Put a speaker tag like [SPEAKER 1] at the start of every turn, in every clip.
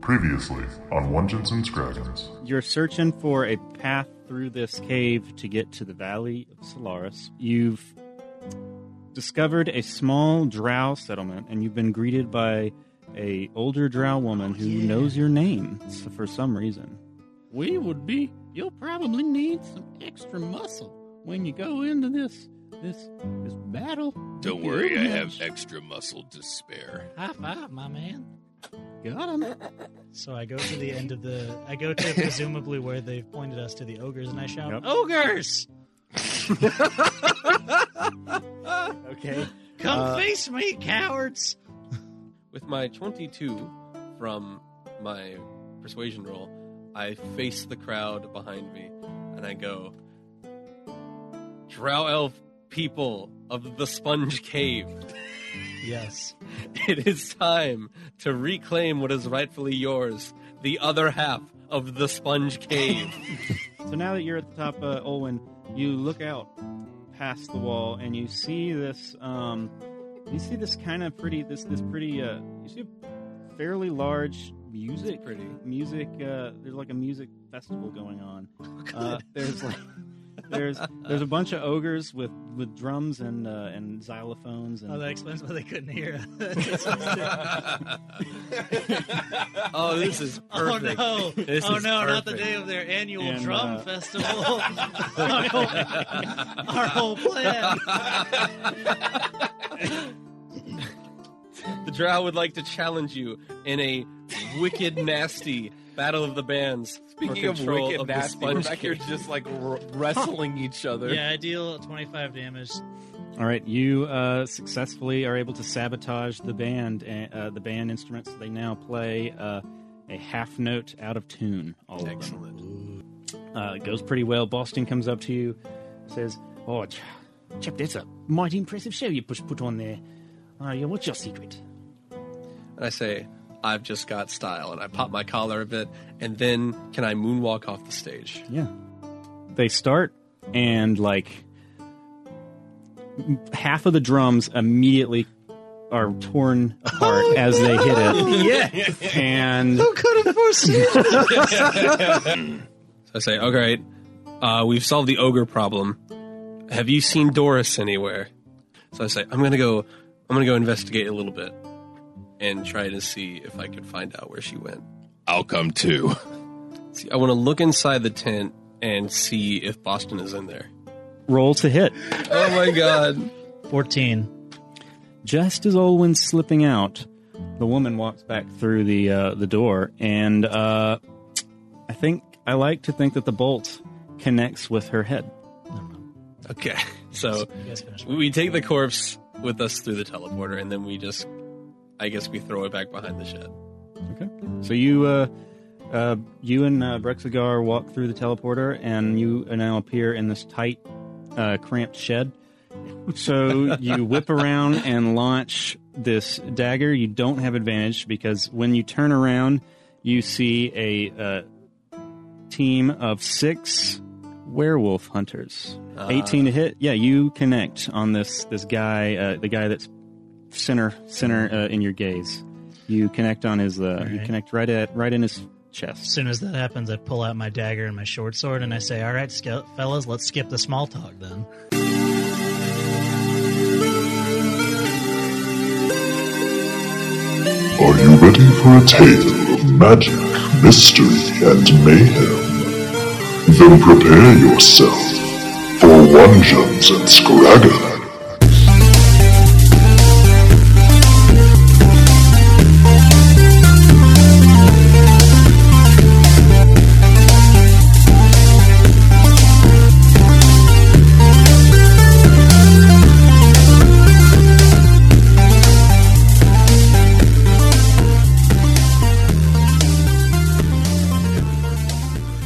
[SPEAKER 1] Previously on Dungeons and Dragons.
[SPEAKER 2] You're searching for a path through this cave to get to the Valley of Solaris. You've discovered a small drow settlement, and you've been greeted by a older drow woman who knows your name s- for some reason.
[SPEAKER 3] we would be you'll probably need some extra muscle when you go into this this this battle
[SPEAKER 4] Don't
[SPEAKER 3] Be
[SPEAKER 4] worry, I have
[SPEAKER 3] overmatched.
[SPEAKER 4] extra muscle to spare.
[SPEAKER 3] high five my man got him
[SPEAKER 5] So I go to the end of the. I go to presumably where they've pointed us to the ogres, and I shout, "Oh!"
[SPEAKER 2] Yep.
[SPEAKER 5] "Ogres,
[SPEAKER 2] Okay.
[SPEAKER 5] come
[SPEAKER 6] Uh,
[SPEAKER 5] face me, cowards!"
[SPEAKER 6] With my 22 from my persuasion roll, I face the crowd behind me and I go, Drow elf people of the sponge cave,
[SPEAKER 5] Yes,
[SPEAKER 6] it is time to reclaim what is rightfully yours, the other half of the sponge cave.
[SPEAKER 2] So now that you're at the top, uh, Olwen, you look out past the wall and you see this. Um, you see this kind of pretty. This this pretty. Uh, you see a fairly large music.
[SPEAKER 6] Pretty.
[SPEAKER 2] music. Uh, there's like a music festival going on.
[SPEAKER 5] Oh,
[SPEAKER 2] Uh, there's like there's there's a bunch of ogres with with drums and uh, and xylophones and
[SPEAKER 5] oh, that explains why they couldn't hear us.
[SPEAKER 6] Oh, this is
[SPEAKER 5] oh
[SPEAKER 6] perfect.
[SPEAKER 5] no!
[SPEAKER 6] This
[SPEAKER 5] oh
[SPEAKER 6] is
[SPEAKER 5] no! Not the
[SPEAKER 6] perfect.
[SPEAKER 5] day of their annual
[SPEAKER 2] And,
[SPEAKER 5] drum
[SPEAKER 2] uh,
[SPEAKER 5] festival. our, whole, our whole plan.
[SPEAKER 6] The Drow would like to challenge you in a wicked nasty battle of the bands.
[SPEAKER 4] Speaking
[SPEAKER 6] for
[SPEAKER 4] of
[SPEAKER 6] control
[SPEAKER 4] wicked
[SPEAKER 6] of the
[SPEAKER 4] nasty, we're
[SPEAKER 6] sponge
[SPEAKER 4] back here
[SPEAKER 6] cave.
[SPEAKER 4] just like r- wrestling each other.
[SPEAKER 5] Yeah, I deal twenty-five damage.
[SPEAKER 2] All right, you uh, successfully are able to sabotage the band, and, uh, the band instruments. They now play uh, a half note out of tune. All of them. Uh, it goes pretty well. Boston comes up to you, says, "Oh, ch- chap, that's a mighty impressive show you push put on there. Uh, yeah, what's your secret?"
[SPEAKER 6] And I say, I've just got style. And I pop my collar a bit. And then can I moonwalk off the stage?
[SPEAKER 2] Yeah. They start and like half of the drums immediately are torn apart
[SPEAKER 6] Oh,
[SPEAKER 2] as they hit it. yeah. And
[SPEAKER 6] So I say, okay, uh, we've solved the ogre problem. Have you seen Doris anywhere? So I say, I'm gonna go. I'm gonna go investigate a little bit and try to see if I could find out where she went.
[SPEAKER 4] I'll come too.
[SPEAKER 6] See, I want to look inside the tent and see if Boston is in there.
[SPEAKER 2] roll to hit.
[SPEAKER 6] Oh my god.
[SPEAKER 5] Fourteen.
[SPEAKER 2] Just as Olwen's slipping out, the woman walks back through the uh, the door, and uh, I think I like to think that the bolt connects with her head.
[SPEAKER 6] Okay. So
[SPEAKER 5] You guys finish.
[SPEAKER 6] we take the corpse with us through the teleporter and then we just I guess we throw it back behind the shed.
[SPEAKER 2] Okay. So you, uh, uh, you and uh, Brexigar walk through the teleporter, and you now appear in this tight, uh, cramped shed. So you whip around and launch this dagger. You don't have advantage because when you turn around, you see a uh, team of six werewolf hunters. 18 to hit. Yeah, you connect on this this guy, uh, the guy that's center center uh, in your gaze. You connect on his uh, you
[SPEAKER 5] Alright.
[SPEAKER 2] connect right at right in his
[SPEAKER 5] As
[SPEAKER 2] chest.
[SPEAKER 5] soon as that happens, I pull out my dagger and my short sword, and I say, "All right, scout fellas, let's skip the small talk then."
[SPEAKER 1] Are you ready for a tale of magic, mystery, and mayhem? Then prepare yourself for Dungeons and Scraggins.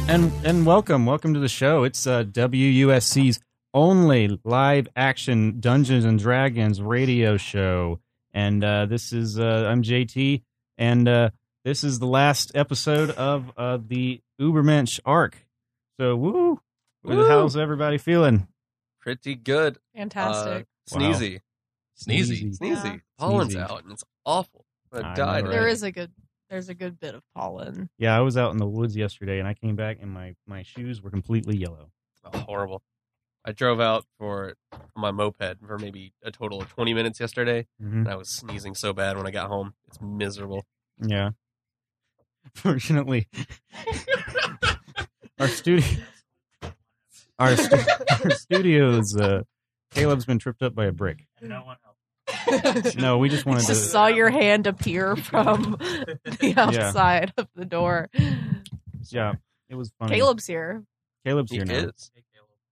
[SPEAKER 7] And and welcome, welcome to the show. It's uh, WUSC's only live action Dungeons and Dragons radio show, and uh, this is uh, I'm JT, and uh, this is the last episode of uh, the Ubermensch arc. So woo,
[SPEAKER 6] Woo!
[SPEAKER 7] how's everybody feeling?
[SPEAKER 6] Pretty good. Uh,
[SPEAKER 8] Fantastic.
[SPEAKER 7] Wow.
[SPEAKER 6] Sneezy.
[SPEAKER 7] Sneezy.
[SPEAKER 6] Sneezy.
[SPEAKER 8] Yeah.
[SPEAKER 6] Pollen's
[SPEAKER 7] Sneezy.
[SPEAKER 6] out and it's awful. I
[SPEAKER 7] I
[SPEAKER 6] died.
[SPEAKER 7] know,
[SPEAKER 8] There
[SPEAKER 6] already.
[SPEAKER 8] is a good there's a good bit of pollen.
[SPEAKER 2] Yeah, I was out in the woods yesterday, and I came back, and my my shoes were completely yellow.
[SPEAKER 6] horrible. I drove out for my moped for maybe a total of 20 minutes yesterday,
[SPEAKER 2] hmm
[SPEAKER 6] and I was sneezing so bad when I got home. It's miserable.
[SPEAKER 2] Yeah. Fortunately, our studio, our, stu- our studios, uh, Caleb's been tripped up by a brick.
[SPEAKER 5] And no one else.
[SPEAKER 2] No, we just wanted
[SPEAKER 8] Just
[SPEAKER 2] to.
[SPEAKER 8] saw your hand appear from the outside of the door.
[SPEAKER 2] Yeah, it was funny.
[SPEAKER 8] Caleb's here.
[SPEAKER 2] Caleb's
[SPEAKER 6] He
[SPEAKER 2] here now.
[SPEAKER 6] is.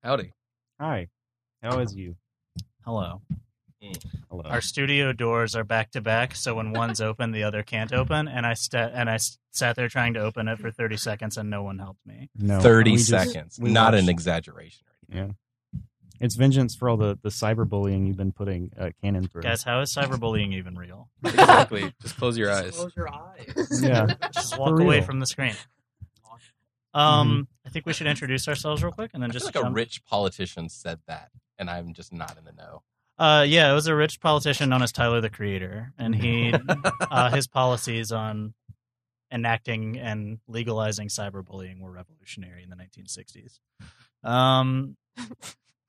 [SPEAKER 6] Howdy.
[SPEAKER 2] Hi, how is you?
[SPEAKER 5] Hello.
[SPEAKER 6] Mm.
[SPEAKER 2] Hello.
[SPEAKER 5] Our studio doors are back to back, so when one's open, the other can't open. And I sta and I s- sat there trying to open it for thirty seconds, and no one helped me.
[SPEAKER 2] no,
[SPEAKER 9] Thirty
[SPEAKER 2] we just-
[SPEAKER 9] seconds.
[SPEAKER 2] we
[SPEAKER 9] Not an
[SPEAKER 2] watched-
[SPEAKER 9] exaggeration.
[SPEAKER 2] It's vengeance for all the the cyberbullying you've been putting uh, Canon through.
[SPEAKER 5] Guys, how is cyberbullying even real?
[SPEAKER 6] Exactly. Just close your eyes.
[SPEAKER 10] your eyes.
[SPEAKER 2] Yeah.
[SPEAKER 5] Just
[SPEAKER 2] For
[SPEAKER 5] walk away
[SPEAKER 2] real. Mm-hmm.
[SPEAKER 5] from the screen. Um, I think we should introduce ourselves real quick, and then
[SPEAKER 9] Just
[SPEAKER 5] just
[SPEAKER 9] like a
[SPEAKER 5] jump-
[SPEAKER 9] rich politician said that, and I'm just not in the know.
[SPEAKER 5] Uh, yeah, it was a rich politician known as Tyler the Creator, and he uh, his policies on enacting and legalizing cyberbullying were revolutionary in the 1960s. Um,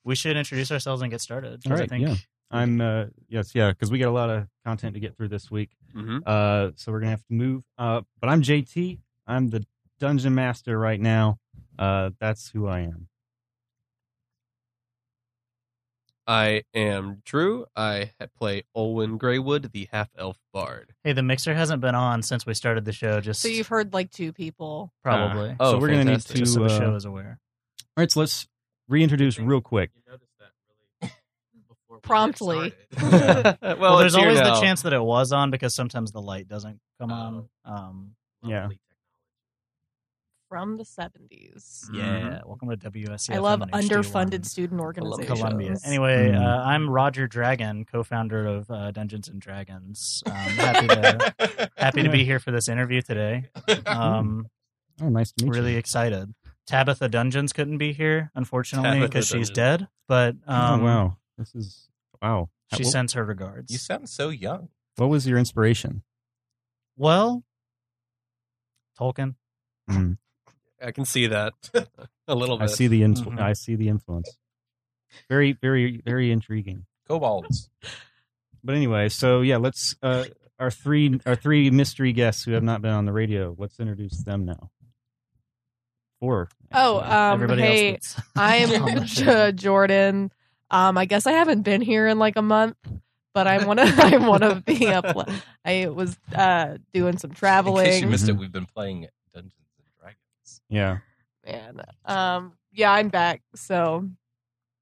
[SPEAKER 5] we should introduce ourselves and get started. 'cause
[SPEAKER 2] All
[SPEAKER 5] I
[SPEAKER 2] right,
[SPEAKER 5] think
[SPEAKER 2] yeah. I'm uh yes, yeah, because we got a lot of content to get through this week.
[SPEAKER 6] Mhm.
[SPEAKER 2] Uh so we're gonna have to move. Uh but I'm JT. I'm the dungeon master right now. Uh that's who I
[SPEAKER 6] Ah.
[SPEAKER 2] am.
[SPEAKER 6] I am Drew. I ha- play Olwen Greywood, the half elf bard.
[SPEAKER 5] Hey, the mixer hasn't been on since we started the show. Just
[SPEAKER 8] So you've heard like two people.
[SPEAKER 5] probably.
[SPEAKER 6] Oh,
[SPEAKER 2] so we're gonna need
[SPEAKER 6] fantastic.
[SPEAKER 2] to
[SPEAKER 5] just so the
[SPEAKER 2] uh,
[SPEAKER 5] show
[SPEAKER 2] all
[SPEAKER 5] is aware.
[SPEAKER 2] right, so let's reintroduce real quick.
[SPEAKER 9] You noticed that really before
[SPEAKER 8] Promptly.
[SPEAKER 6] well,
[SPEAKER 5] Well, there's
[SPEAKER 6] it's here
[SPEAKER 5] always
[SPEAKER 6] now.
[SPEAKER 5] the chance that it was on because sometimes the light doesn't come on.
[SPEAKER 6] Oh.
[SPEAKER 5] Um,
[SPEAKER 2] Yeah.
[SPEAKER 8] From the
[SPEAKER 3] Mm-hmm.
[SPEAKER 8] 70s.
[SPEAKER 5] yeah, welcome to E WSC.
[SPEAKER 8] I love underfunded student organizations.
[SPEAKER 5] Columbia. Anyway,
[SPEAKER 2] Mm.
[SPEAKER 5] uh, I'm Roger Dragon, co-founder of uh, Dungeons and Dragons. Um, happy to happy to be here for this interview today. Um,
[SPEAKER 2] Oh nice to meet
[SPEAKER 5] really excited. Tabitha Dungeons couldn't be here, unfortunately,
[SPEAKER 6] Tabitha
[SPEAKER 5] because she's
[SPEAKER 6] Dungeons.
[SPEAKER 5] dead. But
[SPEAKER 2] you.
[SPEAKER 5] um,
[SPEAKER 2] oh wow. This is wow.
[SPEAKER 5] she
[SPEAKER 2] what,
[SPEAKER 5] sends her regards.
[SPEAKER 9] You sound so young.
[SPEAKER 2] what was your inspiration?
[SPEAKER 5] well, Tolkien.
[SPEAKER 2] Hmm.
[SPEAKER 6] I can see that a little
[SPEAKER 2] I
[SPEAKER 6] bit.
[SPEAKER 2] see the influ-
[SPEAKER 8] Mm-hmm.
[SPEAKER 5] Mhm.
[SPEAKER 2] I see the influence. Very, very, very intriguing.
[SPEAKER 9] Kobolds.
[SPEAKER 2] But anyway, so yeah, let's uh, our three our three mystery guests who have not been on the radio. Let's introduce them now. Four.
[SPEAKER 8] Oh,
[SPEAKER 2] actually.
[SPEAKER 8] um,
[SPEAKER 5] Everybody
[SPEAKER 8] hey,
[SPEAKER 5] else. that's-
[SPEAKER 8] I'm J- Jordan. Um, I guess I haven't been here in like a month, but I'm one of I'm one of the upla- I was uh, doing some
[SPEAKER 9] In case you
[SPEAKER 8] traveling.
[SPEAKER 9] missed it, we've been playing Dungeons and Dragons.
[SPEAKER 2] Mm-hmm. yeah.
[SPEAKER 8] And um, yeah, I'm back. So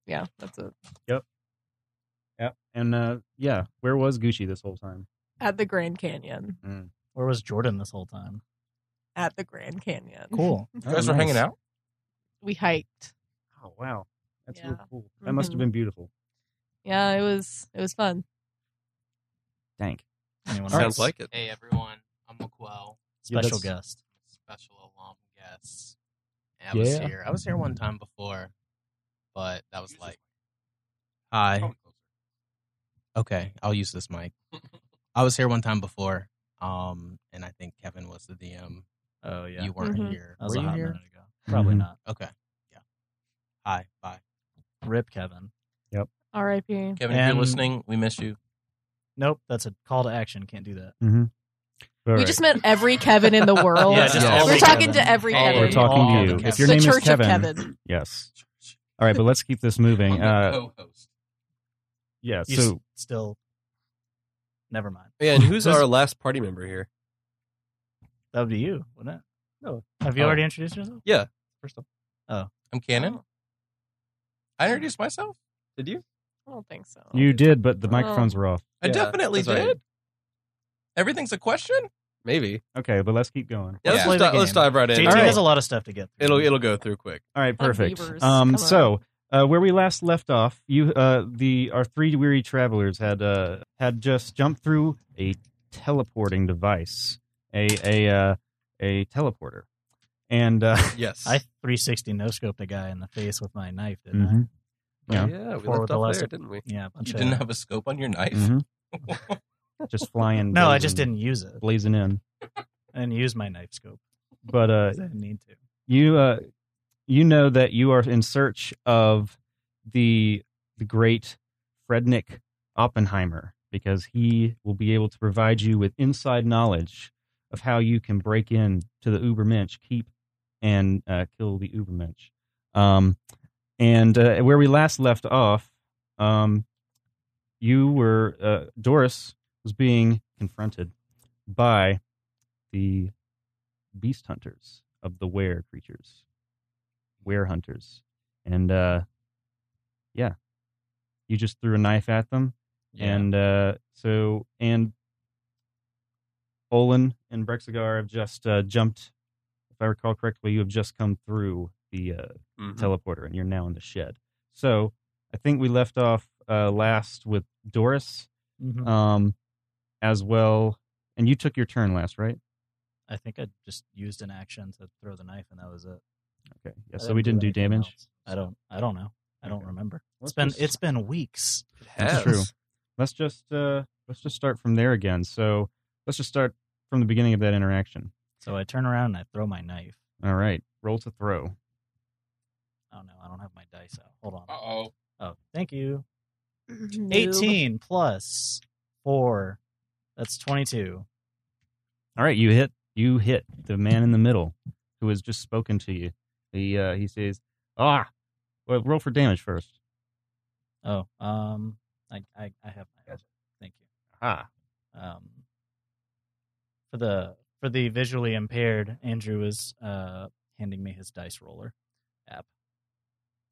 [SPEAKER 8] yeah, that's it.
[SPEAKER 2] Yep. And uh, yeah, where was Gucci this whole time? Mm.
[SPEAKER 8] At the Grand Canyon.
[SPEAKER 5] Where was Jordan this whole time?
[SPEAKER 8] At the Grand Canyon.
[SPEAKER 5] Cool.
[SPEAKER 9] You guys were hanging out.
[SPEAKER 8] We hiked.
[SPEAKER 2] Oh wow, that's really
[SPEAKER 8] Yeah.
[SPEAKER 2] cool. That must have
[SPEAKER 8] Mhm.
[SPEAKER 2] been beautiful.
[SPEAKER 8] Yeah, it was it was fun.
[SPEAKER 2] Thank.
[SPEAKER 5] Anyone
[SPEAKER 6] Sounds
[SPEAKER 5] else?
[SPEAKER 6] like it.
[SPEAKER 10] Hey everyone, I'm McQuell,
[SPEAKER 2] Yeah,
[SPEAKER 5] special
[SPEAKER 2] that's-
[SPEAKER 5] guest.
[SPEAKER 10] special alum guest. And I was
[SPEAKER 2] Yeah.
[SPEAKER 10] here. I was here one time before, but that was like, hi. Okay, I'll use this mic. I was here one time before, um, and I think Kevin was the DM.
[SPEAKER 5] Oh yeah,
[SPEAKER 10] You weren't
[SPEAKER 8] Mhm.
[SPEAKER 10] here.
[SPEAKER 5] that was
[SPEAKER 10] Were
[SPEAKER 5] a
[SPEAKER 10] you
[SPEAKER 5] hot
[SPEAKER 10] here? Mm-hmm.
[SPEAKER 5] minute ago. Probably
[SPEAKER 2] Mhm.
[SPEAKER 5] not.
[SPEAKER 10] Okay, yeah. Hi, bye.
[SPEAKER 5] Rip Kevin.
[SPEAKER 8] R.I.P.
[SPEAKER 9] Kevin, if
[SPEAKER 5] And-
[SPEAKER 9] you're listening, we miss you.
[SPEAKER 5] Nope, that's a call to action. Can't do that.
[SPEAKER 2] Mm-hmm. All
[SPEAKER 8] We
[SPEAKER 2] right.
[SPEAKER 8] just met every Kevin in the world.
[SPEAKER 5] Yeah, just
[SPEAKER 9] all
[SPEAKER 8] We're
[SPEAKER 9] the
[SPEAKER 8] talking
[SPEAKER 5] Kevin.
[SPEAKER 8] to every
[SPEAKER 9] All
[SPEAKER 8] Kevin.
[SPEAKER 2] we're talking
[SPEAKER 5] all
[SPEAKER 2] to you.
[SPEAKER 5] the
[SPEAKER 2] If your
[SPEAKER 8] the
[SPEAKER 2] name
[SPEAKER 8] Church
[SPEAKER 2] is Kevin,
[SPEAKER 8] of Kevin.
[SPEAKER 2] yes. All right, but let's keep this moving.
[SPEAKER 9] I'm the
[SPEAKER 2] Uh,
[SPEAKER 9] co-host.
[SPEAKER 2] yeah.
[SPEAKER 5] You
[SPEAKER 2] So
[SPEAKER 5] s- still, never mind.
[SPEAKER 6] Yeah, and who's
[SPEAKER 5] This-
[SPEAKER 6] our last party member here?
[SPEAKER 5] That would be you, wouldn't it? No. Have you
[SPEAKER 6] Oh.
[SPEAKER 5] already introduced yourself?
[SPEAKER 6] First off,
[SPEAKER 5] Oh.
[SPEAKER 9] I'm Canon. I introduced myself.
[SPEAKER 6] did you?
[SPEAKER 8] I don't think so.
[SPEAKER 2] you did, but the
[SPEAKER 8] Oh.
[SPEAKER 2] microphones were off.
[SPEAKER 9] I
[SPEAKER 6] Yeah,
[SPEAKER 9] definitely
[SPEAKER 6] that's right.
[SPEAKER 9] did. Everything's a question.
[SPEAKER 6] Maybe.
[SPEAKER 2] Okay, but let's keep going.
[SPEAKER 6] Yeah,
[SPEAKER 9] Yeah.
[SPEAKER 6] let's,
[SPEAKER 5] Play
[SPEAKER 6] just
[SPEAKER 5] the
[SPEAKER 6] di- let's
[SPEAKER 5] game.
[SPEAKER 6] dive right in.
[SPEAKER 5] JT
[SPEAKER 2] All right.
[SPEAKER 5] has a lot of stuff to get. Through.
[SPEAKER 6] It'll it'll go through quick.
[SPEAKER 2] All right,
[SPEAKER 8] Fun
[SPEAKER 2] perfect.
[SPEAKER 8] beavers.
[SPEAKER 2] Um,
[SPEAKER 8] Come
[SPEAKER 2] so uh, where we last left off, you uh, the our three weary travelers had uh, had just jumped through a teleporting device, a a uh, a teleporter, and uh,
[SPEAKER 6] Yes.
[SPEAKER 5] I 360 no scoped a guy in the face with my knife, didn't I?
[SPEAKER 2] mhm, Yeah.
[SPEAKER 6] we
[SPEAKER 5] Before with
[SPEAKER 6] left
[SPEAKER 5] the
[SPEAKER 6] off
[SPEAKER 5] last-
[SPEAKER 6] there, didn't we?
[SPEAKER 5] Yeah, a bunch
[SPEAKER 9] You
[SPEAKER 5] of-
[SPEAKER 9] didn't have a
[SPEAKER 2] Mm-hmm.
[SPEAKER 9] scope on your knife.
[SPEAKER 2] mhm. just flying.
[SPEAKER 5] no, I just
[SPEAKER 2] blazing-
[SPEAKER 5] didn't use it.
[SPEAKER 2] blazing in.
[SPEAKER 5] and use my knife scope.
[SPEAKER 2] But uh,
[SPEAKER 5] 'cause I need to.
[SPEAKER 2] you uh, you know that you are in search of the the great Frederick Oppenheimer because he will be able to provide you with inside knowledge of how you can break in to the Ubermensch, keep and uh, kill the Ubermensch. Um, and uh, where we last left off, um, you were uh, Doris was being confronted by the beast hunters of the were creatures, were hunters, and uh, yeah, you just threw a knife at them, and uh, so and Olin and Brexigar have just uh, jumped. If I recall correctly, you have just come through the uh,
[SPEAKER 6] Mhm.
[SPEAKER 2] teleporter, and you're now in the shed. So I think we left off uh, last with Doris,
[SPEAKER 5] Mhm.
[SPEAKER 2] um, as well. And you took your turn last, right?
[SPEAKER 5] I think I just used an action to throw the knife, and that was it.
[SPEAKER 2] Okay. Yeah,
[SPEAKER 5] I
[SPEAKER 2] so we didn't do
[SPEAKER 5] anything
[SPEAKER 2] damage?
[SPEAKER 5] else. I don't. I don't know. I don't
[SPEAKER 2] Okay.
[SPEAKER 5] remember.
[SPEAKER 2] Let's
[SPEAKER 5] It's been.
[SPEAKER 2] just-
[SPEAKER 5] It's been weeks.
[SPEAKER 2] That's
[SPEAKER 6] Yes.
[SPEAKER 2] true. Let's just uh, let's just start from there again. So let's just start from the beginning of that interaction.
[SPEAKER 5] So I turn around and I throw my knife.
[SPEAKER 2] All right. Roll to throw.
[SPEAKER 5] Oh no, I don't have my dice out. Hold on.
[SPEAKER 9] Uh oh.
[SPEAKER 5] Oh, thank you.
[SPEAKER 8] Noob.
[SPEAKER 5] 18 plus 4. That's 22.
[SPEAKER 2] All right, you hit you hit the man in the middle who has just spoken to you. He uh, he says, "Ah, well, roll for damage first.
[SPEAKER 5] Oh, um I I, I have my own. Thank you.
[SPEAKER 2] Ah,
[SPEAKER 5] Um for the for the visually impaired, Andrew was uh handing me his dice roller app.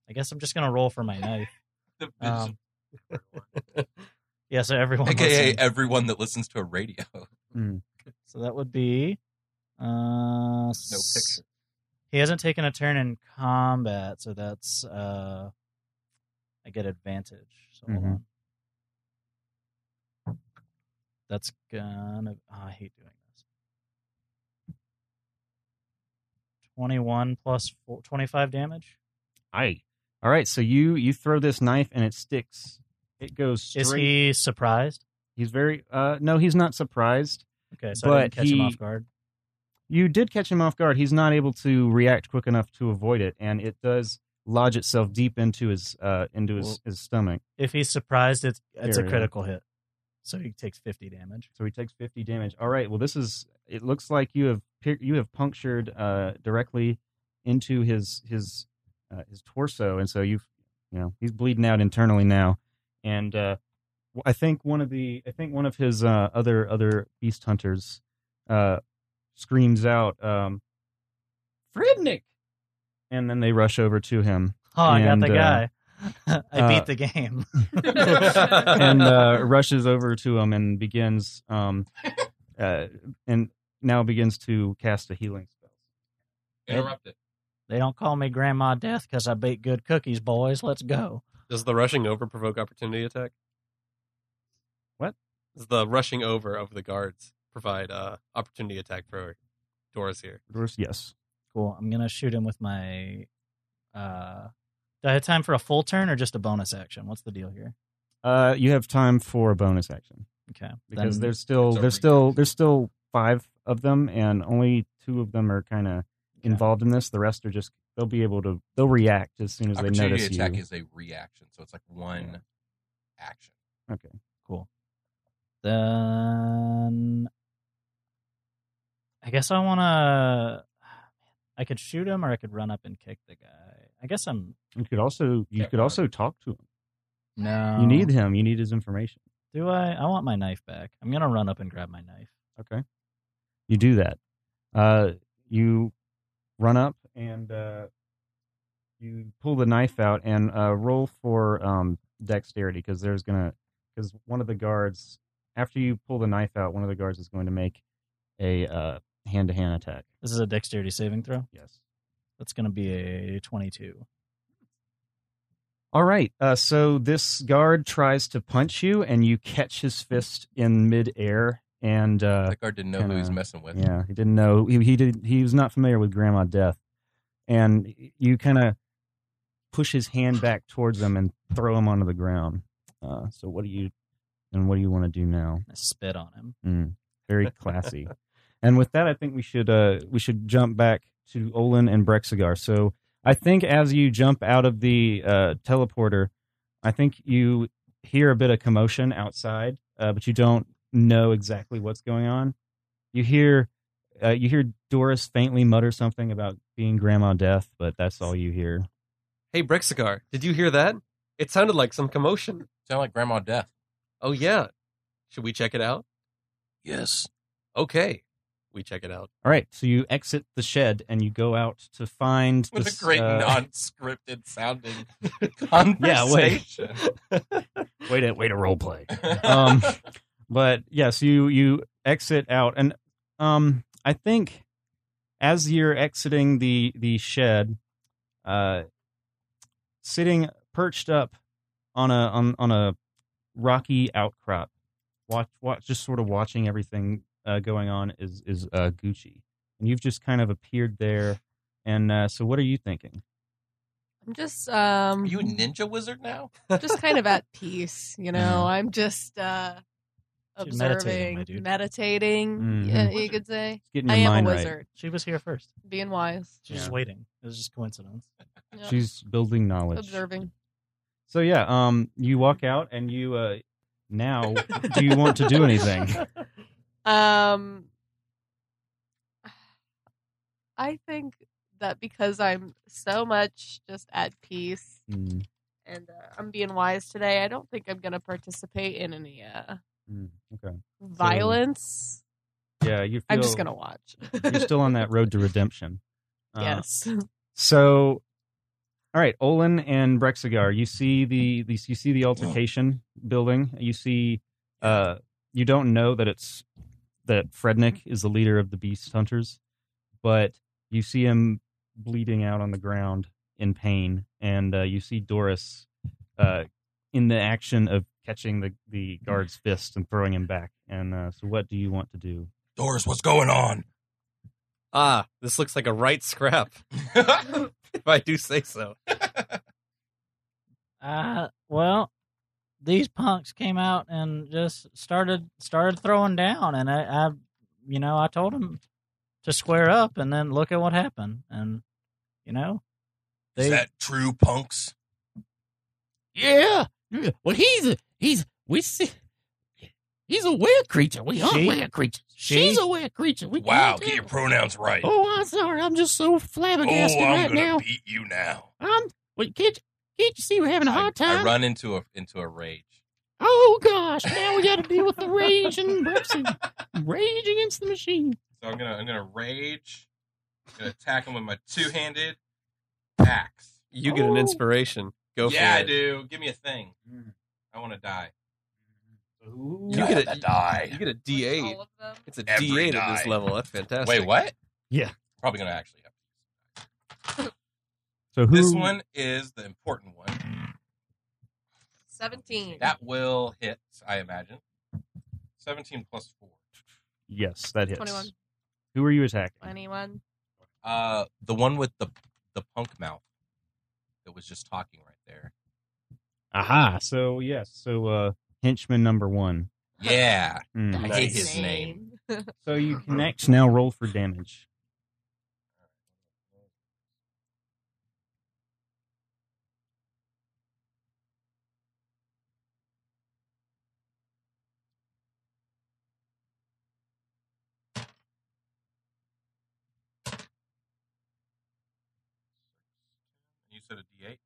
[SPEAKER 5] I guess I'm just going to roll for my knife.
[SPEAKER 9] The
[SPEAKER 5] Um, yeah, so everyone
[SPEAKER 9] AKA
[SPEAKER 5] listening.
[SPEAKER 9] everyone that listens to a radio.
[SPEAKER 5] So that would be uh no
[SPEAKER 9] No picture.
[SPEAKER 5] He hasn't taken a turn in combat, so that's uh I get advantage. So hold
[SPEAKER 2] Mhm.
[SPEAKER 5] on. That's gonna oh, I hate doing this. 21 plus four, 25 damage.
[SPEAKER 2] I. All right, so you you throw this knife and it sticks. It goes straight.
[SPEAKER 5] Is he surprised?
[SPEAKER 2] He's very uh no, he's not surprised.
[SPEAKER 5] Okay, so I didn't
[SPEAKER 2] But
[SPEAKER 5] catch him
[SPEAKER 2] he-
[SPEAKER 5] off guard.
[SPEAKER 2] You did catch him off guard. He's not able to react quick enough to avoid it, and it does lodge itself deep into his uh into his,
[SPEAKER 5] Well-
[SPEAKER 2] his stomach.
[SPEAKER 5] If he's surprised, it's it's
[SPEAKER 2] Here,
[SPEAKER 5] a
[SPEAKER 2] yeah.
[SPEAKER 5] critical hit. So he takes 50 damage.
[SPEAKER 2] So he takes 50 damage. All right. Well, this is. It looks like you have pi- you have punctured uh, directly into his his uh, his torso, and so you've you know he's bleeding out internally now. And uh, w- I think one of the I think one of his uh, other other beast hunters uh, screams out, um, "Fridnik!" And then they rush over to him
[SPEAKER 5] Oh, I
[SPEAKER 2] And,
[SPEAKER 5] got the
[SPEAKER 2] uh,
[SPEAKER 5] guy. I
[SPEAKER 2] uh,
[SPEAKER 5] beat the game.
[SPEAKER 2] and uh, rushes over to him and begins um, uh, and now begins to cast a healing spell.
[SPEAKER 9] Interrupted.
[SPEAKER 5] They don't call me Grandma Death because I bake good cookies, boys. Let's go.
[SPEAKER 6] Does the rushing over provoke opportunity attack?
[SPEAKER 2] What?
[SPEAKER 6] Does the rushing over of the guards provide uh, opportunity attack for Doris here?
[SPEAKER 2] Doris, yes.
[SPEAKER 5] Cool. I'm gonna shoot him with my. Uh, do I have time for a full turn or just a bonus action? What's the deal here?
[SPEAKER 2] Uh, you have time for a bonus action
[SPEAKER 5] Okay,
[SPEAKER 2] because
[SPEAKER 5] then-
[SPEAKER 2] there's still
[SPEAKER 9] It's a
[SPEAKER 2] there's still
[SPEAKER 9] reaction.
[SPEAKER 2] there's still five of them, and only two of them are kind of
[SPEAKER 5] okay.
[SPEAKER 2] involved in this. The rest are just they'll be able to they'll react as soon as they
[SPEAKER 9] Opportunity
[SPEAKER 2] notice you.
[SPEAKER 9] attack is a reaction, so it's like one action.
[SPEAKER 5] Cool. Then I guess I want to. I could shoot him or I could run up and kick the guy. I guess I'm
[SPEAKER 2] you could also you
[SPEAKER 9] Yeah,
[SPEAKER 2] could
[SPEAKER 9] whatever.
[SPEAKER 2] also talk to him.
[SPEAKER 5] no.
[SPEAKER 2] You need him. You need his information.
[SPEAKER 5] Do I? I want my knife back. I'm gonna run up and grab my knife.
[SPEAKER 2] Okay. You do that. Uh, you run up and uh, you pull the knife out and uh, roll for um, dexterity because there's gonna because one of the guards after you pull the knife out, one of the guards is going to make a uh, hand-to-hand attack.
[SPEAKER 5] This is a dexterity saving throw.
[SPEAKER 2] Yes.
[SPEAKER 5] That's gonna be a 22.
[SPEAKER 2] All right. Uh, so this guard tries to punch you, and you catch his fist in midair, and uh,
[SPEAKER 9] That guard didn't know who he was
[SPEAKER 2] kinda-
[SPEAKER 9] messing with.
[SPEAKER 2] Yeah, he didn't know. He, he did. He was not familiar with Grandma Death, and you kind of push his hand back towards him and throw him onto the ground. Uh, so what do you? And what do you want to do now?
[SPEAKER 5] I spit on him.
[SPEAKER 2] Mm, very classy. And with that, I think we should uh, we should jump back to Olin and Brexigar. So I think as you jump out of the uh, teleporter, I think you hear a bit of commotion outside, uh, but you don't know exactly what's going on. You hear uh, you hear Doris faintly mutter something about being grandma death, but that's all you hear.
[SPEAKER 6] Hey, Brexigar, did you hear that? It sounded like some commotion.
[SPEAKER 9] Sound like Grandma Death.
[SPEAKER 6] Oh, yeah. Should we check it out?
[SPEAKER 11] Yes.
[SPEAKER 6] Okay. We check it out.
[SPEAKER 2] All right, so you exit the shed and you go out to find
[SPEAKER 9] What
[SPEAKER 2] this,
[SPEAKER 9] a great
[SPEAKER 2] uh,
[SPEAKER 9] non-scripted sounding conversation.
[SPEAKER 2] way to way to role play. um, but yes, you you exit out, and um, I think as you're exiting the the shed, uh, sitting perched up on a on on a rocky outcrop, watch watch just sort of watching everything uh, going on is is uh, Gucci, and you've just kind of appeared there. And uh, so, what are you thinking?
[SPEAKER 8] I'm just um
[SPEAKER 9] Are you a ninja wizard now?
[SPEAKER 8] just kind of at peace, you
[SPEAKER 2] Mm.
[SPEAKER 8] know. I'm just uh
[SPEAKER 5] She's meditating,
[SPEAKER 8] observing,
[SPEAKER 5] my
[SPEAKER 8] meditating,
[SPEAKER 5] dude.
[SPEAKER 2] Mhm.
[SPEAKER 8] yeah, you could say.
[SPEAKER 2] Getting
[SPEAKER 8] I
[SPEAKER 2] your
[SPEAKER 8] am
[SPEAKER 2] mind
[SPEAKER 8] a
[SPEAKER 2] right.
[SPEAKER 8] wizard,
[SPEAKER 5] She was here first.
[SPEAKER 8] being wise.
[SPEAKER 5] She was just
[SPEAKER 2] Yeah.
[SPEAKER 5] waiting. It was just coincidence.
[SPEAKER 8] Yeah.
[SPEAKER 2] She's building knowledge.
[SPEAKER 8] observing.
[SPEAKER 2] So yeah, um, you walk out and you uh, now do you want to do anything?
[SPEAKER 8] Um I think that because I'm so much just at peace
[SPEAKER 2] Mm,
[SPEAKER 8] and uh, I'm being wise today, I don't think I'm going to participate in any uh
[SPEAKER 2] mm, okay.
[SPEAKER 8] violence.
[SPEAKER 2] Yeah, you. Feel,
[SPEAKER 8] I'm just going to watch.
[SPEAKER 2] You're still on that road to redemption. Uh,
[SPEAKER 8] yes.
[SPEAKER 2] So, all right, Olin and Brexigar, you see the, the you see the altercation building. You see, uh, you don't know that it's that Frednick is the leader of the Beast Hunters, but you see him bleeding out on the ground in pain, and uh, you see Doris uh, in the action of catching the the guard's fist and throwing him back. And uh, so, what do you want to do?
[SPEAKER 9] Doris, what's going on?
[SPEAKER 6] Ah, this looks like a right scrap. if I do say so.
[SPEAKER 5] Uh, well, these punks came out and just started started throwing down, and I, I you know, I told them to square up, and then look at what happened, and you know,
[SPEAKER 9] Is
[SPEAKER 5] They-
[SPEAKER 9] that true, punks?
[SPEAKER 12] Yeah. yeah. Well, he's a, he's we see. He's a weird creature. We are
[SPEAKER 5] She-
[SPEAKER 12] weird creatures.
[SPEAKER 5] she-
[SPEAKER 12] She's a weird creature. We
[SPEAKER 9] Wow,
[SPEAKER 12] can't
[SPEAKER 9] get your
[SPEAKER 12] tell.
[SPEAKER 9] pronouns right.
[SPEAKER 12] Oh, I'm sorry. I'm just so
[SPEAKER 9] Oh,
[SPEAKER 12] flabbergasted
[SPEAKER 9] I'm
[SPEAKER 12] right
[SPEAKER 9] gonna
[SPEAKER 12] now.
[SPEAKER 9] beat you now.
[SPEAKER 12] I'm. Wait, can't you, can't you see we're having a
[SPEAKER 9] I,
[SPEAKER 12] hard time?
[SPEAKER 9] I run into a into a rage.
[SPEAKER 12] Oh gosh! Now we got to deal with the rage and Brexit. rage against the machine.
[SPEAKER 9] So I'm gonna I'm gonna rage. I'm gonna attack him with my two handed axe.
[SPEAKER 6] You get an
[SPEAKER 12] Oh.
[SPEAKER 6] inspiration. Go
[SPEAKER 9] yeah,
[SPEAKER 6] for it.
[SPEAKER 9] I do. Give me a thing. I want to die.
[SPEAKER 6] You get a
[SPEAKER 9] Gotta die.
[SPEAKER 6] You get a D8.
[SPEAKER 8] All of them.
[SPEAKER 6] It's a
[SPEAKER 9] Every
[SPEAKER 6] D8 at this
[SPEAKER 9] die.
[SPEAKER 6] level. That's fantastic.
[SPEAKER 9] Wait, what?
[SPEAKER 2] Yeah.
[SPEAKER 9] Probably gonna actually have.
[SPEAKER 2] So who?
[SPEAKER 9] This one is the important one.
[SPEAKER 8] 17.
[SPEAKER 9] That will hit, I imagine. Seventeen plus four.
[SPEAKER 2] Yes, that hits.
[SPEAKER 8] 21.
[SPEAKER 2] Who are you attacking?
[SPEAKER 8] 21.
[SPEAKER 9] Uh, the one with the the punk mouth that was just talking right there.
[SPEAKER 2] Aha. So yes. So uh henchman number one.
[SPEAKER 9] Yeah.
[SPEAKER 2] Hmm.
[SPEAKER 9] I hate his name.
[SPEAKER 2] So you connect now roll for damage.
[SPEAKER 9] You said a D eight.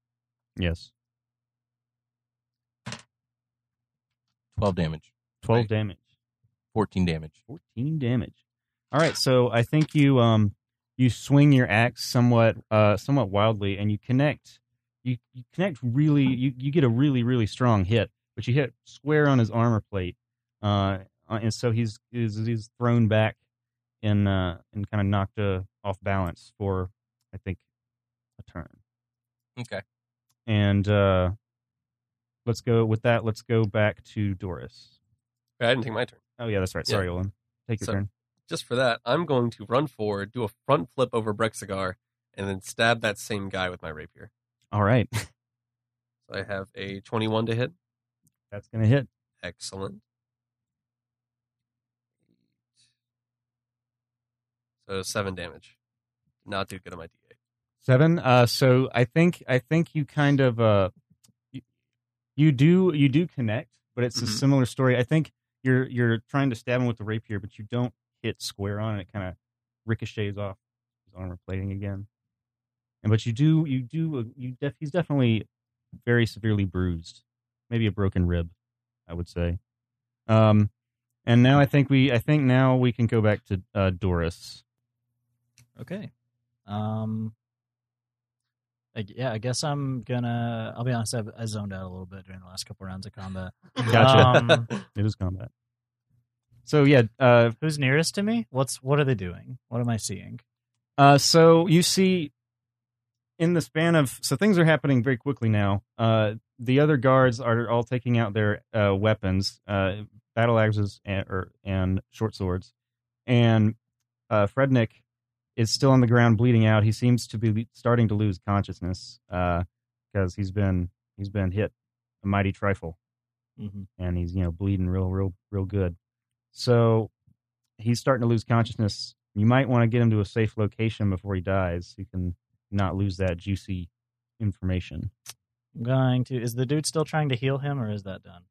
[SPEAKER 2] Yes.
[SPEAKER 9] Twelve damage.
[SPEAKER 2] Twelve
[SPEAKER 9] Right.
[SPEAKER 2] damage.
[SPEAKER 9] Fourteen damage.
[SPEAKER 2] Fourteen damage. All right, so I think you um you swing your axe somewhat uh somewhat wildly and you connect you, you connect really you, you get a really, really strong hit, but you hit square on his armor plate. Uh and so he's is he's thrown back and uh and kind of knocked uh, off balance for I think a turn.
[SPEAKER 9] Okay.
[SPEAKER 2] and uh let's go with that let's go back to doris
[SPEAKER 6] I didn't take my turn.
[SPEAKER 2] oh yeah that's right sorry olin take your
[SPEAKER 6] So-
[SPEAKER 2] turn
[SPEAKER 6] Just for that, I'm going to run forward, do a front flip over Brexigar, and then stab that same guy with my rapier.
[SPEAKER 2] all right
[SPEAKER 6] So I have a 21 to hit.
[SPEAKER 2] that's gonna hit
[SPEAKER 6] Excellent. So seven damage. Not too good on my D8.
[SPEAKER 2] Seven. Uh, so I think I think you kind of uh, you, you do you do connect, but it's a
[SPEAKER 6] Mhm.
[SPEAKER 2] similar story. I think you're you're trying to stab him with the rapier, but you don't hit square on, and it kind of ricochets off his armor plating again. And but you do you do uh, you def, he's definitely very severely bruised, maybe a broken rib, I would say. Um, and now I think we I think now we can go back to uh, Doris.
[SPEAKER 5] Okay. Um. I, yeah, I guess I'm gonna. I'll be honest. I've, I zoned out a little bit during the last couple rounds of combat.
[SPEAKER 2] Gotcha.
[SPEAKER 5] Um,
[SPEAKER 2] it is combat. So yeah, uh,
[SPEAKER 5] who's nearest to me? What's what are they doing? What am I seeing?
[SPEAKER 2] uh, so you see, in the span of so things are happening very quickly now. Uh, the other guards are all taking out their uh, weapons, uh, battle axes and, or, and short swords, and uh, Frednick is still on the ground bleeding out. He seems to be starting to lose consciousness because he's been he's been hit a mighty trifle.
[SPEAKER 5] Mm-hmm.
[SPEAKER 2] and he's you know bleeding real real real good so he's starting to lose consciousness you might want to get him to a safe location before he dies so you can not lose that juicy information
[SPEAKER 5] I'm going to. Is the dude still trying to heal him, or is that done?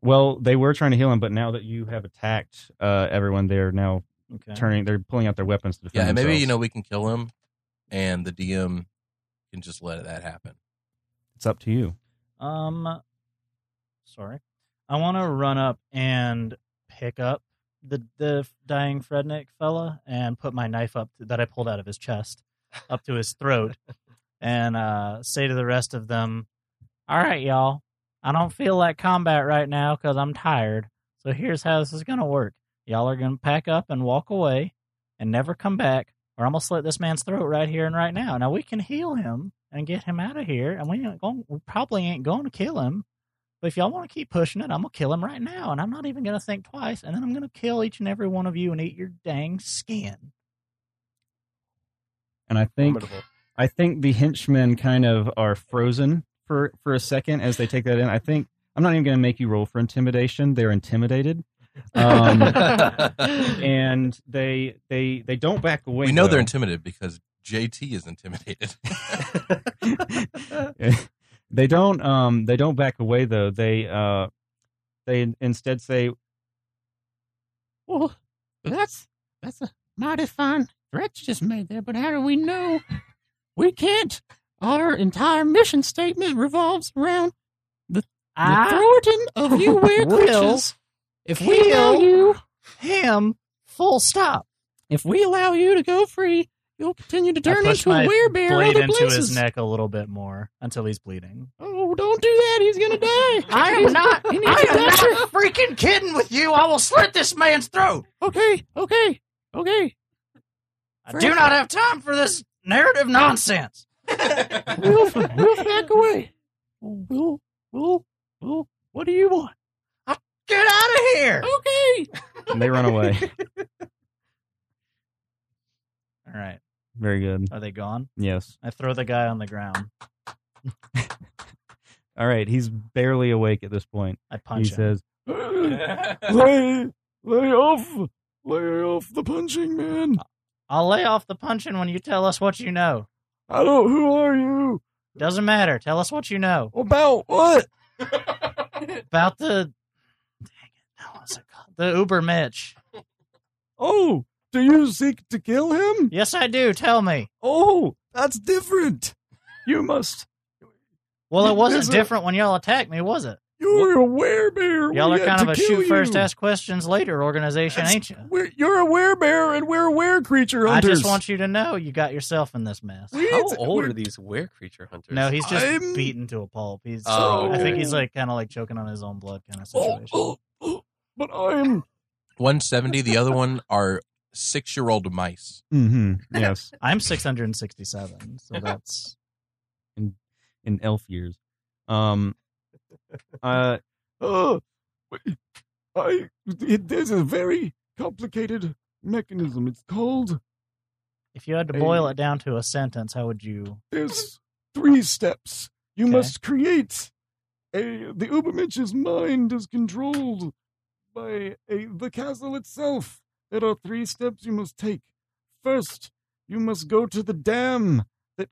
[SPEAKER 2] well they were trying to heal him but now that you have attacked uh, everyone they're now
[SPEAKER 5] Okay.
[SPEAKER 2] turning they're pulling out their weapons to defend
[SPEAKER 10] Yeah, and
[SPEAKER 2] themselves.
[SPEAKER 10] maybe you know we can kill him, and the DM can just let that happen.
[SPEAKER 2] it's up to you
[SPEAKER 5] Um, sorry. I want to run up and pick up the the dying Frednick fella and put my knife up that I pulled out of his chest up to his throat and uh, say to the rest of them, "All right, y'all. I don't feel like combat right now because I'm tired. So here's how this is gonna work. Y'all are gonna pack up and walk away and never come back." Or I'm gonna slit this man's throat right here and right now. Now we can heal him and get him out of here, and we ain't going. We probably ain't going to kill him. But if y'all want to keep pushing it, I'm gonna kill him right now, and I'm not even gonna think twice. And then I'm gonna kill each and every one of you and eat your dang skin.
[SPEAKER 2] and i think
[SPEAKER 6] Formidable.
[SPEAKER 2] i think the henchmen kind of are frozen for for a second as they take that in i think i'm not even going to make you roll for intimidation they're intimidated um, and they they they don't back away.
[SPEAKER 10] we know they're
[SPEAKER 2] though.
[SPEAKER 10] intimidated because JT is intimidated.
[SPEAKER 2] they don't um they don't back away though. They uh they instead say
[SPEAKER 12] Well, that's that's a mighty fine threat you just made there, but how do we know? We can't. Our entire mission statement revolves around the thwarting of you weird
[SPEAKER 5] will
[SPEAKER 12] creatures. If we allow
[SPEAKER 5] kill
[SPEAKER 12] you,
[SPEAKER 5] him. Full stop.
[SPEAKER 12] if we allow you to go free, you'll continue to turn
[SPEAKER 5] I push
[SPEAKER 12] into a
[SPEAKER 5] my
[SPEAKER 12] werebear in
[SPEAKER 5] blade
[SPEAKER 12] other
[SPEAKER 5] into
[SPEAKER 12] places.
[SPEAKER 5] his neck a little bit more until he's bleeding.
[SPEAKER 12] Oh, don't do that! He's gonna die.
[SPEAKER 3] I am
[SPEAKER 12] He's-
[SPEAKER 3] not. I
[SPEAKER 12] He
[SPEAKER 3] am
[SPEAKER 12] needs to die.
[SPEAKER 3] not freaking kidding with you. I will slit this man's throat.
[SPEAKER 12] Okay, okay, okay.
[SPEAKER 3] I do not have time for this narrative nonsense.
[SPEAKER 12] We'll, we'll back away. We'll, we'll, we'll. What do you want?
[SPEAKER 3] Get out of here.
[SPEAKER 12] Okay.
[SPEAKER 2] and they run away.
[SPEAKER 5] All right,
[SPEAKER 2] Very good.
[SPEAKER 5] are they gone?
[SPEAKER 2] Yes.
[SPEAKER 5] I throw the guy on the ground.
[SPEAKER 2] All right. He's barely awake at this point.
[SPEAKER 5] I
[SPEAKER 2] He
[SPEAKER 5] punch him.
[SPEAKER 2] says,
[SPEAKER 13] lay, lay off, lay off the punching man.
[SPEAKER 5] I'll lay off the punching when you tell us what you know.
[SPEAKER 13] I don't. Who are you?
[SPEAKER 5] Doesn't matter. Tell us what you know
[SPEAKER 13] About what?
[SPEAKER 5] about the. Dang it! no, what's it called? The Uber Mitch.
[SPEAKER 13] Oh, do you seek to kill him?
[SPEAKER 5] Yes, I do. Tell me.
[SPEAKER 13] Oh, that's different. You must.
[SPEAKER 5] Well, it wasn't
[SPEAKER 13] Is it-
[SPEAKER 5] different when y'all attacked me, was it?
[SPEAKER 13] You're a werebear.
[SPEAKER 5] Y'all
[SPEAKER 13] We
[SPEAKER 5] are
[SPEAKER 13] had
[SPEAKER 5] kind of
[SPEAKER 13] to
[SPEAKER 5] a
[SPEAKER 13] kill
[SPEAKER 5] shoot first,
[SPEAKER 13] you.
[SPEAKER 5] ask questions later organization,
[SPEAKER 13] That's-
[SPEAKER 5] ain't you?
[SPEAKER 13] We're, you're a werebear, and we're were creature
[SPEAKER 5] I
[SPEAKER 13] hunters.
[SPEAKER 5] just want you to know you got yourself in this mess.
[SPEAKER 13] We-
[SPEAKER 6] How
[SPEAKER 13] it's-
[SPEAKER 6] old
[SPEAKER 13] we're-
[SPEAKER 6] are these were creature hunters?
[SPEAKER 5] No, he's just
[SPEAKER 13] I'm-
[SPEAKER 5] beaten to a pulp. He's,
[SPEAKER 6] Oh.
[SPEAKER 5] I think he's like kind of like choking on his own blood kind of
[SPEAKER 13] Oh,
[SPEAKER 5] situation.
[SPEAKER 13] oh, oh, but I'm.
[SPEAKER 10] 170. The other one are six year old mice.
[SPEAKER 2] mm-hmm. "Yes."
[SPEAKER 5] I'm 667, so that's
[SPEAKER 2] In elf years. Um. Uh.
[SPEAKER 13] Uh, I. It, there's a very complicated mechanism. It's called.
[SPEAKER 5] if you had to boil it down to a sentence, how would you?
[SPEAKER 13] There's three steps. You
[SPEAKER 5] Okay.
[SPEAKER 13] must create. A, the Ubermensch's mind is controlled by a, the castle itself. There are three steps you must take.
[SPEAKER 14] First, you must go to the dam that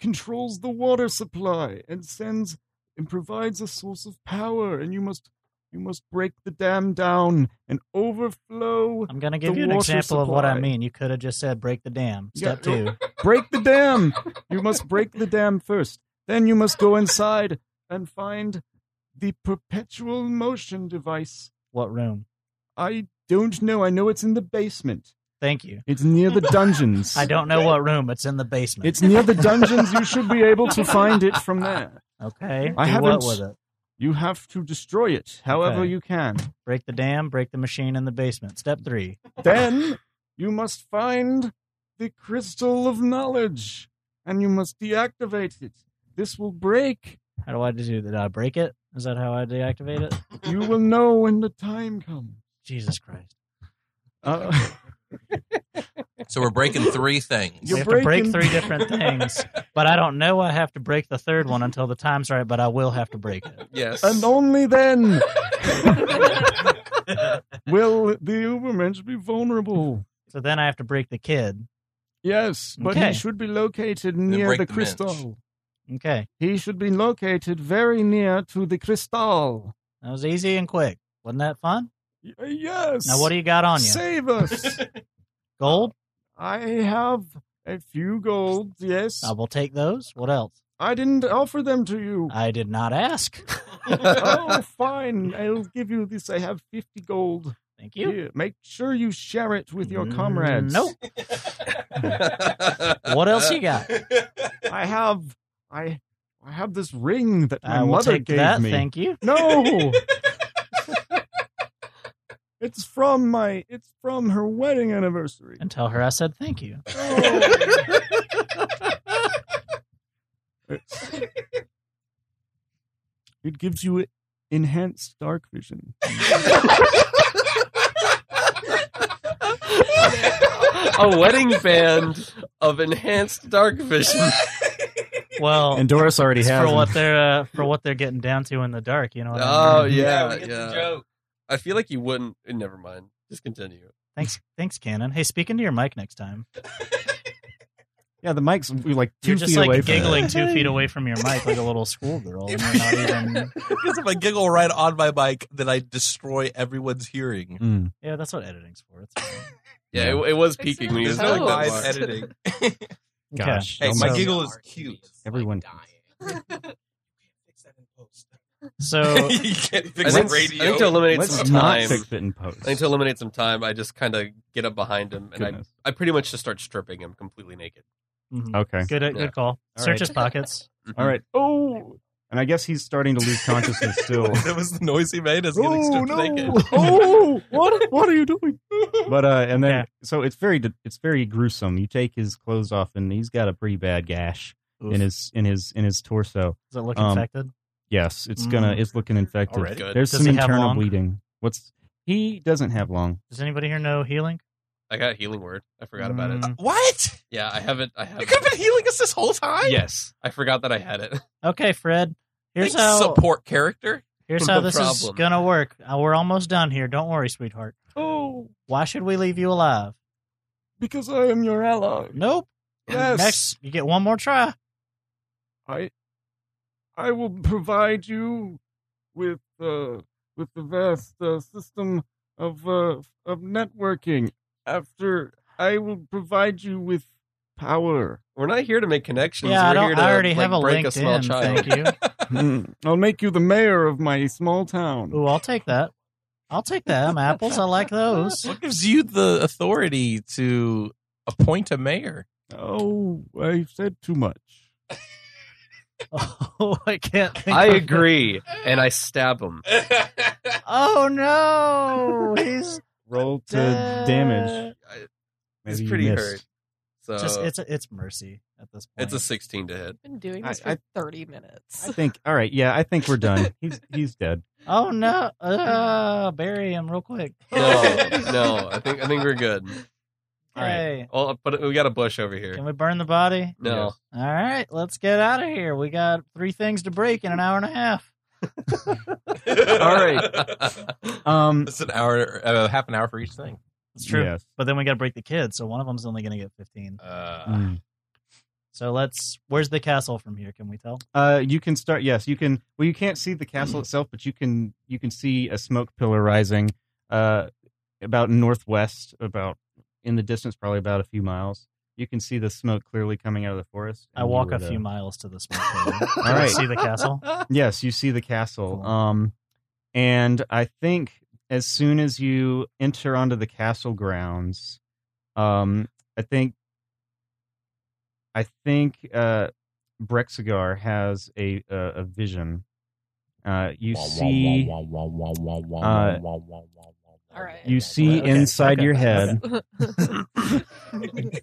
[SPEAKER 14] controls the water supply and sends and provides a source of power, and you must you must break the dam down and overflow.
[SPEAKER 5] I'm gonna
[SPEAKER 14] the
[SPEAKER 5] give you an
[SPEAKER 14] water
[SPEAKER 5] example of what I
[SPEAKER 14] supply.
[SPEAKER 5] mean. You could have just said break the dam.
[SPEAKER 14] Yeah,
[SPEAKER 5] Step
[SPEAKER 14] no.
[SPEAKER 5] two.
[SPEAKER 14] break the dam. You must break the dam first. Then you must go inside and find the perpetual motion device.
[SPEAKER 5] What room?
[SPEAKER 14] I don't know. I know it's in the basement.
[SPEAKER 5] Thank you.
[SPEAKER 14] It's near the dungeons.
[SPEAKER 5] I don't know what room. It's in the basement.
[SPEAKER 14] It's near the dungeons. You should be able to find it from there.
[SPEAKER 5] Okay.
[SPEAKER 14] I
[SPEAKER 5] do
[SPEAKER 14] haven't.
[SPEAKER 5] What with it?
[SPEAKER 14] You have to destroy it, however
[SPEAKER 5] Okay.
[SPEAKER 14] you can.
[SPEAKER 5] Break the dam. Break the machine in the basement. Step three.
[SPEAKER 14] Then you must find the crystal of knowledge, and you must deactivate it. This will break.
[SPEAKER 5] How do I do that? Did I break it? Is that how I deactivate it?
[SPEAKER 14] You will know when the time comes.
[SPEAKER 5] Jesus Christ.
[SPEAKER 14] Uh,
[SPEAKER 4] So we're breaking three things.
[SPEAKER 5] we have to break three different things, but I don't know. I have to break the third one until the time's right, but I will have to break it.
[SPEAKER 6] Yes.
[SPEAKER 14] And only then will the Ubermensch be vulnerable.
[SPEAKER 5] So then I have to break the kid.
[SPEAKER 14] Yes, but
[SPEAKER 5] Okay.
[SPEAKER 14] he should be located
[SPEAKER 5] Then
[SPEAKER 14] near
[SPEAKER 5] break
[SPEAKER 14] the
[SPEAKER 5] the bench.
[SPEAKER 14] crystal.
[SPEAKER 5] Okay.
[SPEAKER 14] He should be located very near to the
[SPEAKER 13] Oh.
[SPEAKER 14] crystal.
[SPEAKER 5] That was easy and quick. Wasn't that fun?
[SPEAKER 14] uh, Yes.
[SPEAKER 5] Now, what do you got on you?
[SPEAKER 14] Save us.
[SPEAKER 5] Gold?
[SPEAKER 14] I have a few golds, yes.
[SPEAKER 5] I will take those. What else?
[SPEAKER 14] I didn't offer them to you.
[SPEAKER 5] I did not ask.
[SPEAKER 14] oh, fine. I'll give you this. I have 50 gold.
[SPEAKER 5] Thank you. Mm,
[SPEAKER 14] Here, make sure you share it with your comrades.
[SPEAKER 5] Nope. What else you got?
[SPEAKER 14] I have I I have this ring that my
[SPEAKER 5] I will
[SPEAKER 14] mother
[SPEAKER 5] take
[SPEAKER 14] gave
[SPEAKER 5] that,
[SPEAKER 14] me.
[SPEAKER 5] thank you.
[SPEAKER 14] No. it's from my it's from her wedding anniversary.
[SPEAKER 5] And tell her I said thank you.
[SPEAKER 14] It gives you enhanced dark vision.
[SPEAKER 6] a wedding band of enhanced dark vision.
[SPEAKER 5] Well,
[SPEAKER 2] And Doris already
[SPEAKER 5] it's
[SPEAKER 2] has
[SPEAKER 5] for what
[SPEAKER 2] them.
[SPEAKER 5] they're uh, for what they're getting down to in the dark. You know. What
[SPEAKER 6] Oh
[SPEAKER 5] I mean?
[SPEAKER 6] yeah, yeah. I feel like you wouldn't. Never mind. Just continue.
[SPEAKER 5] Thanks, thanks, Cannon. Hey, speak into your mic next time.
[SPEAKER 2] Yeah, the mic's like 2
[SPEAKER 5] You're just
[SPEAKER 2] feet away
[SPEAKER 5] like
[SPEAKER 2] from it.
[SPEAKER 5] giggling two feet away from your mic, like a little schoolgirl. and you're not even-
[SPEAKER 4] Because if I giggle right on my mic, then I destroy everyone's hearing.
[SPEAKER 2] Mm-hmm.
[SPEAKER 5] Yeah, that's what editing's for. It's fine.
[SPEAKER 6] Yeah, It, it was peaking when you
[SPEAKER 4] There's
[SPEAKER 6] was
[SPEAKER 4] no
[SPEAKER 6] going that
[SPEAKER 4] live
[SPEAKER 6] far.
[SPEAKER 4] editing.
[SPEAKER 2] Gosh.
[SPEAKER 4] Hey,
[SPEAKER 2] no
[SPEAKER 4] my
[SPEAKER 2] more-
[SPEAKER 4] giggle is cute.
[SPEAKER 2] Everyone.
[SPEAKER 5] So
[SPEAKER 6] you can't fix
[SPEAKER 2] Let's-
[SPEAKER 6] radio.
[SPEAKER 2] I
[SPEAKER 6] I
[SPEAKER 2] think
[SPEAKER 6] need to eliminate
[SPEAKER 2] let's
[SPEAKER 6] some
[SPEAKER 2] not
[SPEAKER 6] time.
[SPEAKER 2] fix it in post.
[SPEAKER 6] I need to eliminate some time. I just kind of get up behind him and
[SPEAKER 2] Goodness.
[SPEAKER 6] I, I pretty much just start stripping him completely naked.
[SPEAKER 5] Mhm.
[SPEAKER 2] Okay.
[SPEAKER 5] Good,
[SPEAKER 6] Yeah.
[SPEAKER 5] good call.
[SPEAKER 6] All
[SPEAKER 5] Search
[SPEAKER 6] right.
[SPEAKER 5] his pockets.
[SPEAKER 2] All right.
[SPEAKER 14] Oh,
[SPEAKER 2] And I guess he's starting to lose consciousness still.
[SPEAKER 4] that was the noise he made as
[SPEAKER 14] Oh,
[SPEAKER 4] getting stripped
[SPEAKER 14] no.
[SPEAKER 4] naked.
[SPEAKER 14] oh, what what are you doing?
[SPEAKER 2] But uh and then so it's very it's very gruesome. You take his clothes off and he's got a pretty bad gash
[SPEAKER 5] Oof.
[SPEAKER 2] in his in his in his torso. Um,
[SPEAKER 5] Does it look infected?
[SPEAKER 2] Yes, it's gonna
[SPEAKER 5] Mm.
[SPEAKER 2] it's looking infected.
[SPEAKER 5] Already? Good.
[SPEAKER 2] There's
[SPEAKER 5] Does
[SPEAKER 2] some
[SPEAKER 5] he have
[SPEAKER 2] internal
[SPEAKER 5] long?
[SPEAKER 2] bleeding. What's he doesn't have long.
[SPEAKER 5] Does anybody here know healing?
[SPEAKER 6] I got a healing word. I forgot about it.
[SPEAKER 5] Mm.
[SPEAKER 4] What?
[SPEAKER 6] Yeah, I haven't. I
[SPEAKER 4] You
[SPEAKER 6] haven't.
[SPEAKER 4] could have been healing us this whole time?
[SPEAKER 6] Yes, I forgot that I had it.
[SPEAKER 5] Okay, Fred. Here's
[SPEAKER 4] Thanks,
[SPEAKER 5] how
[SPEAKER 4] support character.
[SPEAKER 5] Here's
[SPEAKER 6] No
[SPEAKER 5] how this is
[SPEAKER 6] problem.
[SPEAKER 5] gonna work. Uh, we're almost done here. Don't worry, sweetheart.
[SPEAKER 14] Oh,
[SPEAKER 5] Why should we leave you alive?
[SPEAKER 14] because I am your ally.
[SPEAKER 5] Nope.
[SPEAKER 14] Yes.
[SPEAKER 5] Next, you get one more try.
[SPEAKER 14] I I will provide you with uh, with the vast uh, system of uh, of networking. After I will provide you with power.
[SPEAKER 6] We're not here to make connections.
[SPEAKER 5] Yeah, I
[SPEAKER 6] We're
[SPEAKER 5] don't-
[SPEAKER 6] here to,
[SPEAKER 5] I already
[SPEAKER 6] like,
[SPEAKER 5] have a
[SPEAKER 6] break a small
[SPEAKER 5] LinkedIn,
[SPEAKER 6] child.
[SPEAKER 5] thank you.
[SPEAKER 2] Hmm.
[SPEAKER 14] Mm, I'll make you the mayor of my small town.
[SPEAKER 5] Ooh, I'll take that. I'll take them apples. I like those.
[SPEAKER 4] What gives you the authority to appoint a mayor?
[SPEAKER 14] Oh, I said too much.
[SPEAKER 5] Oh, I can't. Think
[SPEAKER 6] I
[SPEAKER 5] of-
[SPEAKER 6] agree, and I stab him.
[SPEAKER 5] Oh no, he's
[SPEAKER 2] Roll to
[SPEAKER 5] dead.
[SPEAKER 2] damage.
[SPEAKER 6] He's
[SPEAKER 2] Maybe you
[SPEAKER 6] pretty
[SPEAKER 2] missed.
[SPEAKER 6] hurt. So
[SPEAKER 5] Just it's it's mercy at this point.
[SPEAKER 6] it's a sixteen to hit.
[SPEAKER 8] Been doing
[SPEAKER 2] I-
[SPEAKER 8] this
[SPEAKER 2] I-
[SPEAKER 8] for thirty minutes.
[SPEAKER 2] I think all right, yeah, I think we're done. He's he's dead.
[SPEAKER 5] Oh no! Uh, bury him real quick.
[SPEAKER 6] No, no, I think I think we're good.
[SPEAKER 5] All right.
[SPEAKER 6] Well, but we got a bush over here.
[SPEAKER 5] Can we burn the body?
[SPEAKER 6] No.
[SPEAKER 5] All right, let's get out of here. We got three things to break in an hour and a half.
[SPEAKER 4] All
[SPEAKER 2] right. Um
[SPEAKER 4] It's an hour, uh, half an hour for each thing.
[SPEAKER 5] That's true.
[SPEAKER 2] Yes.
[SPEAKER 5] But then we got to break the kids, so one of them's only going to get 15.
[SPEAKER 9] Uh,
[SPEAKER 2] Mm.
[SPEAKER 5] So let's. Where's the castle from here? Can we tell?
[SPEAKER 2] Uh, you can start. Yes, you can. Well, you can't see the castle
[SPEAKER 5] Mm.
[SPEAKER 2] itself, but you can. You can see a smoke pillar rising, uh, about northwest, about in the distance, probably about a few miles. You can see the smoke clearly coming out of the forest.
[SPEAKER 5] I
[SPEAKER 2] and you
[SPEAKER 5] walk a
[SPEAKER 2] would, uh,
[SPEAKER 5] few miles to the smoke pillar. Can
[SPEAKER 2] All
[SPEAKER 5] I
[SPEAKER 2] right.
[SPEAKER 5] see the castle?
[SPEAKER 2] Yes, you see the castle. Um, and I think as soon as you enter onto the castle grounds, um, I think, I think uh, Brexigar has a a, a vision. Uh, you see, uh, you see
[SPEAKER 5] Okay,
[SPEAKER 2] inside
[SPEAKER 5] okay.
[SPEAKER 2] your head.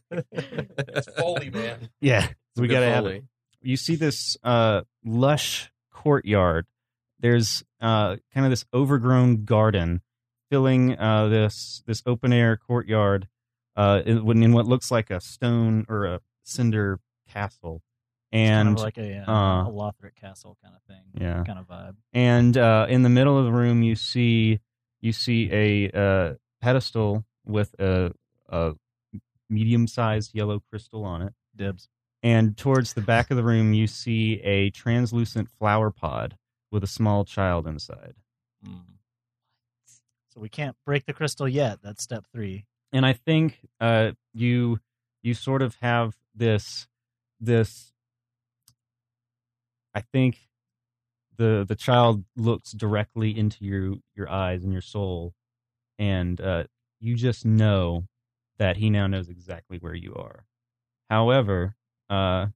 [SPEAKER 9] it's Foley, man.
[SPEAKER 2] Yeah,
[SPEAKER 6] a
[SPEAKER 2] we
[SPEAKER 6] good
[SPEAKER 2] gotta have
[SPEAKER 6] folly.
[SPEAKER 2] it. You see this uh, lush courtyard. There's uh, kind of this overgrown garden filling uh, this this open air courtyard uh, in, when- in what looks like a stone or a cinder castle,
[SPEAKER 5] Kind
[SPEAKER 2] and
[SPEAKER 5] of like a, uh,
[SPEAKER 2] uh,
[SPEAKER 5] a Lothric castle kind of thing.
[SPEAKER 2] yeah
[SPEAKER 5] Kind of vibe.
[SPEAKER 2] and uh, in the middle of the room you see you see a uh, pedestal with a, a medium-sized yellow crystal on it
[SPEAKER 5] dibs
[SPEAKER 2] and towards the back of the room you see a translucent flower pod with a small child inside
[SPEAKER 5] So we can't break the crystal yet. That's step three.
[SPEAKER 2] and I think uh, you you sort of have this this. I think the the child looks directly into your your eyes and your soul, and uh, you just know that he now knows exactly where you are. However, uh,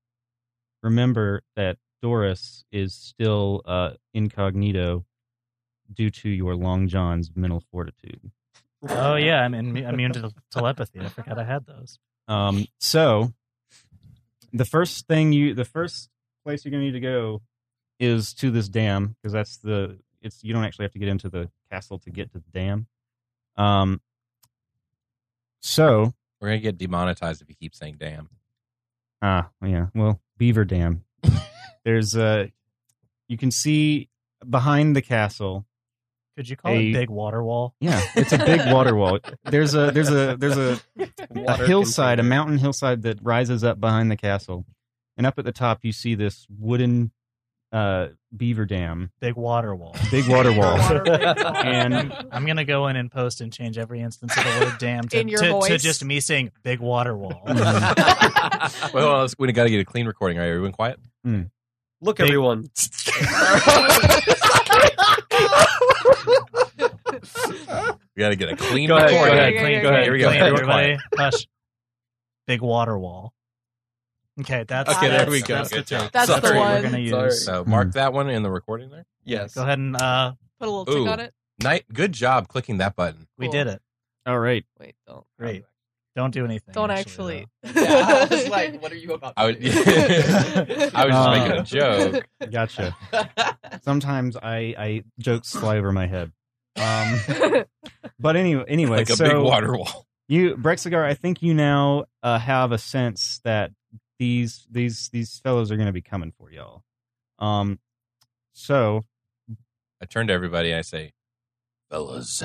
[SPEAKER 2] remember that Doris is still uh, incognito due to your Long John's mental fortitude.
[SPEAKER 5] Oh yeah, I'm in, immune to telepathy. I forgot I had those.
[SPEAKER 2] Um, so the first thing you, the first place you're gonna need to go is to this dam because that's the it's you don't actually have to get into the castle to get to the dam. Um, so
[SPEAKER 4] We're gonna get demonetized if you keep saying "damn."
[SPEAKER 2] Ah, yeah. Well, Beaver Dam. There's uh you can see behind the castle.
[SPEAKER 5] Could you call it big water wall?
[SPEAKER 2] Yeah, it's a big water wall. There's a there's a there's a, a
[SPEAKER 5] Water
[SPEAKER 2] hillside, a mountain hillside that rises up behind the castle, and up at the top you see this wooden uh beaver dam,
[SPEAKER 5] Big water wall.
[SPEAKER 2] big water wall,
[SPEAKER 5] and
[SPEAKER 2] and
[SPEAKER 5] I'm gonna go in and post and change every instance of the word "damn" to,
[SPEAKER 8] In your
[SPEAKER 5] to- to
[SPEAKER 8] voice.
[SPEAKER 5] just me saying "big water wall."
[SPEAKER 4] well, we got to get a clean recording. Are everyone quiet?
[SPEAKER 6] Look, everyone.
[SPEAKER 4] We got to get a clean
[SPEAKER 5] Go ahead,
[SPEAKER 4] recording.
[SPEAKER 5] go ahead, clean, go ahead.
[SPEAKER 4] Here we go.
[SPEAKER 5] Clean,
[SPEAKER 4] Everyone
[SPEAKER 5] everybody.
[SPEAKER 4] quiet.
[SPEAKER 5] Hush. Big water wall. Okay, that's
[SPEAKER 4] Okay,
[SPEAKER 5] that's,
[SPEAKER 4] there we go.
[SPEAKER 5] That's the,
[SPEAKER 4] Good
[SPEAKER 5] term.
[SPEAKER 4] job. That's the
[SPEAKER 5] term
[SPEAKER 4] one.
[SPEAKER 5] we're gonna use.
[SPEAKER 4] Sorry. So mark that one in the recording there.
[SPEAKER 5] Go ahead and uh,
[SPEAKER 8] Put a little
[SPEAKER 4] Ooh.
[SPEAKER 8] tick on it.
[SPEAKER 4] Night. Good job clicking that button.
[SPEAKER 5] we did it.
[SPEAKER 2] all right.
[SPEAKER 8] Wait, don't.
[SPEAKER 5] Great. Don't do anything.
[SPEAKER 8] Don't actually.
[SPEAKER 3] Yeah, I was like, what are you about to
[SPEAKER 4] I would-
[SPEAKER 3] do?
[SPEAKER 4] I was just
[SPEAKER 2] Uh,
[SPEAKER 4] making a joke.
[SPEAKER 2] Gotcha. Sometimes I I jokes fly over my head. Um, but anyway, anyway,
[SPEAKER 4] Like a
[SPEAKER 2] so
[SPEAKER 4] big water wall.
[SPEAKER 2] You Brexigar, I think you now uh, have a sense that these these these fellows are going to be coming for y'all. Um, so
[SPEAKER 4] I turn to everybody and I say, "Fellas,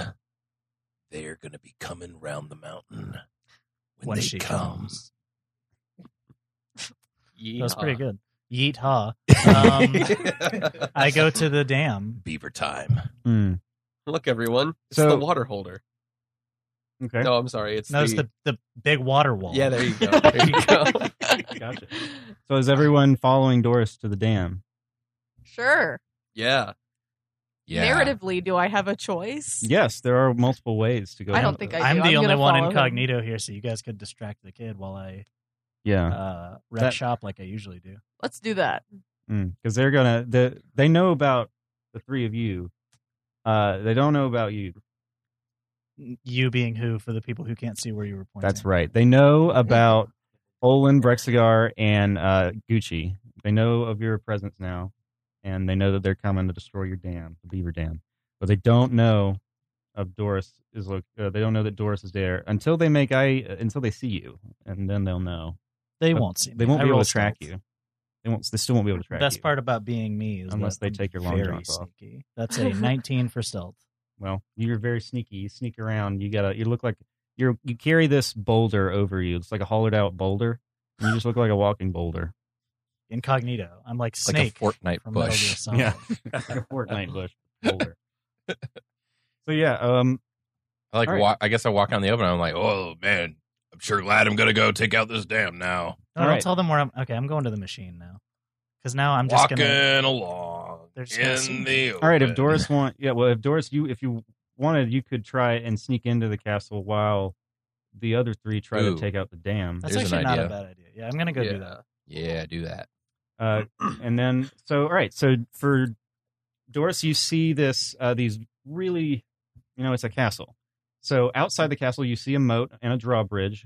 [SPEAKER 4] they're gonna be coming round the mountain when,
[SPEAKER 5] When
[SPEAKER 4] they
[SPEAKER 5] she
[SPEAKER 4] come."
[SPEAKER 5] comes. That was pretty
[SPEAKER 4] Yeehaw.
[SPEAKER 5] good. Yeet ha. Um, I go to the dam.
[SPEAKER 4] Beaver time.
[SPEAKER 2] hmm,
[SPEAKER 6] Look, everyone. It's
[SPEAKER 2] So-
[SPEAKER 6] the water holder.
[SPEAKER 2] okay,
[SPEAKER 6] No, I'm sorry. It's
[SPEAKER 5] Notice
[SPEAKER 6] the,
[SPEAKER 5] the, the big water wall.
[SPEAKER 6] Yeah, there you go. There you go.
[SPEAKER 2] gotcha. So is everyone following Doris to the dam?
[SPEAKER 8] Sure.
[SPEAKER 6] yeah.
[SPEAKER 8] Narratively, do I have a choice?
[SPEAKER 2] Yes, there are multiple ways to go.
[SPEAKER 8] I don't
[SPEAKER 2] about
[SPEAKER 8] think
[SPEAKER 2] this.
[SPEAKER 8] I
[SPEAKER 5] I'm
[SPEAKER 8] do.
[SPEAKER 5] the
[SPEAKER 8] I'm
[SPEAKER 5] only
[SPEAKER 8] gonna
[SPEAKER 5] one
[SPEAKER 8] follow him.
[SPEAKER 5] incognito here, so you guys could distract the kid while I
[SPEAKER 2] Yeah,
[SPEAKER 5] uh, wreck
[SPEAKER 2] That-
[SPEAKER 5] shop like I usually do.
[SPEAKER 8] Let's do that.
[SPEAKER 2] because Mm, they're gonna the, they know about the three of you. Uh, they don't know about you.
[SPEAKER 5] You being who for the people who can't see where you were pointing.
[SPEAKER 2] That's right. They know about Olin, Brexigar, and uh, Gucci. They know of your presence now, and they know that they're coming to destroy your dam, the beaver dam. But they don't know of Doris is loc uh, they don't know that Doris is there until they make eye uh, until they see you, and then they'll know.
[SPEAKER 5] They
[SPEAKER 2] But
[SPEAKER 5] won't see. Me.
[SPEAKER 2] They won't
[SPEAKER 5] I
[SPEAKER 2] be able
[SPEAKER 5] roll
[SPEAKER 2] to track
[SPEAKER 5] stealth.
[SPEAKER 2] you. They won't. They still won't be able to track
[SPEAKER 5] Best
[SPEAKER 2] you.
[SPEAKER 5] part about being me is
[SPEAKER 2] Unless
[SPEAKER 5] that
[SPEAKER 2] they
[SPEAKER 5] I'm
[SPEAKER 2] take your long
[SPEAKER 5] very
[SPEAKER 2] johns off.
[SPEAKER 5] sneaky. That's a 19 for stealth.
[SPEAKER 2] Well, you're very sneaky. You sneak around. You gotta. You look like you're you carry this boulder over you. It's like a hollowed out boulder. And you just look like a walking boulder.
[SPEAKER 5] Incognito. I'm like
[SPEAKER 2] Like a
[SPEAKER 5] Snake.
[SPEAKER 2] Fortnite
[SPEAKER 5] from Metal Gear
[SPEAKER 2] bush.
[SPEAKER 5] Solid.
[SPEAKER 2] Yeah. Like a Fortnite bush. Boulder. So yeah, um
[SPEAKER 4] I like
[SPEAKER 2] all right.
[SPEAKER 4] wa- I guess I walk out in the open. and I'm like, oh man, I'm sure glad I'm gonna go take out this dam now.
[SPEAKER 5] No, don't tell them where I'm. Okay, I'm going to the machine now. Because now I'm just
[SPEAKER 4] walking
[SPEAKER 5] gonna.
[SPEAKER 4] along
[SPEAKER 5] They're just gonna see
[SPEAKER 4] in the.
[SPEAKER 2] All right, if
[SPEAKER 4] open.
[SPEAKER 2] Doris want, yeah, well, if Doris, you if you wanted, you could try and sneak into the castle while the other three try
[SPEAKER 4] Ooh.
[SPEAKER 2] to take out the dam.
[SPEAKER 5] That's actually not a bad idea. Yeah, I'm gonna go do that.
[SPEAKER 4] Yeah, do that.
[SPEAKER 2] Uh, and then, so all right, so for Doris, you see this uh, these really, you know, it's a castle. So outside the castle, you see a moat and a drawbridge,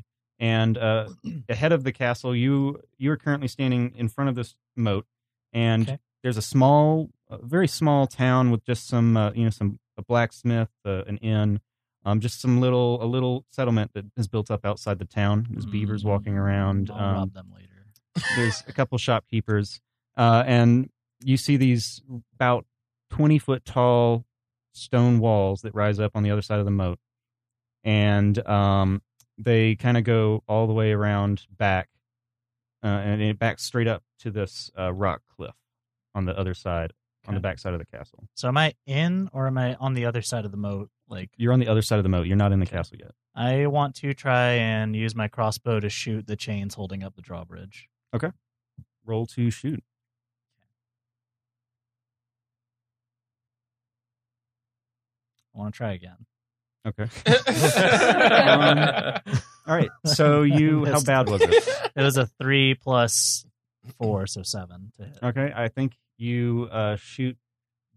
[SPEAKER 2] and uh, ahead of the castle, you you are currently standing in front of this moat, and there's a small, a very small town with just some, uh, you know, some a blacksmith, uh, an inn, um, just some little a little settlement that is built up outside the town. There's beavers walking around.
[SPEAKER 5] Mm-hmm. I'll
[SPEAKER 2] um,
[SPEAKER 5] rob them later.
[SPEAKER 2] there's a couple shopkeepers, uh, and you see these about twenty foot tall stone walls that rise up on the other side of the moat, and um, they kind of go all the way around back, uh, and it backs straight up to this uh, rock cliff on the other side, on the
[SPEAKER 5] Okay.
[SPEAKER 2] back side of the castle.
[SPEAKER 5] So am I in or am I on the other side of the moat? Like
[SPEAKER 2] You're on the other side of the moat. You're not in the castle yet.
[SPEAKER 5] I want to try and use my crossbow to shoot the chains holding up the drawbridge.
[SPEAKER 2] Okay. Roll to shoot.
[SPEAKER 5] I want to try again.
[SPEAKER 2] Okay. Um, all right. So you, how
[SPEAKER 5] Missed.
[SPEAKER 2] bad was it?
[SPEAKER 5] It was a three plus four, so seven to hit.
[SPEAKER 2] Okay, I think you uh, shoot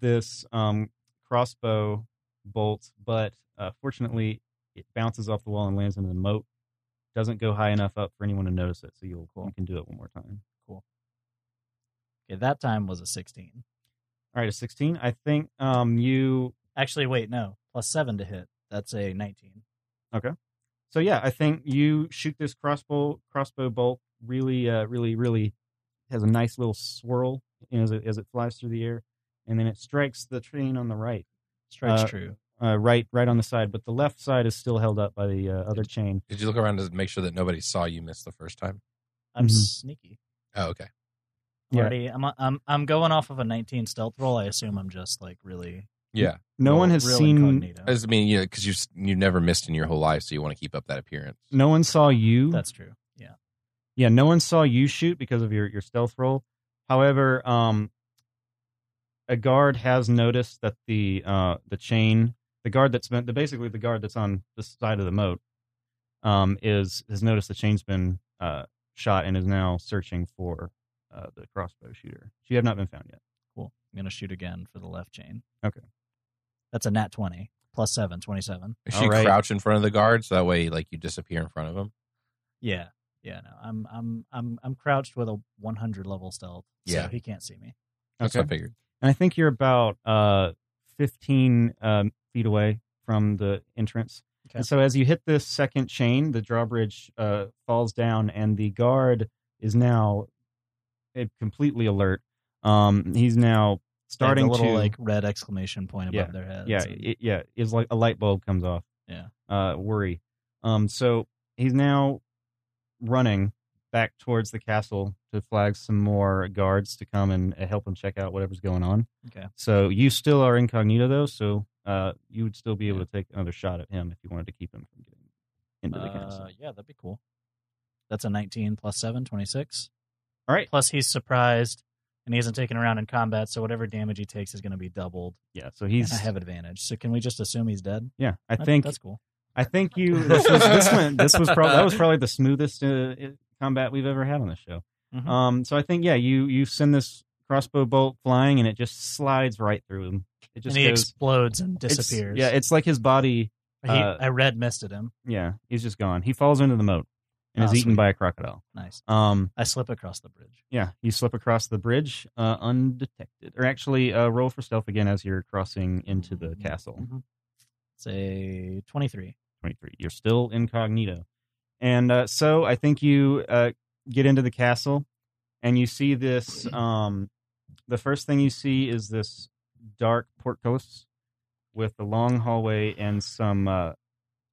[SPEAKER 2] this um, crossbow bolt, but uh, fortunately, it bounces off the wall and lands into the moat. Doesn't go high enough up for anyone to notice it, so you'll, you can do it one more time.
[SPEAKER 5] Cool. Okay, that time was a sixteen.
[SPEAKER 2] All right, a sixteen. I think um, you
[SPEAKER 5] Actually, wait, no, plus seven to hit. That's a nineteen.
[SPEAKER 2] Okay. So yeah, I think you shoot this crossbow crossbow bolt really, uh, really, really has a nice little swirl as it as it flies through the air, and then it strikes the train on the right.
[SPEAKER 5] Strikes
[SPEAKER 2] Uh,
[SPEAKER 5] true.
[SPEAKER 2] Uh, right, right on the side, but the left side is still held up by the uh, other chain.
[SPEAKER 4] Did you look around to make sure that nobody saw you miss the first time?
[SPEAKER 5] I'm
[SPEAKER 2] Mhm.
[SPEAKER 5] sneaky.
[SPEAKER 4] Oh, okay.
[SPEAKER 5] I'm
[SPEAKER 2] Yeah.
[SPEAKER 5] Already, I'm, I'm I'm going off of a 19 stealth roll. I assume I'm just like really.
[SPEAKER 4] Yeah.
[SPEAKER 2] No
[SPEAKER 5] real-
[SPEAKER 2] one has
[SPEAKER 5] real
[SPEAKER 2] seen.
[SPEAKER 5] incognito.
[SPEAKER 4] I just mean, yeah, because you you never missed in your whole life, so you want to keep up that appearance.
[SPEAKER 2] No one saw you.
[SPEAKER 5] That's true. Yeah.
[SPEAKER 2] Yeah, no one saw you shoot because of your, your stealth roll. However, um, a guard has noticed that the uh, the chain, the guard that's been, the, basically the guard that's on the side of the moat, um, is has noticed the chain's been uh, shot and is now searching for uh, the crossbow shooter. You have not been found yet.
[SPEAKER 5] Cool. I'm gonna shoot again for the left chain.
[SPEAKER 2] Okay.
[SPEAKER 5] That's a nat 20 plus seven, 27.
[SPEAKER 4] Should you crouch in front of the guard so that way, like, you disappear in front of him?
[SPEAKER 5] Yeah. Yeah. No. I'm I'm I'm I'm crouched with a 100 level stealth.
[SPEAKER 4] Yeah.
[SPEAKER 5] So he can't see me.
[SPEAKER 4] That's what I figured.
[SPEAKER 2] And I think you're about uh, 15 um, feet away from the entrance.
[SPEAKER 5] Okay.
[SPEAKER 2] And so as you hit this second chain, the drawbridge uh, falls down, and the guard is now eh, completely alert. Um, he's now
[SPEAKER 5] They have the
[SPEAKER 2] starting
[SPEAKER 5] little,
[SPEAKER 2] to
[SPEAKER 5] like red exclamation point above
[SPEAKER 2] yeah,
[SPEAKER 5] their heads.
[SPEAKER 2] Yeah,
[SPEAKER 5] and-
[SPEAKER 2] it, yeah. It's like a light bulb comes off.
[SPEAKER 5] Yeah.
[SPEAKER 2] Uh, worry. Um, so he's now running back towards the castle to flag some more guards to come and uh, help him check out whatever's going on.
[SPEAKER 5] Okay.
[SPEAKER 2] So you still are incognito though, so uh, you would still be able to take another shot at him if you wanted to keep him from getting into the castle.
[SPEAKER 5] Uh, yeah, that'd be cool. That's a 19 plus 7, 26.
[SPEAKER 2] All right.
[SPEAKER 5] Plus he's surprised and he hasn't taken around in combat, so whatever damage he takes is going to be doubled.
[SPEAKER 2] Yeah, so he's-
[SPEAKER 5] and I have advantage. So can we just assume he's dead?
[SPEAKER 2] Yeah, I
[SPEAKER 5] That-
[SPEAKER 2] think
[SPEAKER 5] that's cool.
[SPEAKER 2] I think you. This was this went, This was probably that was probably the smoothest uh, combat we've ever had on the show.
[SPEAKER 5] Mhm.
[SPEAKER 2] Um, so I think yeah, you you send this crossbow bolt flying and it just slides right through him. It just
[SPEAKER 5] And he
[SPEAKER 2] goes-
[SPEAKER 5] explodes and
[SPEAKER 2] it's-
[SPEAKER 5] disappears.
[SPEAKER 2] yeah, it's like his body.
[SPEAKER 5] He,
[SPEAKER 2] uh,
[SPEAKER 5] I red misted him.
[SPEAKER 2] yeah, he's just gone. He falls into the moat and
[SPEAKER 5] Ah,
[SPEAKER 2] is eaten
[SPEAKER 5] sweet.
[SPEAKER 2] by a crocodile.
[SPEAKER 5] Nice.
[SPEAKER 2] Um,
[SPEAKER 5] I slip across the bridge.
[SPEAKER 2] yeah, you slip across the bridge uh, undetected, or actually uh, roll for stealth again as you're crossing into the castle.
[SPEAKER 5] Say twenty three.
[SPEAKER 2] 23. You're still incognito. And uh, so I think you uh, get into the castle and you see this. Um, the first thing you see is this dark portcullis with a long hallway and some uh,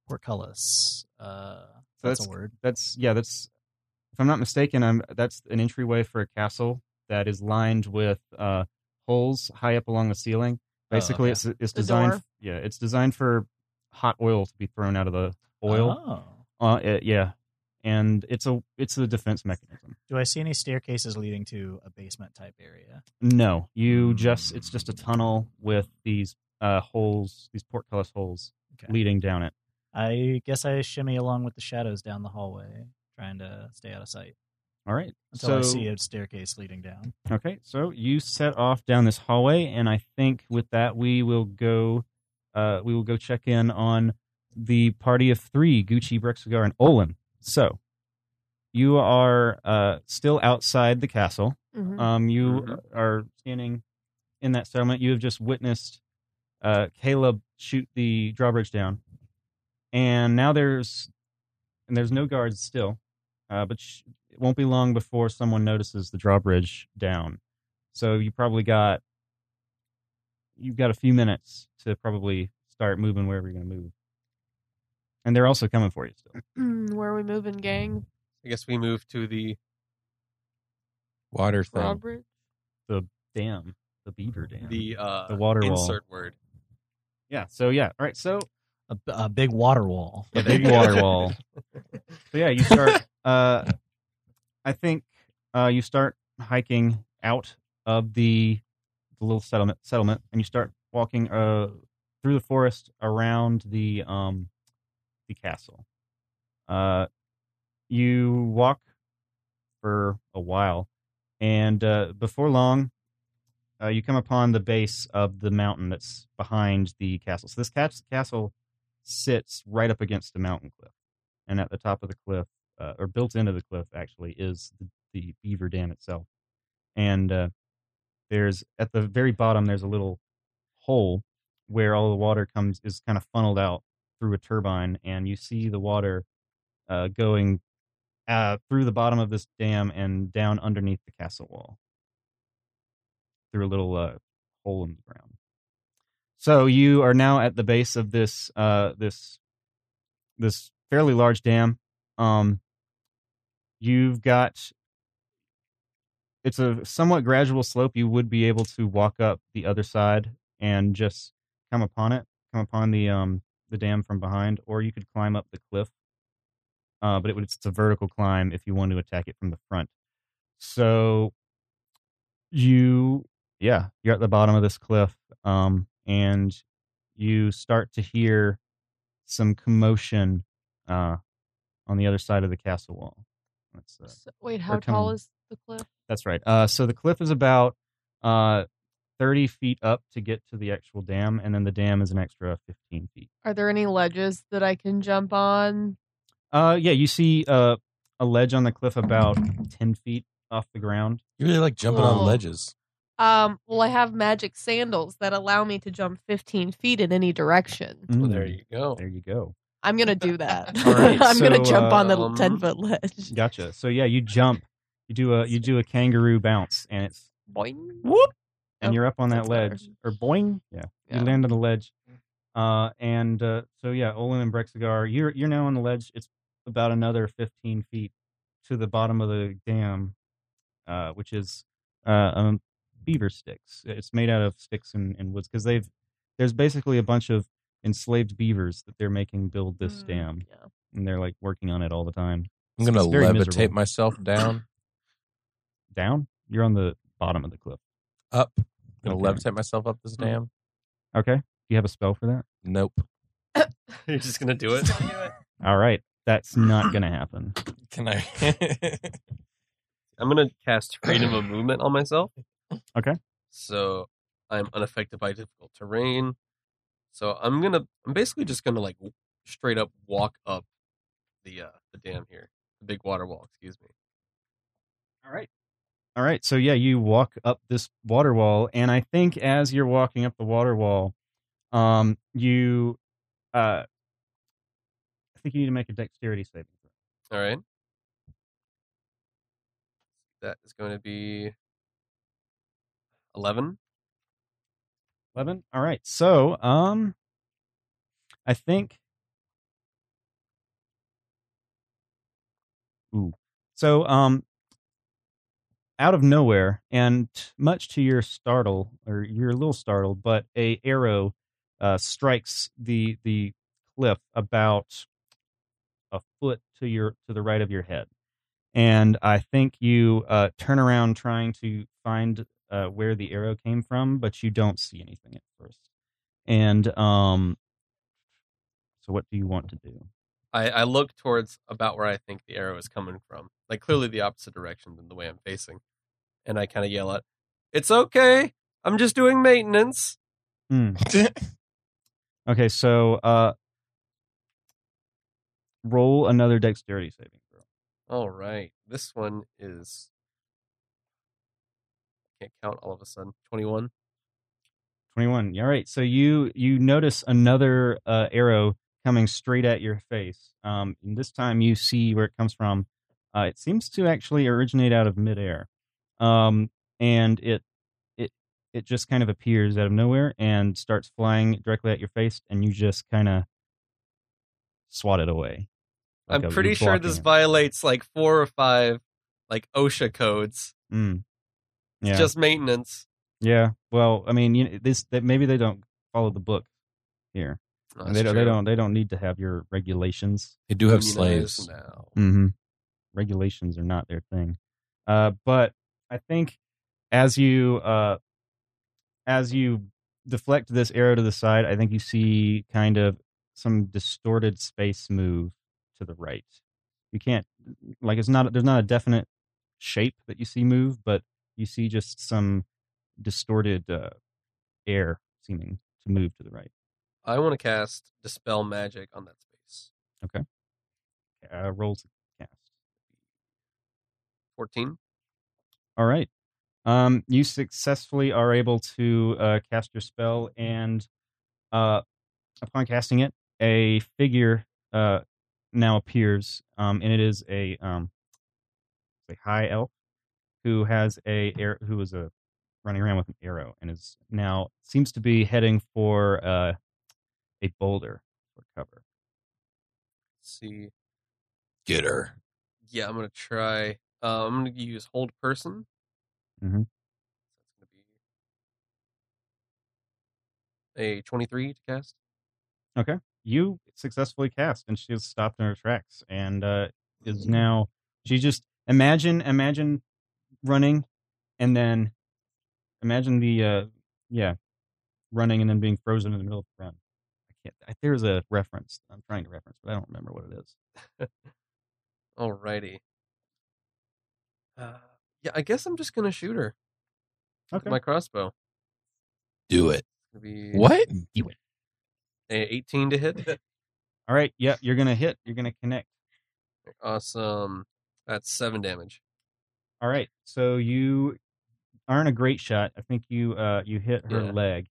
[SPEAKER 5] Portcullis. Uh,
[SPEAKER 2] So
[SPEAKER 5] that's,
[SPEAKER 2] that's
[SPEAKER 5] a word.
[SPEAKER 2] That's yeah. That's if I'm not mistaken, I'm that's an entryway for a castle that is lined with uh, holes high up along the ceiling.
[SPEAKER 5] Oh,
[SPEAKER 2] Basically,
[SPEAKER 5] okay.
[SPEAKER 2] it's it's
[SPEAKER 5] The
[SPEAKER 2] designed.
[SPEAKER 5] door.
[SPEAKER 2] Yeah, it's designed for hot oil to be thrown out of the oil.
[SPEAKER 5] Oh.
[SPEAKER 2] Uh, eh, yeah, and it's a it's a defense mechanism.
[SPEAKER 5] Do I see any staircases leading to a basement type area?
[SPEAKER 2] No, you just it's just a tunnel with these uh, holes, these portcullis holes leading down it.
[SPEAKER 5] I guess I shimmy along with the shadows down the hallway, trying to stay out of sight.
[SPEAKER 2] All right,
[SPEAKER 5] Until I
[SPEAKER 2] so-
[SPEAKER 5] see a staircase leading down.
[SPEAKER 2] Okay, so you set off down this hallway, and I think with that we will go, uh, we will go check in on the party of three: Gucci, Brexigar, and Olin. So you are uh, still outside the castle.
[SPEAKER 14] Mhm.
[SPEAKER 2] Um, you
[SPEAKER 6] Mm-hmm.
[SPEAKER 2] are standing in that settlement. You have just witnessed uh, Caleb shoot the drawbridge down, and now there's and there's no guards still, uh, but sh- it won't be long before someone notices the drawbridge down. So you probably got you've got a few minutes to probably start moving wherever you're going to move, and they're also coming for you still.
[SPEAKER 8] Mm, Where are we moving, gang?
[SPEAKER 6] I guess we move to the
[SPEAKER 4] Water thing.
[SPEAKER 8] Robert?
[SPEAKER 2] The dam, the beaver dam,
[SPEAKER 6] the uh,
[SPEAKER 2] the water wall.
[SPEAKER 6] insert word.
[SPEAKER 2] Yeah. So yeah. All right. So
[SPEAKER 5] a, a big water wall.
[SPEAKER 2] A big water wall. So yeah, you start. Uh, I think uh, you start hiking out of the the little settlement settlement, and you start walking uh, through the forest around the um, the castle. Uh, you walk for a while, and uh, before long, uh, you come upon the base of the mountain that's behind the castle. So this cas- castle sits right up against a mountain cliff, and at the top of the cliff, uh, or built into the cliff, actually is the, the beaver dam itself. And uh, there's at the very bottom, there's a little hole where all the water comes is kind of funneled out through a turbine, and you see the water uh, going uh, through the bottom of this dam and down underneath the castle wall through a little uh, hole in the ground. So you are now at the base of this uh, this this fairly large dam. Um, you've got it's a somewhat gradual slope. You would be able to walk up the other side and just come upon it, come upon the um, the dam from behind, or you could climb up the cliff. Uh, but it would, it's a vertical climb if you want to attack it from the front. So you yeah you're at the bottom of this cliff um and you start to hear some commotion uh on the other side of the castle wall that's uh,
[SPEAKER 8] So- wait,
[SPEAKER 2] they're
[SPEAKER 8] how tall
[SPEAKER 2] coming-
[SPEAKER 8] is the cliff?
[SPEAKER 2] that's right uh so the cliff is about uh 30 feet up to get to the actual dam and then the dam is an extra 15 feet
[SPEAKER 8] Are there any ledges that I can jump on?
[SPEAKER 2] uh yeah you see uh a ledge on the cliff about 10 feet off the ground
[SPEAKER 4] You really like jumping
[SPEAKER 8] Cool.
[SPEAKER 4] on ledges.
[SPEAKER 8] Um, well, I have magic sandals that allow me to jump 15 feet in any direction.
[SPEAKER 4] Well, there you
[SPEAKER 5] oh,
[SPEAKER 4] go.
[SPEAKER 2] there you go
[SPEAKER 8] I'm gonna do that.
[SPEAKER 2] Mm-hmm. All right,
[SPEAKER 8] I'm gonna
[SPEAKER 2] so,
[SPEAKER 8] jump on the
[SPEAKER 2] um,
[SPEAKER 8] 10 foot ledge.
[SPEAKER 2] Gotcha. So yeah, you jump, you do a you do a kangaroo bounce, and it's
[SPEAKER 8] boing,
[SPEAKER 2] whoop, and
[SPEAKER 8] Oh,
[SPEAKER 2] you're up on that
[SPEAKER 8] that's better.
[SPEAKER 2] ledge or boing. Yeah,
[SPEAKER 8] Yeah. Mm-hmm.
[SPEAKER 2] you land on the ledge. Uh, and uh, so yeah, Olin and Brexigar, you're you're now on the ledge. It's about another 15 feet to the bottom of the dam, uh, which is uh, um, beaver sticks. It's made out of sticks and, and woods because they've there's basically a bunch of enslaved beavers that they're making build this
[SPEAKER 8] Mm,
[SPEAKER 2] dam, and they're like working on it all the time.
[SPEAKER 4] I'm gonna
[SPEAKER 2] It's very
[SPEAKER 4] levitate
[SPEAKER 2] miserable
[SPEAKER 4] myself down,
[SPEAKER 2] down. You're on the bottom of the cliff.
[SPEAKER 4] up. I'm gonna
[SPEAKER 2] Okay.
[SPEAKER 4] levitate myself up
[SPEAKER 9] Mm-hmm.
[SPEAKER 4] this dam.
[SPEAKER 2] Okay. Do you have a spell for that?
[SPEAKER 4] Nope.
[SPEAKER 6] You're just gonna do it.
[SPEAKER 2] All right. That's not going to happen.
[SPEAKER 4] Can I?
[SPEAKER 6] I'm gonna cast freedom of movement on myself.
[SPEAKER 2] Okay.
[SPEAKER 6] So I'm unaffected by difficult terrain. So I'm gonna. I'm basically just gonna like w- straight up walk up the uh the dam here, the big water wall. Excuse me.
[SPEAKER 2] All right. All right. So, yeah, you walk up this water wall. And I think as you're walking up the water wall, um, you, uh, I think you need to make a dexterity saving. throw.
[SPEAKER 6] All right. That is going to be eleven.
[SPEAKER 2] 11 all right so um i think Ooh. So, um, out of nowhere, and much to your startle, or you're a little startled, but a arrow uh, strikes the the cliff about a foot to your to the right of your head, and I think you uh, turn around trying to find uh, where the arrow came from, but you don't see anything at first. And um, so, what do you want to do?
[SPEAKER 6] I, I look towards about where I think the arrow is coming from, like clearly the opposite direction than the way I'm facing, and I kind of yell out, "It's okay. I'm just doing maintenance."
[SPEAKER 2] Hmm. okay, so uh, roll another dexterity saving throw.
[SPEAKER 6] All right, this one is can't count all of a sudden. Twenty-one.
[SPEAKER 2] 21 all right so you you notice another uh, arrow coming straight at your face um, and this time you see where it comes from uh, it seems to actually originate out of midair um, and it it it just kind of appears out of nowhere and starts flying directly at your face and you just kind of swat it away Like
[SPEAKER 6] I'm
[SPEAKER 2] a-
[SPEAKER 6] pretty
[SPEAKER 2] you're
[SPEAKER 6] sure
[SPEAKER 2] blocking
[SPEAKER 6] this
[SPEAKER 2] it.
[SPEAKER 6] violates like four or five like OSHA codes.
[SPEAKER 2] Mm.
[SPEAKER 6] It's
[SPEAKER 2] Yeah.
[SPEAKER 6] just maintenance.
[SPEAKER 2] Yeah. Well, I mean, you, this that maybe they don't follow the book here.
[SPEAKER 6] Oh,
[SPEAKER 2] they
[SPEAKER 6] that's
[SPEAKER 2] don't. They
[SPEAKER 6] true.
[SPEAKER 2] don't. They don't need to have your regulations.
[SPEAKER 4] They do have Unionized slaves.
[SPEAKER 6] uh,
[SPEAKER 4] now.
[SPEAKER 2] hmm
[SPEAKER 6] Mm-hmm.
[SPEAKER 2] Regulations are not their thing. Uh, but I think as you uh, as you deflect this arrow to the side, I think you see kind of some distorted space move to the right. You can't like it's not there's not a definite shape that you see move, but you see just some distorted uh, air seeming to move to the right.
[SPEAKER 6] I want to cast dispel magic on that space.
[SPEAKER 2] Okay. Uh, rolls cast.
[SPEAKER 6] Fourteen.
[SPEAKER 2] All right. Um, you successfully are able to uh, cast your spell, and uh, upon casting it, a figure uh, now appears, um, and it is a um, a high elf who has a air, who is a running around with an arrow, and is now seems to be heading for uh, a boulder for cover.
[SPEAKER 6] see.
[SPEAKER 4] Get her.
[SPEAKER 6] Yeah, I'm gonna try. Uh, I'm gonna use hold person.
[SPEAKER 2] Mhm.
[SPEAKER 6] A 23 to cast.
[SPEAKER 2] Okay. You successfully cast, and she is stopped in her tracks and uh, is now. She just imagine, imagine running, and then imagine the uh, yeah, running and then being frozen in the middle of the run. I can't. I, there's a reference I'm trying to reference, but I don't remember what it is.
[SPEAKER 6] Alrighty. Uh, yeah, I guess I'm just gonna shoot her. with
[SPEAKER 2] Okay.
[SPEAKER 6] My crossbow.
[SPEAKER 4] Do it.
[SPEAKER 6] It's gonna be
[SPEAKER 4] What?
[SPEAKER 6] A 18 to hit.
[SPEAKER 2] All right. Yeah, you're gonna hit. You're gonna connect.
[SPEAKER 6] awesome. That's seven damage.
[SPEAKER 2] All right. So you aren't a great shot. I think you uh you hit her
[SPEAKER 6] Yeah.
[SPEAKER 2] leg,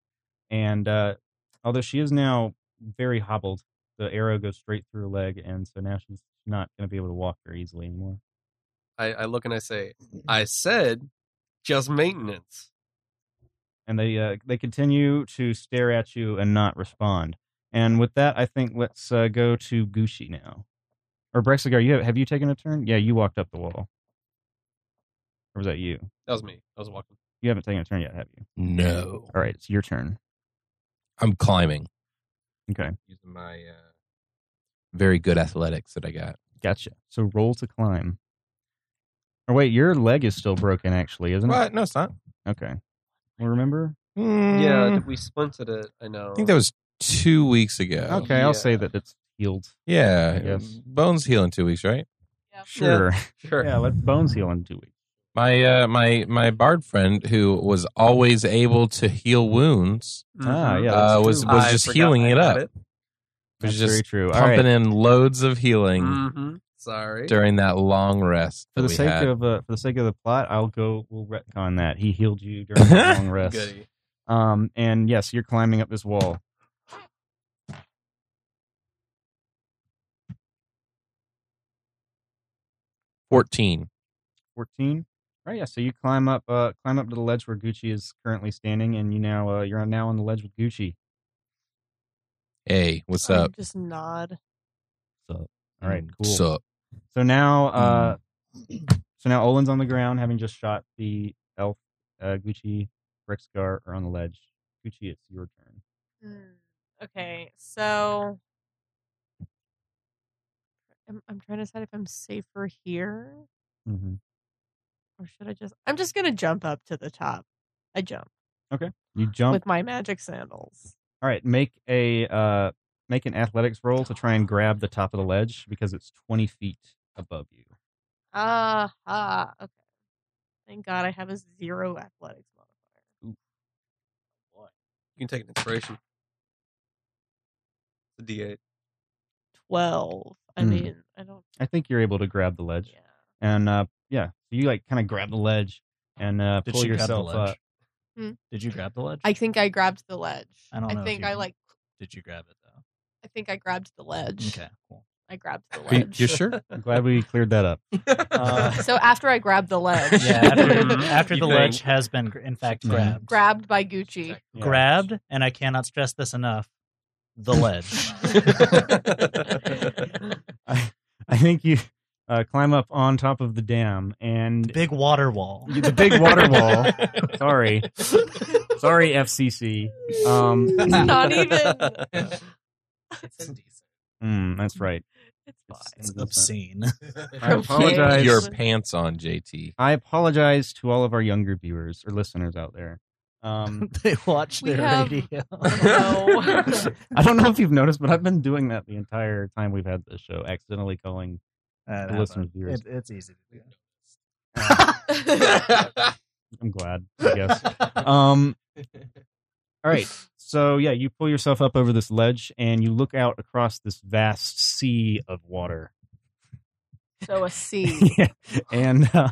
[SPEAKER 2] and uh although she is now very hobbled, the arrow goes straight through her leg, and so now she's not going to be able to walk very easily anymore.
[SPEAKER 6] I, I look and I say, I said, just maintenance.
[SPEAKER 2] And they uh they continue to stare at you and not respond. And with that, I think let's uh, go to Gushi now, or Brexigar. You have, have you taken a turn? Yeah, you walked up the wall, or was that you?
[SPEAKER 6] That was me. I was walking.
[SPEAKER 2] You haven't taken a turn yet, have you?
[SPEAKER 4] No.
[SPEAKER 2] All right, it's your turn.
[SPEAKER 4] I'm climbing.
[SPEAKER 2] Okay.
[SPEAKER 9] Using my uh,
[SPEAKER 4] Very good athletics that I got.
[SPEAKER 2] Gotcha. So roll to climb. Or wait, your leg is still broken, actually, isn't
[SPEAKER 4] What? No, it's not.
[SPEAKER 2] it? Okay. Well, remember?
[SPEAKER 6] Yeah,
[SPEAKER 4] Mm,
[SPEAKER 6] did we splinted it. I know.
[SPEAKER 4] I think that was two weeks ago.
[SPEAKER 2] Okay, I'll say that it's healed.
[SPEAKER 4] Yeah.
[SPEAKER 2] I guess.
[SPEAKER 4] Bones heal in two weeks, right?
[SPEAKER 2] Sure.
[SPEAKER 6] Sure.
[SPEAKER 2] Yeah, let bones heal in two weeks.
[SPEAKER 4] My uh, my my bard friend who was always able to heal wounds.
[SPEAKER 5] Mm-hmm.
[SPEAKER 2] Ah, yeah,
[SPEAKER 4] uh,
[SPEAKER 2] that's
[SPEAKER 4] was
[SPEAKER 2] true.
[SPEAKER 4] was
[SPEAKER 6] I
[SPEAKER 4] just
[SPEAKER 6] forgot
[SPEAKER 4] healing
[SPEAKER 6] I
[SPEAKER 4] it
[SPEAKER 6] had
[SPEAKER 4] up.
[SPEAKER 6] it.
[SPEAKER 4] Was
[SPEAKER 2] That's
[SPEAKER 4] just
[SPEAKER 2] very true. All right.
[SPEAKER 4] Pumping in loads of healing
[SPEAKER 6] Mm-hmm. Sorry.
[SPEAKER 4] during that long rest
[SPEAKER 2] For the
[SPEAKER 4] that we
[SPEAKER 2] sake
[SPEAKER 4] had.
[SPEAKER 2] of uh, for the sake of the plot, I'll go. We'll retcon that he healed you during the long rest.
[SPEAKER 6] Goody.
[SPEAKER 2] Um, and yes, you're climbing up this wall.
[SPEAKER 4] Fourteen.
[SPEAKER 2] 14 right yeah so you climb up uh climb up to the ledge where gucci is currently standing and you now uh you're now on the ledge with gucci
[SPEAKER 4] Hey, what's
[SPEAKER 8] I
[SPEAKER 4] up?
[SPEAKER 8] Just nod.
[SPEAKER 2] all right cool
[SPEAKER 4] Sup?
[SPEAKER 2] So now, uh, so now Olin's on the ground, having just shot the elf. Uh, Gucci, Rexgar are on the ledge. Gucci, it's your turn.
[SPEAKER 8] Mm, Okay, so I'm, I'm trying to decide if I'm safer here
[SPEAKER 2] Mm-hmm.
[SPEAKER 8] or should I just? I'm just gonna jump up to the top. I jump
[SPEAKER 2] Okay, you jump.
[SPEAKER 8] with my magic sandals.
[SPEAKER 2] All right, make a uh, make an athletics roll to try and grab the top of the ledge because it's twenty feet above you.
[SPEAKER 8] Ah, ha, okay. Thank God I have a zero athletics
[SPEAKER 6] You can take an inspiration. The D8.
[SPEAKER 8] twelve. I
[SPEAKER 2] Mm.
[SPEAKER 8] mean, I don't.
[SPEAKER 2] I think you're able to grab the ledge. And uh, yeah, so you like kind of grab the ledge and uh,
[SPEAKER 5] Did
[SPEAKER 2] pull
[SPEAKER 5] she grab the
[SPEAKER 2] yourself
[SPEAKER 5] ledge?
[SPEAKER 2] up.
[SPEAKER 8] Hmm.
[SPEAKER 5] Did you grab the ledge?
[SPEAKER 8] I think I grabbed the ledge.
[SPEAKER 5] I don't know
[SPEAKER 8] I
[SPEAKER 5] if
[SPEAKER 8] think
[SPEAKER 5] you
[SPEAKER 8] I
[SPEAKER 5] did.
[SPEAKER 8] like.
[SPEAKER 5] Did you grab it though?
[SPEAKER 8] I think I grabbed the ledge.
[SPEAKER 5] Okay, cool.
[SPEAKER 8] I grabbed the
[SPEAKER 2] You-
[SPEAKER 8] ledge.
[SPEAKER 2] you sure? I'm glad we cleared that up.
[SPEAKER 5] Uh,
[SPEAKER 8] so after I grabbed the ledge,
[SPEAKER 5] yeah, after, mm-hmm,
[SPEAKER 8] Mm-hmm.
[SPEAKER 6] Mhm.
[SPEAKER 5] after
[SPEAKER 6] You
[SPEAKER 5] the
[SPEAKER 6] think-
[SPEAKER 5] ledge has been, gr- in fact,
[SPEAKER 2] Mhm.
[SPEAKER 5] grabbed.
[SPEAKER 8] grabbed by Gucci.
[SPEAKER 2] Yeah.
[SPEAKER 5] Grabbed, and I cannot stress this enough. The ledge.
[SPEAKER 2] I, I think you uh, climb up on top of the dam and
[SPEAKER 5] Big water wall.
[SPEAKER 2] the big water wall. Sorry, sorry, FCC. Um,
[SPEAKER 8] It's not even.
[SPEAKER 10] It's indecent.
[SPEAKER 2] mm, that's right.
[SPEAKER 8] It's fine.
[SPEAKER 5] It's obscene.
[SPEAKER 2] I apologize.
[SPEAKER 4] Keep your pants on, JT.
[SPEAKER 2] I apologize to all of our younger viewers or listeners out there. Um,
[SPEAKER 5] they watch
[SPEAKER 8] We
[SPEAKER 5] their
[SPEAKER 8] have-
[SPEAKER 5] radio.
[SPEAKER 8] No.
[SPEAKER 2] I don't know if you've noticed, but I've been doing that the entire time we've had this show, accidentally calling
[SPEAKER 5] Uh, That
[SPEAKER 2] the listeners
[SPEAKER 5] happens.
[SPEAKER 2] viewers.
[SPEAKER 5] It- it's easy to do.
[SPEAKER 2] I'm glad, I guess. um, all right. So, yeah, you pull yourself up over this ledge and you look out across this vast sea of water.
[SPEAKER 8] so a C.
[SPEAKER 2] Yeah. And uh,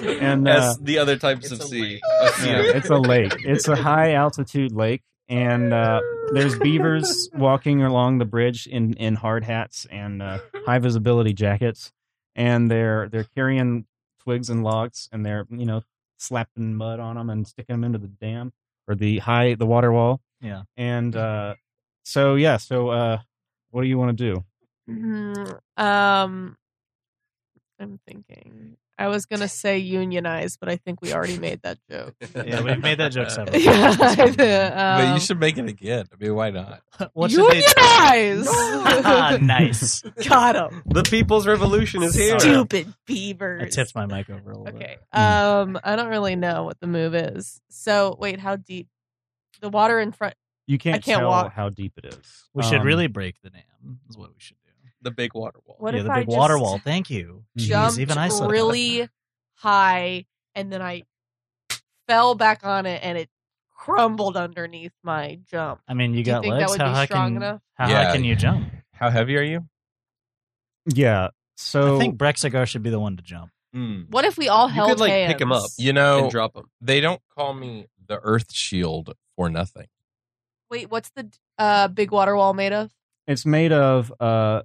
[SPEAKER 2] and uh,
[SPEAKER 6] As the other types of sea. Of sea.
[SPEAKER 2] yeah, it's a lake. It's a high altitude lake, and uh, there's beavers walking along the bridge in, in hard hats and uh, high visibility jackets, and they're they're carrying twigs and logs, and they're you know slapping mud on them and sticking them into the dam or the high the water wall.
[SPEAKER 5] Yeah.
[SPEAKER 2] And uh, so yeah, so uh, what do you want to do?
[SPEAKER 8] Mm, um, I'm thinking. I was gonna say unionize, but I think we already made that joke.
[SPEAKER 5] Yeah, we've made that joke several
[SPEAKER 8] yeah,
[SPEAKER 5] times.
[SPEAKER 4] but
[SPEAKER 8] um,
[SPEAKER 4] you should make it again. I mean, why not?
[SPEAKER 5] What should they do?
[SPEAKER 8] unionize.
[SPEAKER 5] Ah, nice.
[SPEAKER 8] Got him.
[SPEAKER 6] The People's Revolution is here.
[SPEAKER 8] Stupid
[SPEAKER 5] I
[SPEAKER 8] beavers.
[SPEAKER 5] tipped my mic over a little
[SPEAKER 8] Okay.
[SPEAKER 5] bit.
[SPEAKER 8] Um, I don't really know what the move is. So wait, how deep? The water in front.
[SPEAKER 2] You can't,
[SPEAKER 8] can't
[SPEAKER 2] tell
[SPEAKER 8] walk.
[SPEAKER 2] how deep it is.
[SPEAKER 5] We should
[SPEAKER 2] Um,
[SPEAKER 5] really break the dam. Is what we should do.
[SPEAKER 6] The big water wall.
[SPEAKER 8] What
[SPEAKER 5] yeah,
[SPEAKER 8] if
[SPEAKER 5] the
[SPEAKER 8] I
[SPEAKER 5] big water
[SPEAKER 8] just
[SPEAKER 5] wall. Thank you. Jeez,
[SPEAKER 8] jumped
[SPEAKER 5] even I said
[SPEAKER 8] really high, and then I fell back on it, and it crumbled underneath my jump.
[SPEAKER 5] I mean, you
[SPEAKER 8] Do you
[SPEAKER 5] got
[SPEAKER 8] think that
[SPEAKER 5] legs.
[SPEAKER 8] would
[SPEAKER 5] how
[SPEAKER 8] be
[SPEAKER 5] high
[SPEAKER 8] strong
[SPEAKER 5] can
[SPEAKER 8] enough?
[SPEAKER 5] how high
[SPEAKER 4] Yeah.
[SPEAKER 5] can you jump?
[SPEAKER 4] How heavy are you?
[SPEAKER 2] yeah. So
[SPEAKER 5] I think Brexigar should be the one to jump.
[SPEAKER 2] Hmm.
[SPEAKER 8] What if we all
[SPEAKER 6] You
[SPEAKER 8] held
[SPEAKER 6] could like
[SPEAKER 8] Oh, hands?
[SPEAKER 6] pick him up
[SPEAKER 4] You know,
[SPEAKER 6] and drop him.
[SPEAKER 4] they don't call me the Earth Shield for nothing.
[SPEAKER 8] Wait, what's the uh, big water wall made of?
[SPEAKER 2] it's made of uh,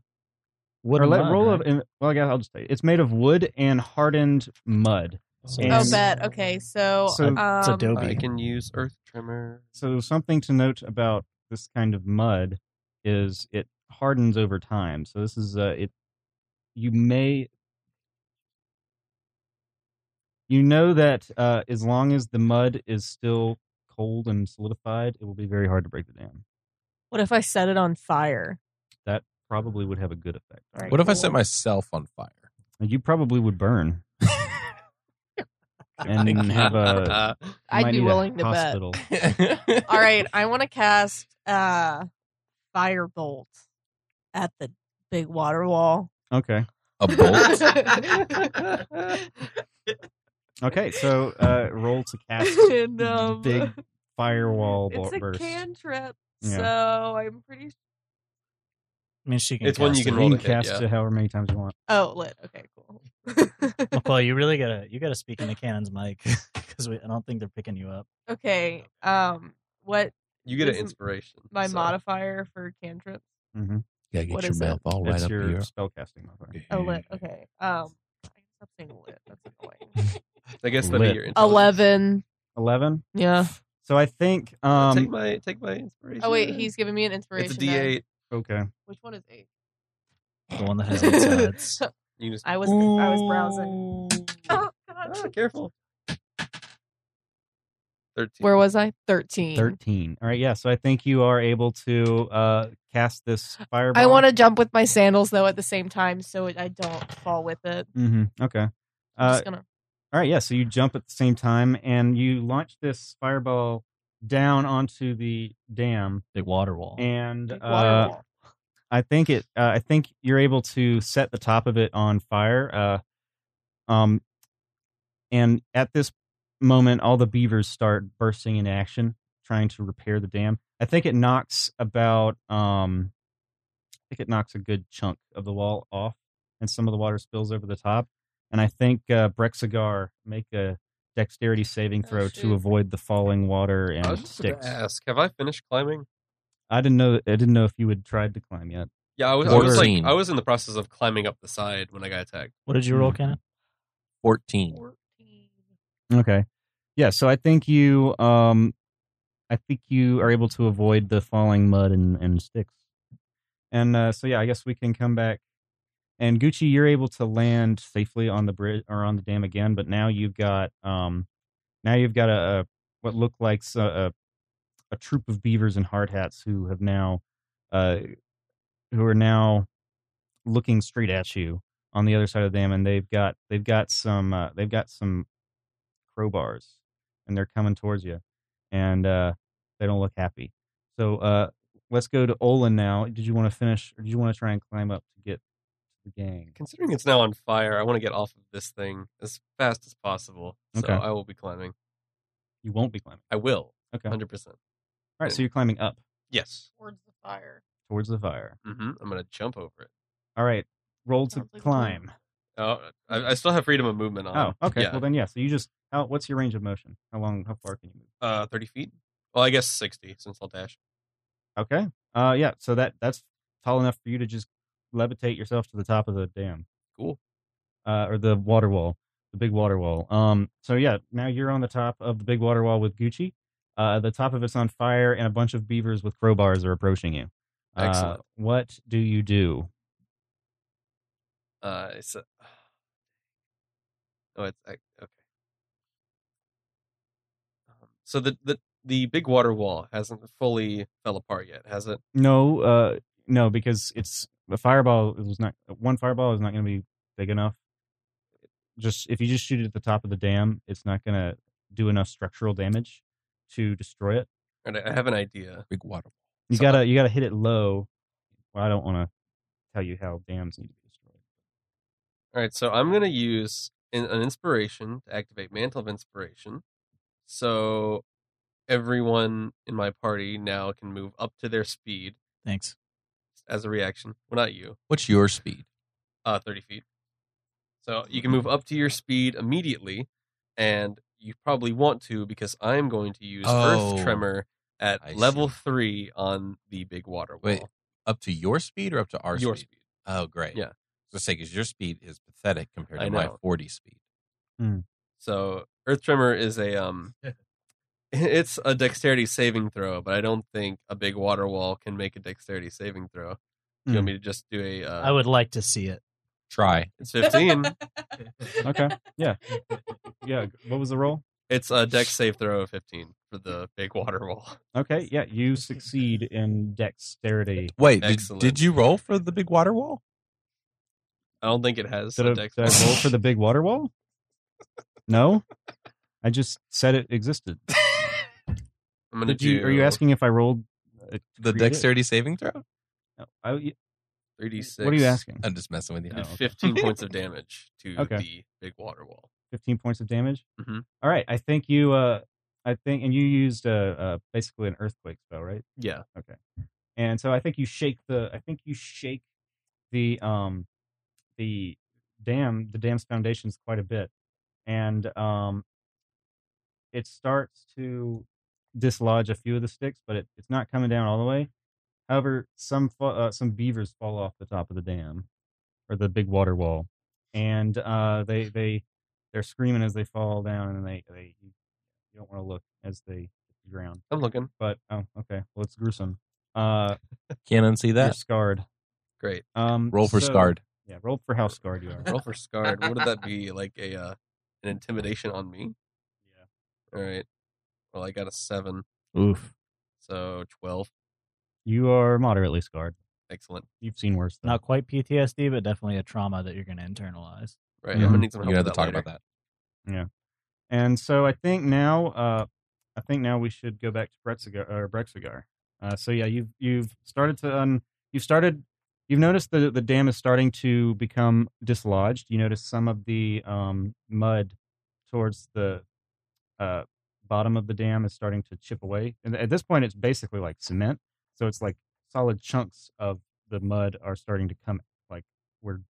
[SPEAKER 5] Wood
[SPEAKER 2] or
[SPEAKER 5] and
[SPEAKER 2] let
[SPEAKER 5] mud,
[SPEAKER 2] roll
[SPEAKER 5] right?
[SPEAKER 2] of in, well, I guess I'll just tell you. It's made of wood and hardened mud.
[SPEAKER 5] So
[SPEAKER 2] And-
[SPEAKER 8] oh, bet. Okay, so,
[SPEAKER 2] So-
[SPEAKER 8] um,
[SPEAKER 5] It's adobe.
[SPEAKER 6] I can use earth trimmer.
[SPEAKER 2] So something to note about this kind of mud is it hardens over time. So this is uh, it. You may you know that uh, as long as the mud is still cold and solidified, it will be very hard to break the dam.
[SPEAKER 8] what if I set it on fire?
[SPEAKER 2] That probably would have a good effect.
[SPEAKER 8] All right,
[SPEAKER 4] What if I
[SPEAKER 8] cool.
[SPEAKER 4] set myself on fire?
[SPEAKER 2] And You probably would burn. and have a
[SPEAKER 8] I'd
[SPEAKER 2] might
[SPEAKER 8] be
[SPEAKER 2] need a
[SPEAKER 8] willing to bet.
[SPEAKER 2] hospital.
[SPEAKER 8] All right, I want to cast uh firebolt at the big water wall.
[SPEAKER 2] Okay.
[SPEAKER 4] a bolt.
[SPEAKER 2] Okay, so uh, roll to cast
[SPEAKER 8] And, um,
[SPEAKER 2] big firewall
[SPEAKER 8] it's
[SPEAKER 2] bur-
[SPEAKER 8] a
[SPEAKER 2] burst.
[SPEAKER 8] cantrip,
[SPEAKER 2] Yeah.
[SPEAKER 8] so I'm pretty.
[SPEAKER 5] I mean, she can.
[SPEAKER 6] It's one
[SPEAKER 5] cast
[SPEAKER 6] you can
[SPEAKER 5] it.
[SPEAKER 2] you
[SPEAKER 6] roll
[SPEAKER 2] can
[SPEAKER 6] to hit,
[SPEAKER 2] cast
[SPEAKER 6] yeah.
[SPEAKER 2] it however many times you want.
[SPEAKER 8] Oh, lit. Okay, cool.
[SPEAKER 5] McCoy, you really gotta you gotta speak into Cannon's mic because I don't think they're picking you up.
[SPEAKER 8] okay. Um, what
[SPEAKER 6] You get an
[SPEAKER 8] Isn't
[SPEAKER 6] inspiration.
[SPEAKER 8] my
[SPEAKER 6] so-
[SPEAKER 8] modifier for cantrips?
[SPEAKER 2] Mm-hmm.
[SPEAKER 4] Yeah,
[SPEAKER 8] What is it?
[SPEAKER 4] all
[SPEAKER 2] it's your spellcasting modifier.
[SPEAKER 8] Oh, lit. Okay. Um, I stop saying lit. That's annoying.
[SPEAKER 6] I guess that'd
[SPEAKER 2] Lit.
[SPEAKER 6] be your intelligence.
[SPEAKER 8] Eleven.
[SPEAKER 2] Eleven.
[SPEAKER 8] Yeah.
[SPEAKER 2] So I think. Um,
[SPEAKER 6] take my take my inspiration.
[SPEAKER 8] Oh wait, he's giving me an inspiration.
[SPEAKER 6] It's a
[SPEAKER 8] die.
[SPEAKER 6] D8.
[SPEAKER 2] Okay.
[SPEAKER 8] Which one is eight?
[SPEAKER 5] The one that has eight sides.
[SPEAKER 6] You just-
[SPEAKER 8] I was I was browsing. Oh God!
[SPEAKER 6] Ah, careful. Thirteen.
[SPEAKER 8] Where was I? Thirteen.
[SPEAKER 2] 13. All right, yeah. So I think you are able to uh, cast this fireball.
[SPEAKER 8] I want to jump with my sandals though at the same time, so it, I don't fall with it.
[SPEAKER 2] Mm-hmm. Okay.
[SPEAKER 8] I'm
[SPEAKER 2] Uh,
[SPEAKER 8] just gonna.
[SPEAKER 2] All right, yeah. So you jump at the same time and you launch this fireball down onto the dam.
[SPEAKER 5] Big water wall.
[SPEAKER 2] And
[SPEAKER 5] Big water
[SPEAKER 2] uh,
[SPEAKER 5] wall.
[SPEAKER 2] I think it. Uh, I think you're able to set the top of it on fire. Uh, um, and at this moment, all the beavers start bursting into action, trying to repair the dam. I think it knocks about. Um, I think it knocks a good chunk of the wall off, and some of the water spills over the top. And I think uh, Brexigar make a dexterity saving throw to avoid the falling water
[SPEAKER 6] I
[SPEAKER 2] and
[SPEAKER 6] was just going
[SPEAKER 2] sticks.
[SPEAKER 6] to ask, have I finished climbing?
[SPEAKER 2] I didn't know. I didn't know if you had tried to climb yet.
[SPEAKER 6] Yeah, I was, I was like,
[SPEAKER 4] 14.
[SPEAKER 6] I was in the process of climbing up the side when I got attacked.
[SPEAKER 5] What did you roll, Kenneth?
[SPEAKER 4] 14.
[SPEAKER 2] Okay. Yeah, so I think you um I think you are able to avoid the falling mud and, and sticks. And uh so yeah, I guess we can come back. And Gucci, you're able to land safely on the bridge or on the dam again, but now you've got um now you've got a, a what look like s- a, a troop of beavers in hard hats who have now uh who are now looking straight at you on the other side of the dam and they've got they've got some uh, they've got some crowbars and they're coming towards you and uh they don't look happy so uh let's go to olin now did you want to finish or did you want to try and climb up to get to the gang
[SPEAKER 6] Considering it's now on fire, I want to get off of this thing as fast as possible. So
[SPEAKER 2] Okay.
[SPEAKER 6] I will be climbing.
[SPEAKER 2] you won't be climbing
[SPEAKER 6] I will.
[SPEAKER 2] okay all
[SPEAKER 6] 100%.
[SPEAKER 2] right so you're climbing up
[SPEAKER 6] Yes.
[SPEAKER 8] Towards the fire.
[SPEAKER 2] towards the fire
[SPEAKER 6] hmm I'm going to jump over it.
[SPEAKER 2] all right roll to
[SPEAKER 8] Sounds like
[SPEAKER 2] climb
[SPEAKER 6] Oh, I, I still have freedom of movement on.
[SPEAKER 2] oh okay
[SPEAKER 6] Uh, Yeah.
[SPEAKER 2] well then yeah so you just how what's your range of motion how long how far can you move
[SPEAKER 6] uh, 30 feet? Well, I guess 60 since I'll dash.
[SPEAKER 2] okay uh yeah so that that's tall enough for you to just levitate yourself to the top of the dam
[SPEAKER 6] Cool.
[SPEAKER 2] uh, or the water wall, the big water wall. Um, so yeah, now you're on the top of the big water wall with Gucci. Uh, the top of it's on fire, and a bunch of beavers with crowbars are approaching you. Uh,
[SPEAKER 6] Excellent.
[SPEAKER 2] what do you do?
[SPEAKER 6] Uh, it's a... Oh, it's I, okay. Um, so the, the the big water wall hasn't fully fell apart yet, has it?
[SPEAKER 2] No, uh, no, because it's a fireball. It was not one fireball is not going to be big enough. Just if you just shoot it at the top of the dam, it's not going to do enough structural damage to destroy it.
[SPEAKER 6] And I I have an idea.
[SPEAKER 4] Big water.
[SPEAKER 2] You gotta you gotta hit it low. Well, I don't want to tell you how dams need to be destroyed.
[SPEAKER 6] All right, so I'm gonna use an, an inspiration to activate Mantle of Inspiration. So everyone in my party now can move up to their speed
[SPEAKER 5] Thanks.
[SPEAKER 6] as a reaction. Well, not you,
[SPEAKER 4] What's your speed?
[SPEAKER 6] uh, 30 feet. So you
[SPEAKER 4] Mm-hmm.
[SPEAKER 6] can move up to your speed immediately, and you probably want to because I'm going to use
[SPEAKER 4] Oh,
[SPEAKER 6] Earth Tremor at
[SPEAKER 4] I
[SPEAKER 6] level three on the big water wall.
[SPEAKER 4] Wait, up to your speed or up to our
[SPEAKER 6] your
[SPEAKER 4] speed? Oh, great.
[SPEAKER 6] Yeah.
[SPEAKER 4] So say because your speed is pathetic compared
[SPEAKER 6] I
[SPEAKER 4] to my
[SPEAKER 6] know.
[SPEAKER 4] 40 speed.
[SPEAKER 6] So Earth Tremor is a um it's a dexterity saving throw, but I don't think a big water wall can make a dexterity saving throw. Do you
[SPEAKER 2] Mm.
[SPEAKER 6] want me to just do a uh,
[SPEAKER 5] I would like to see it.
[SPEAKER 4] Try.
[SPEAKER 6] it's 15.
[SPEAKER 2] Okay. Yeah. Yeah. What was the roll?
[SPEAKER 6] it's a dex save throw of 15 for the big water wall.
[SPEAKER 2] Okay. Yeah. You succeed in dexterity.
[SPEAKER 4] Wait, did,
[SPEAKER 6] Excellent.
[SPEAKER 4] did you roll for the big water wall?
[SPEAKER 6] I don't think it has
[SPEAKER 2] Did
[SPEAKER 6] a
[SPEAKER 2] I,
[SPEAKER 6] dex
[SPEAKER 2] did I roll for the big water wall? No. I just said it existed.
[SPEAKER 6] I'm going to
[SPEAKER 2] Did
[SPEAKER 6] do
[SPEAKER 2] you, are you asking if I rolled uh, to
[SPEAKER 4] The
[SPEAKER 2] create it?
[SPEAKER 4] dexterity saving throw?
[SPEAKER 2] No, I- y-
[SPEAKER 6] 3d6.
[SPEAKER 2] what are you asking?
[SPEAKER 4] I'm just messing with you.
[SPEAKER 2] Oh, okay.
[SPEAKER 6] 15 points of damage to
[SPEAKER 2] Okay.
[SPEAKER 6] the big water wall.
[SPEAKER 2] 15 points of damage.
[SPEAKER 4] Mm-hmm.
[SPEAKER 6] Mhm.
[SPEAKER 2] All right. I think you. Uh, I think, and you used uh, uh, basically an earthquake spell, right?
[SPEAKER 6] Yeah.
[SPEAKER 2] Okay. And so I think you shake the I think you shake the um the dam the dam's foundations quite a bit. And um it starts to dislodge a few of the sticks, but it, it's not coming down all the way. However, some fa- uh, some beavers fall off the top of the dam or the big water wall, and uh, they they they're screaming as they fall down, and they they you don't want to look as they the ground.
[SPEAKER 6] I'm looking.
[SPEAKER 2] But oh, okay. Well, it's gruesome. Uh,
[SPEAKER 4] Can't unsee
[SPEAKER 2] You're
[SPEAKER 4] that.
[SPEAKER 2] scarred.
[SPEAKER 6] Great.
[SPEAKER 2] Um,
[SPEAKER 4] Roll for
[SPEAKER 2] so-
[SPEAKER 4] scarred.
[SPEAKER 2] Yeah, roll for how scarred you are.
[SPEAKER 6] Roll for scarred. What would that be? Like a uh, an intimidation on me? Yeah. All right. Well, I got a seven.
[SPEAKER 2] Oof.
[SPEAKER 6] So twelve.
[SPEAKER 2] You are moderately scarred.
[SPEAKER 6] Excellent.
[SPEAKER 2] You've seen worse.
[SPEAKER 5] Not quite PTSD, but definitely a trauma that you're going to internalize.
[SPEAKER 6] Right.
[SPEAKER 2] I'm gonna
[SPEAKER 6] need some You're help gonna Mm-hmm. have with to that talk
[SPEAKER 2] Yeah. And so I think now, uh, I think now we should go back to Bretzigar or Brexigar. Uh, so yeah, you've you've started to un, you've started you've noticed that the dam is starting to become dislodged. You notice some of the um, mud towards the uh, bottom of the dam is starting to chip away. And at this point, it's basically like cement. So it's like solid chunks of the mud are starting to come like were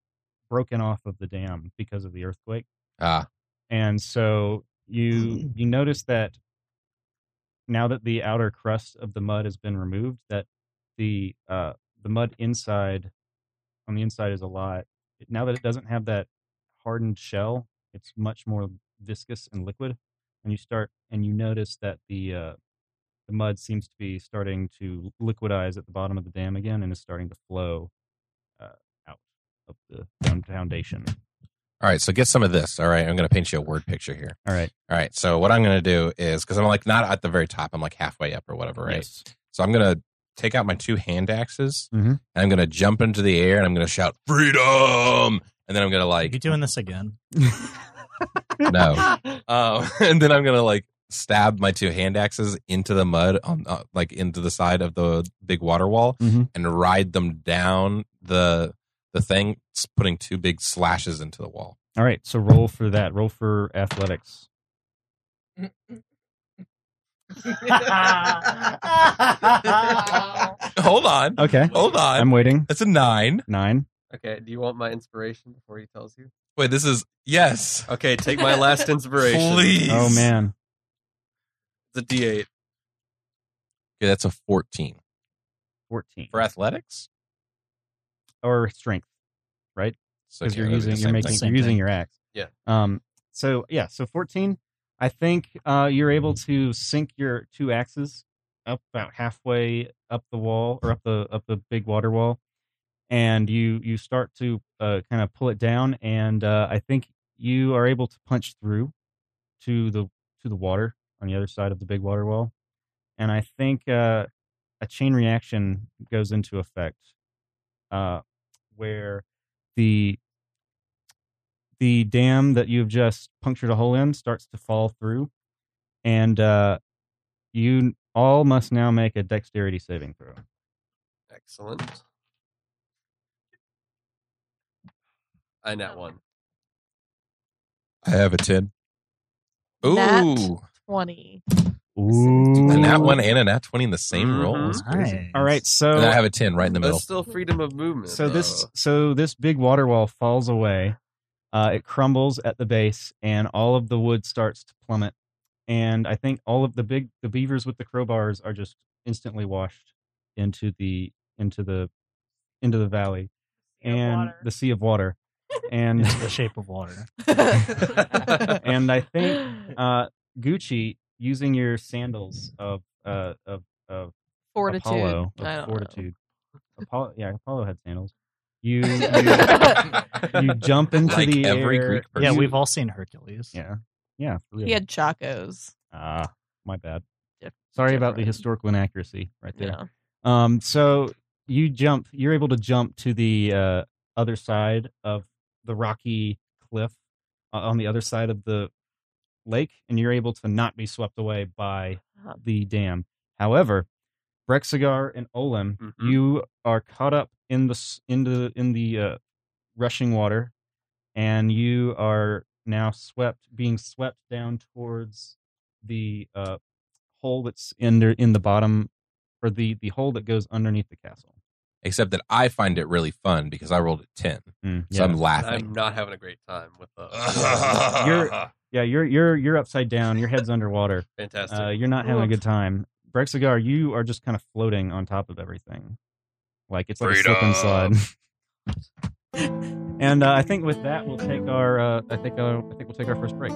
[SPEAKER 2] broken off of the dam because of the earthquake
[SPEAKER 4] Ah,
[SPEAKER 2] and so you you notice that now that the outer crust of the mud has been removed that the uh the mud inside on the inside is a lot now that it doesn't have that hardened shell it's much more viscous and liquid and you start and you notice that the uh the mud seems to be starting to liquidize at the bottom of the dam again and is starting to flow uh, out of the found- foundation
[SPEAKER 4] All right, so get some of this. All right, I'm going to paint you a word picture here.
[SPEAKER 2] All right.
[SPEAKER 4] All right, so what I'm going to do is because I'm like not at the very top, I'm like halfway up or whatever, right?
[SPEAKER 2] Yes.
[SPEAKER 4] So I'm going to take out my two hand axes
[SPEAKER 2] Mhm.
[SPEAKER 4] and I'm going to jump into the air and I'm going to shout freedom, and then I'm going to
[SPEAKER 5] Are you
[SPEAKER 4] like
[SPEAKER 5] doing this again?
[SPEAKER 4] no, uh, and then I'm going to like stab my two hand axes into the mud on uh, like into the side of the big water wall
[SPEAKER 2] Mhm.
[SPEAKER 4] and ride them down the the thing, s- putting two big slashes into the wall.
[SPEAKER 2] all right so roll for that roll for athletics
[SPEAKER 4] Hold on.
[SPEAKER 2] Okay.
[SPEAKER 4] Hold on.
[SPEAKER 2] I'm waiting.
[SPEAKER 4] That's a nine.
[SPEAKER 2] Nine.
[SPEAKER 6] Okay. Do you want my inspiration before he tells you?
[SPEAKER 4] Wait, this is yes.
[SPEAKER 6] Okay. Take my last inspiration.
[SPEAKER 4] Please.
[SPEAKER 2] Oh man.
[SPEAKER 6] It's a D8.
[SPEAKER 4] Okay, that's a fourteen.
[SPEAKER 2] 14
[SPEAKER 4] for athletics
[SPEAKER 2] or strength, right?
[SPEAKER 4] So
[SPEAKER 2] Because
[SPEAKER 4] yeah,
[SPEAKER 2] you're
[SPEAKER 4] that'd be
[SPEAKER 2] using
[SPEAKER 4] the
[SPEAKER 2] you're
[SPEAKER 4] same
[SPEAKER 2] making
[SPEAKER 4] thing.
[SPEAKER 2] you're
[SPEAKER 4] Same
[SPEAKER 2] using
[SPEAKER 4] thing.
[SPEAKER 2] your axe.
[SPEAKER 6] Yeah.
[SPEAKER 2] Um. So yeah. So 14. I think uh, you're able to sink your two axes up about halfway up the wall or up the up the big water wall, and you you start to uh, kind of pull it down, and uh, I think you are able to punch through to the to the water on the other side of the big water wall, and I think uh, a chain reaction goes into effect, uh, where the the dam that you've just punctured a hole in starts to fall through, and uh, you all must now make a dexterity saving throw.
[SPEAKER 6] Excellent. I nat one.
[SPEAKER 4] I have a ten. Ooh,
[SPEAKER 8] Nat 20.
[SPEAKER 2] Ooh.
[SPEAKER 4] a nat one and a nat twenty in the same roll. That's
[SPEAKER 5] Nice.
[SPEAKER 4] crazy.
[SPEAKER 2] All right, so
[SPEAKER 4] and I have a ten right in the middle.
[SPEAKER 6] Mm-hmm. That's still freedom of movement.
[SPEAKER 2] so this
[SPEAKER 6] though.
[SPEAKER 2] so this big water wall falls away uh, it crumbles at the base and all of the wood starts to plummet and i think all of the big the beavers with the crowbars are just instantly washed into the into the into the valley and the sea of water and
[SPEAKER 5] It's the shape of water.
[SPEAKER 2] and I think uh, Gucci using your sandals of uh, of of
[SPEAKER 8] Fortitude.
[SPEAKER 2] Apollo, of
[SPEAKER 8] I don't know.
[SPEAKER 2] fortitude. Apollo, yeah, Apollo had sandals. You you, you jump into
[SPEAKER 4] Like
[SPEAKER 2] the
[SPEAKER 4] every
[SPEAKER 2] air.
[SPEAKER 4] Greek
[SPEAKER 5] Yeah,
[SPEAKER 2] you-
[SPEAKER 5] we've all seen Hercules.
[SPEAKER 2] yeah yeah for real.
[SPEAKER 8] He had Chacos.
[SPEAKER 2] Ah, my bad.
[SPEAKER 8] Diff-
[SPEAKER 2] Sorry about the
[SPEAKER 8] different.
[SPEAKER 2] historical inaccuracy right there.
[SPEAKER 8] Yeah.
[SPEAKER 2] Um, so you jump, you're able to jump to the uh, other side of the rocky cliff uh, on the other side of the lake, and you're able to not be swept away by
[SPEAKER 8] Uh-huh.
[SPEAKER 2] the dam. However, Brexigar and Olim,
[SPEAKER 6] Mhm.
[SPEAKER 2] you are caught up in the s- in the in the uh, rushing water, and you are now swept, being swept down towards the uh, hole that's in there in the bottom or the the hole that goes underneath the castle.
[SPEAKER 4] Except that I find it really fun because I rolled a ten,
[SPEAKER 5] Hmm,
[SPEAKER 4] so I'm
[SPEAKER 6] I'm
[SPEAKER 4] laughing.
[SPEAKER 6] not having a great time with uh, the.
[SPEAKER 4] You're,
[SPEAKER 2] yeah, you're you're you're upside down. Your head's underwater.
[SPEAKER 6] Fantastic.
[SPEAKER 2] Uh, you're not having a good time. Brexigar, you are just kind of floating on top of everything, like it's like a slip and slide. and uh, I think with that, we'll take our uh, I think uh, I think we'll take our first break.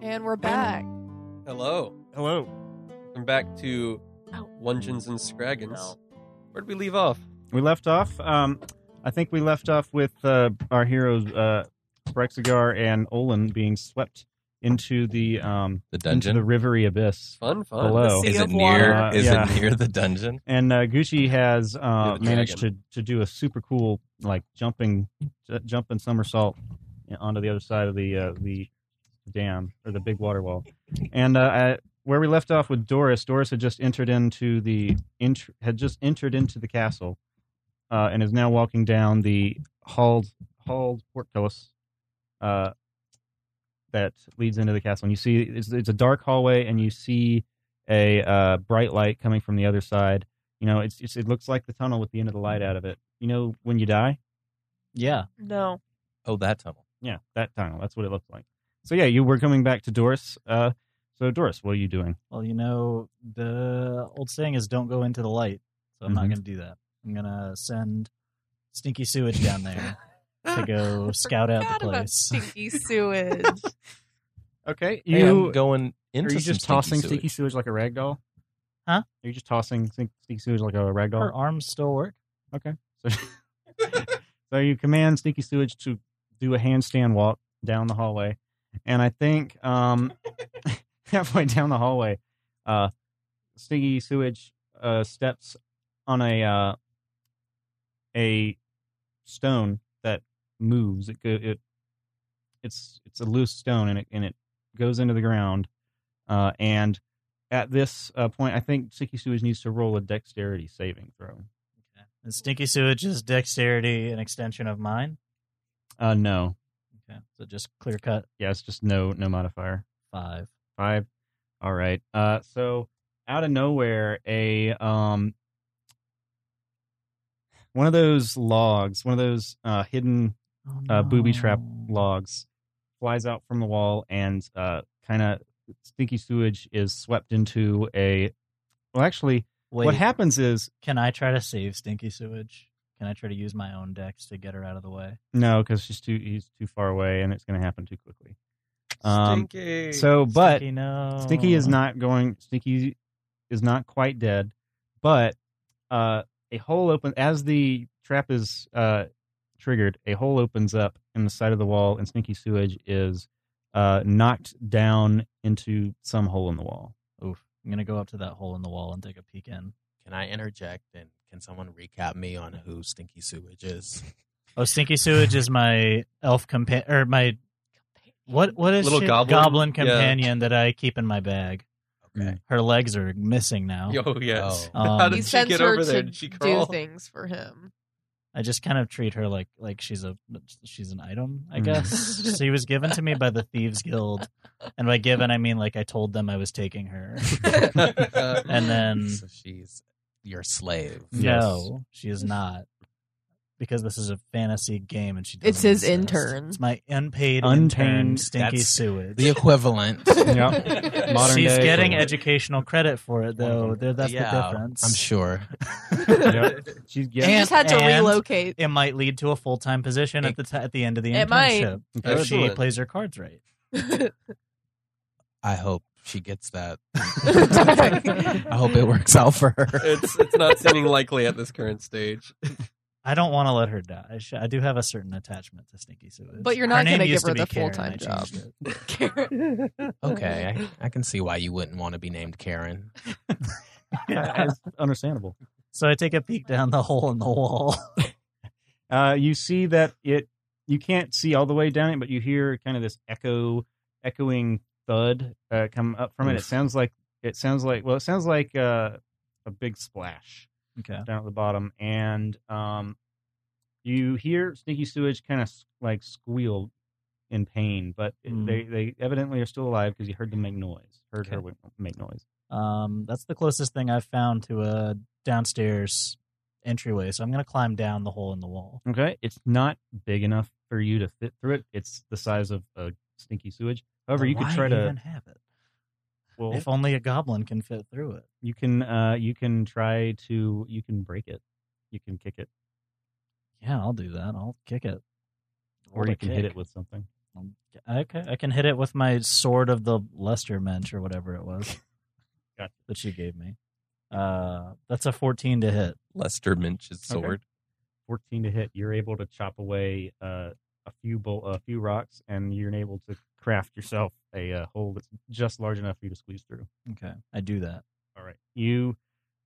[SPEAKER 8] And we're back.
[SPEAKER 6] Hello.
[SPEAKER 2] Hello.
[SPEAKER 6] I'm back to Wungeons and Scraggins. Where'd we leave off?
[SPEAKER 2] We left off. Um, I think we left off with uh, our heroes, uh, Brexigar and Olin, being swept into the um,
[SPEAKER 4] The dungeon?
[SPEAKER 2] into the rivery abyss.
[SPEAKER 6] Fun, fun.
[SPEAKER 2] Below.
[SPEAKER 4] Is it near?
[SPEAKER 2] Uh,
[SPEAKER 4] is
[SPEAKER 2] yeah.
[SPEAKER 4] it near the dungeon?
[SPEAKER 2] And uh, Gucci has uh,
[SPEAKER 4] Near the
[SPEAKER 2] managed to, to do a super cool like jumping ju- jumping somersault onto the other side of the uh, the dam or the big water wall. and uh, I, where we left off with Doris, Doris had just entered into the int- had just entered into the castle, uh, and is now walking down the halled halled portcullis uh, that leads into the castle. And you see it's, it's a dark hallway, and you see a uh, bright light coming from the other side. You know, it's, it's it looks like the tunnel with the end of the light out of it. You know, when you die. Yeah.
[SPEAKER 8] No.
[SPEAKER 4] Oh, that tunnel.
[SPEAKER 2] Yeah, that tunnel. That's what it looked like. So yeah, you were coming back to Doris. Uh, so Doris, what are you doing?
[SPEAKER 5] Well, you know, the old saying is don't go into the light. So I'm not
[SPEAKER 2] Mhm.
[SPEAKER 5] going to do that. I'm going to send Stinky Sewage down there to go scout out the
[SPEAKER 8] Forgot about
[SPEAKER 5] place.
[SPEAKER 8] stinky sewage.
[SPEAKER 2] Okay,
[SPEAKER 4] Hey, I'm going into
[SPEAKER 2] Are you
[SPEAKER 4] some
[SPEAKER 2] just tossing
[SPEAKER 4] stinky
[SPEAKER 2] stinky sewage like a rag doll?
[SPEAKER 5] Huh?
[SPEAKER 2] Are you just tossing stink- stinky sewage like a rag
[SPEAKER 5] Her
[SPEAKER 2] doll?
[SPEAKER 5] arms still work.
[SPEAKER 2] Okay. So, so you command stinky sewage to do a handstand walk down the hallway, and I think um, halfway down the hallway, uh, stinky sewage uh, steps on a uh, a stone that moves. It go, it it's it's a loose stone and it and it goes into the ground. Uh, and at this uh, point, I think Sticky Sewage needs to roll a dexterity saving throw.
[SPEAKER 5] And Stinky Sewage is dexterity, an extension of mine.
[SPEAKER 2] Uh, no,
[SPEAKER 5] Okay. So just clear cut
[SPEAKER 2] yeah, it's just no no modifier.
[SPEAKER 5] five.
[SPEAKER 2] Five. All right. Uh, so out of nowhere, a um, one of those logs, one of those uh, hidden
[SPEAKER 5] Oh,
[SPEAKER 2] uh, booby trap logs, flies out from the wall and uh, kind of stinky sewage is swept into a. Well, actually, what
[SPEAKER 5] Wait.
[SPEAKER 2] happens is
[SPEAKER 5] Can I try to save Stinky Sewage? Can I try to use my own dex to get her out of the way?
[SPEAKER 2] no, because she's too he's too far away and it's going to happen too quickly. Um,
[SPEAKER 6] Stinky.
[SPEAKER 2] So, but
[SPEAKER 5] Stinky, no.
[SPEAKER 2] Stinky is not going. Stinky is not quite dead, but uh, a hole open as the trap is uh, triggered. A hole opens up in the side of the wall, and Stinky sewage is uh, knocked down into some hole in the wall.
[SPEAKER 5] Oof. I'm going to go up to that hole in the wall and take a peek in.
[SPEAKER 10] Can I interject and can someone recap me on who Stinky Sewage is?
[SPEAKER 5] Oh, Stinky Sewage is my elf companion, or my what? What is
[SPEAKER 10] Little
[SPEAKER 5] she?
[SPEAKER 10] goblin? Yeah.
[SPEAKER 5] companion that I keep in my bag.
[SPEAKER 10] Okay.
[SPEAKER 5] Her legs are missing now.
[SPEAKER 6] Oh, yes.
[SPEAKER 5] Um,
[SPEAKER 6] How did
[SPEAKER 8] he
[SPEAKER 6] she
[SPEAKER 8] sends
[SPEAKER 6] get
[SPEAKER 8] her
[SPEAKER 6] over
[SPEAKER 8] to
[SPEAKER 6] there? Did she crawl?
[SPEAKER 8] do things for him.
[SPEAKER 5] I just kind of treat her like like she's a she's an item, I
[SPEAKER 3] Hmm.
[SPEAKER 2] Mm.
[SPEAKER 5] guess. she was given to me by the Thieves Guild, and by given I mean like I told them I was taking her, and then
[SPEAKER 10] So she's your slave.
[SPEAKER 5] no, she is not, because this is a fantasy game and she.
[SPEAKER 8] It's
[SPEAKER 5] doesn't
[SPEAKER 8] his
[SPEAKER 5] exist.
[SPEAKER 8] intern.
[SPEAKER 5] It's my unpaid, intern,
[SPEAKER 2] Unpaid-
[SPEAKER 5] stinky
[SPEAKER 10] That's
[SPEAKER 5] sewage.
[SPEAKER 10] The equivalent.
[SPEAKER 2] Yep. Modern
[SPEAKER 5] She's
[SPEAKER 2] day
[SPEAKER 5] getting
[SPEAKER 2] equivalent.
[SPEAKER 5] educational credit for it, though. There- That's the
[SPEAKER 10] Yeah,
[SPEAKER 5] difference.
[SPEAKER 10] I'm sure.
[SPEAKER 2] Yep. She's
[SPEAKER 8] She
[SPEAKER 2] getting
[SPEAKER 8] just had to
[SPEAKER 5] And-
[SPEAKER 8] relocate.
[SPEAKER 5] It might lead to a full time position at the t- at the end of the
[SPEAKER 8] It might.
[SPEAKER 5] internship if she
[SPEAKER 6] Excellent.
[SPEAKER 5] plays her cards right.
[SPEAKER 10] I hope she gets that. I hope it works out for her.
[SPEAKER 6] it's it's not seeming likely at this current stage.
[SPEAKER 5] I don't want to let her die. I, sh- I do have a certain attachment to Stinky Sewage.
[SPEAKER 8] But you're not
[SPEAKER 5] name
[SPEAKER 8] gonna give
[SPEAKER 5] used
[SPEAKER 8] her
[SPEAKER 5] be
[SPEAKER 8] the
[SPEAKER 5] Karen,
[SPEAKER 8] full-time
[SPEAKER 5] I changed it.
[SPEAKER 10] Okay, I, I can see why you wouldn't want to be named Karen.
[SPEAKER 2] yeah, it's understandable.
[SPEAKER 5] So I take a peek down the hole in the wall.
[SPEAKER 2] Uh, you see that it you can't see all the way down it, but you hear kind of this echo, echoing thud uh, come up from it. It
[SPEAKER 4] Oof.
[SPEAKER 2] sounds like it sounds like well, it sounds like uh, a big splash
[SPEAKER 5] Okay.
[SPEAKER 2] down at the bottom, and um, you hear Sneaky Sewage kind of like squeal in pain, but it-
[SPEAKER 5] Hmm.
[SPEAKER 2] they they evidently are still alive because you heard them make noise, heard her
[SPEAKER 5] Okay.
[SPEAKER 2] wi- make noise.
[SPEAKER 5] Um, that's the closest thing I've found to a downstairs entryway. So I'm going to climb down the hole in the wall.
[SPEAKER 2] Okay, it's not big enough for you to fit through it. It's the size of a Stinky Sewage. However,
[SPEAKER 5] Then
[SPEAKER 2] you could
[SPEAKER 5] why
[SPEAKER 2] try to.
[SPEAKER 5] even have it.
[SPEAKER 2] well,
[SPEAKER 5] If only a goblin can fit through it.
[SPEAKER 2] You can uh you can try to you can break it. You can kick it
[SPEAKER 5] Yeah, I'll do that. I'll kick it.
[SPEAKER 2] or
[SPEAKER 5] Roll
[SPEAKER 2] you
[SPEAKER 5] a
[SPEAKER 2] can hit
[SPEAKER 5] kick.
[SPEAKER 2] it with something.
[SPEAKER 5] Okay, I can hit it with my sword of the Lester Mensch or whatever it was that you gave me. Uh, that's a fourteen to hit.
[SPEAKER 4] Lester Minch's
[SPEAKER 5] Okay.
[SPEAKER 4] sword.
[SPEAKER 2] 14 to hit. You're able to chop away uh, a few bol- a few rocks, and you're able to craft yourself a uh, hole that's just large enough for you to squeeze through.
[SPEAKER 5] Okay, I do that.
[SPEAKER 2] All right. You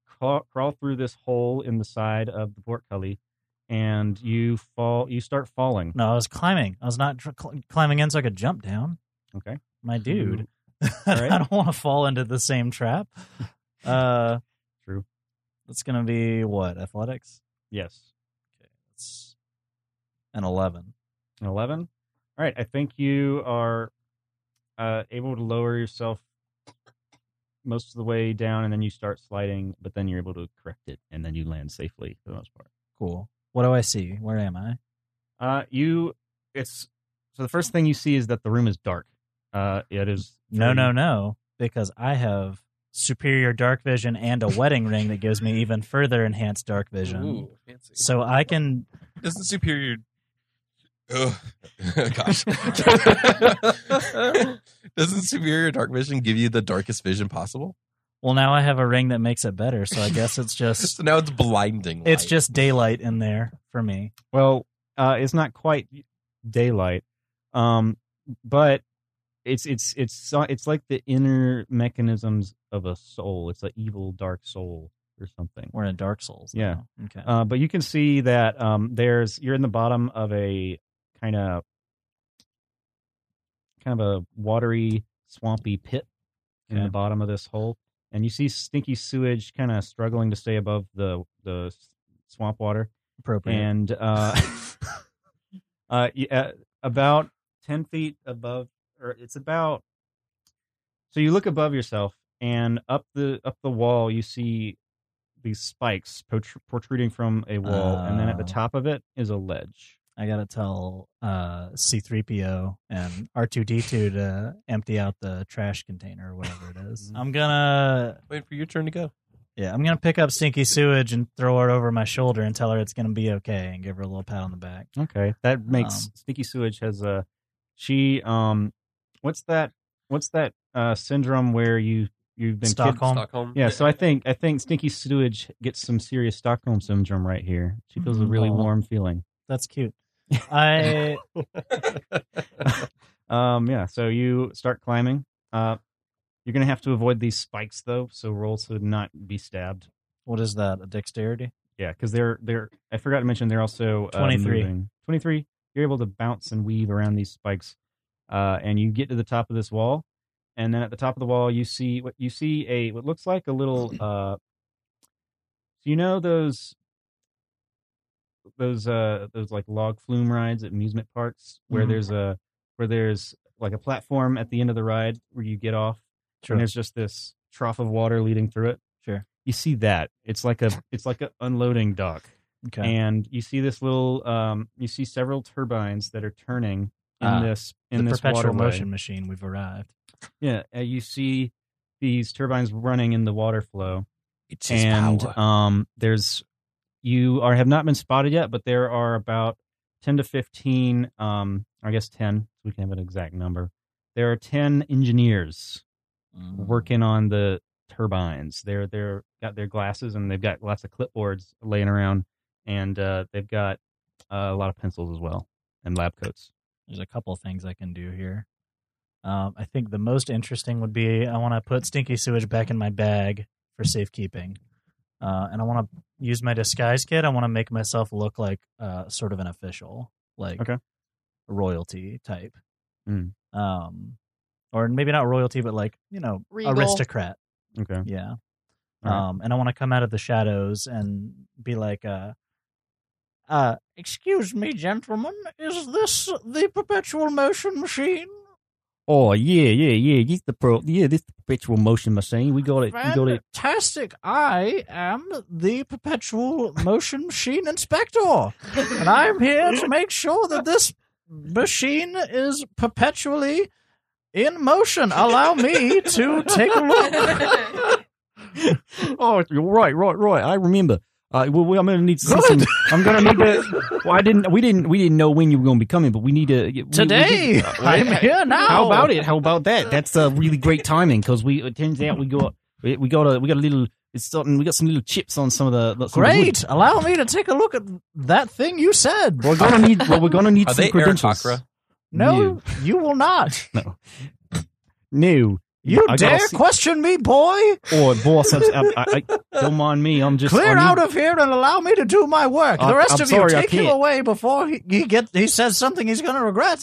[SPEAKER 2] crawl, crawl through this hole in the side of the portcullis, and you fall. You start falling.
[SPEAKER 5] No, I was climbing. I was not tr- cl- climbing in so I could jump down.
[SPEAKER 2] Okay.
[SPEAKER 5] My dude.
[SPEAKER 2] Alright.
[SPEAKER 5] I don't want to fall into the same trap. Uh,
[SPEAKER 2] True.
[SPEAKER 5] That's going to be what? Athletics?
[SPEAKER 2] Yes.
[SPEAKER 5] Okay. That's an 11.
[SPEAKER 2] An 11? All right. I think you are uh, able to lower yourself most of the way down, and then you start sliding, but then you're able to correct it, and then you land safely for the most part.
[SPEAKER 5] Cool. What do I see? Where am I?
[SPEAKER 2] Uh, you, it's so the first thing you see is that the room is dark. Uh, it is
[SPEAKER 5] No, no,
[SPEAKER 2] very-
[SPEAKER 5] no. Because I have superior dark vision and a wedding ring that gives me even further enhanced dark vision.
[SPEAKER 6] Ooh, fancy.
[SPEAKER 5] So I can.
[SPEAKER 4] Doesn't superior. Ugh. Gosh. Doesn't superior dark vision give you the darkest vision possible?
[SPEAKER 5] Well, now I have a ring that makes it better. So I guess it's just.
[SPEAKER 4] So now it's blinding.
[SPEAKER 5] It's
[SPEAKER 4] light.
[SPEAKER 5] just daylight in there for me.
[SPEAKER 2] Well, uh, it's not quite daylight, um, but it's it's it's so- it's like the inner mechanisms of a soul. It's an evil dark soul or something.
[SPEAKER 5] We're in Dark Souls.
[SPEAKER 2] Yeah.
[SPEAKER 5] now. Okay.
[SPEAKER 2] Uh, but you can see that um, there's you're in the bottom of a kind of kind of a watery, swampy pit in the
[SPEAKER 5] Okay.
[SPEAKER 2] bottom of this hole, and you see stinky sewage kind of struggling to stay above the the s- swamp water.
[SPEAKER 5] Appropriate.
[SPEAKER 2] And uh, uh, y- uh, about ten feet above, or it's about. So you look above yourself, and up the up the wall, you see these spikes protr- protruding from a wall, and then at the
[SPEAKER 5] Ah.
[SPEAKER 2] top of it is a ledge.
[SPEAKER 5] I gotta tell uh, C3PO and R2D2 to empty out the trash container or whatever it is. I'm gonna
[SPEAKER 4] Mm-hmm. Wait for your turn to go.
[SPEAKER 5] yeah, I'm gonna pick up Stinky Sewage and throw her over my shoulder and tell her it's gonna be okay and give her a little pat on the back.
[SPEAKER 2] Okay, that makes
[SPEAKER 5] Um,
[SPEAKER 2] Stinky Sewage has a she. Um, what's that? What's that uh, syndrome where you you've been kid-
[SPEAKER 5] Stockholm?
[SPEAKER 6] Stockholm.
[SPEAKER 2] Yeah, so I think I think Stinky Sewage gets some serious Stockholm syndrome right here. She feels a
[SPEAKER 5] Mhm.
[SPEAKER 2] really
[SPEAKER 5] Aw.
[SPEAKER 2] warm feeling.
[SPEAKER 5] That's cute. I
[SPEAKER 2] um, yeah, so you start climbing. Uh, you're gonna have to avoid these spikes though, so roll to not be stabbed.
[SPEAKER 5] what is that? A dexterity?
[SPEAKER 2] Yeah, because they're they're I forgot to mention they're also uh,
[SPEAKER 5] 23.
[SPEAKER 2] Twenty three. You're able to bounce and weave around these spikes, uh, and you get to the top of this wall, and then at the top of the wall you see what you see a what looks like a little. Uh, so you know those those uh those like log flume rides at amusement parks where
[SPEAKER 5] Mhm.
[SPEAKER 2] there's a where there's like a platform at the end of the ride where you get off
[SPEAKER 5] Sure.
[SPEAKER 2] and there's just this trough of water leading through it
[SPEAKER 5] Sure.
[SPEAKER 2] you see that it's like a it's like an unloading dock
[SPEAKER 5] Okay.
[SPEAKER 2] and you see this little um you see several turbines that are turning in
[SPEAKER 5] Ah,
[SPEAKER 2] this in
[SPEAKER 5] the
[SPEAKER 2] this
[SPEAKER 5] perpetual
[SPEAKER 2] waterway.
[SPEAKER 5] motion machine, we've arrived.
[SPEAKER 2] yeah and you see these turbines running in the water flow
[SPEAKER 4] It's his
[SPEAKER 2] and
[SPEAKER 4] power.
[SPEAKER 2] um there's you are have not been spotted yet but there are about 10 to 15 um i guess 10 we can have an exact number there are 10 engineers working on the turbines. They're they're got their glasses and they've got lots of clipboards laying around, and uh, they've got uh, a lot of pencils as well and lab coats.
[SPEAKER 5] There's a couple things I can do here. Um, I think the most interesting would be I want to put stinky sewage back in my bag for safekeeping, uh, and I want to use my disguise kit. I want to make myself look like uh, sort of an official, like
[SPEAKER 2] Okay.
[SPEAKER 5] royalty type,
[SPEAKER 2] Mm.
[SPEAKER 5] um, or maybe not royalty, but like you know
[SPEAKER 8] Regal.
[SPEAKER 5] aristocrat.
[SPEAKER 2] Okay.
[SPEAKER 5] Yeah.
[SPEAKER 2] All right.
[SPEAKER 5] Um, and I want to come out of the shadows and be like, uh, uh,
[SPEAKER 3] Excuse me, gentlemen. Is this the perpetual motion machine?
[SPEAKER 15] Oh yeah, yeah, yeah. This the pro. Yeah, this the perpetual motion machine. We got it. We got it.
[SPEAKER 3] Fantastic. I am the perpetual motion machine inspector. And I'm here to make sure that this machine is perpetually in motion. Allow me to take a look.
[SPEAKER 15] Oh, you're right, right, right. I remember.
[SPEAKER 2] Uh, well, we- I'm gonna need to see some, I'm gonna need to. Well, I didn't. We didn't. We didn't know when you were gonna be coming, but we need to we- we
[SPEAKER 3] Today!
[SPEAKER 2] did-
[SPEAKER 3] I'm here now!
[SPEAKER 2] How about it? How about that? That's uh, really great timing because we it turns out we got we we got a we got a little. It's something. We got some little chips on some of the. Some
[SPEAKER 3] Great.
[SPEAKER 2] Of the wood.
[SPEAKER 3] Allow me to take a look at that thing you said.
[SPEAKER 2] We're gonna need. Well, we're gonna need some credentials.
[SPEAKER 3] No, you will not.
[SPEAKER 2] No.
[SPEAKER 3] You
[SPEAKER 2] I gotta
[SPEAKER 3] dare
[SPEAKER 2] see-
[SPEAKER 3] question me, boy?
[SPEAKER 2] Or boss, I, I, I, don't mind me. I'm just I
[SPEAKER 3] Clear
[SPEAKER 2] need-
[SPEAKER 3] out of here and allow me to do my work.
[SPEAKER 2] I-
[SPEAKER 3] the rest
[SPEAKER 2] I'm
[SPEAKER 3] of
[SPEAKER 2] sorry,
[SPEAKER 3] you,
[SPEAKER 2] I
[SPEAKER 3] take him
[SPEAKER 2] can't.
[SPEAKER 3] away before he, he get he says something he's going to regret.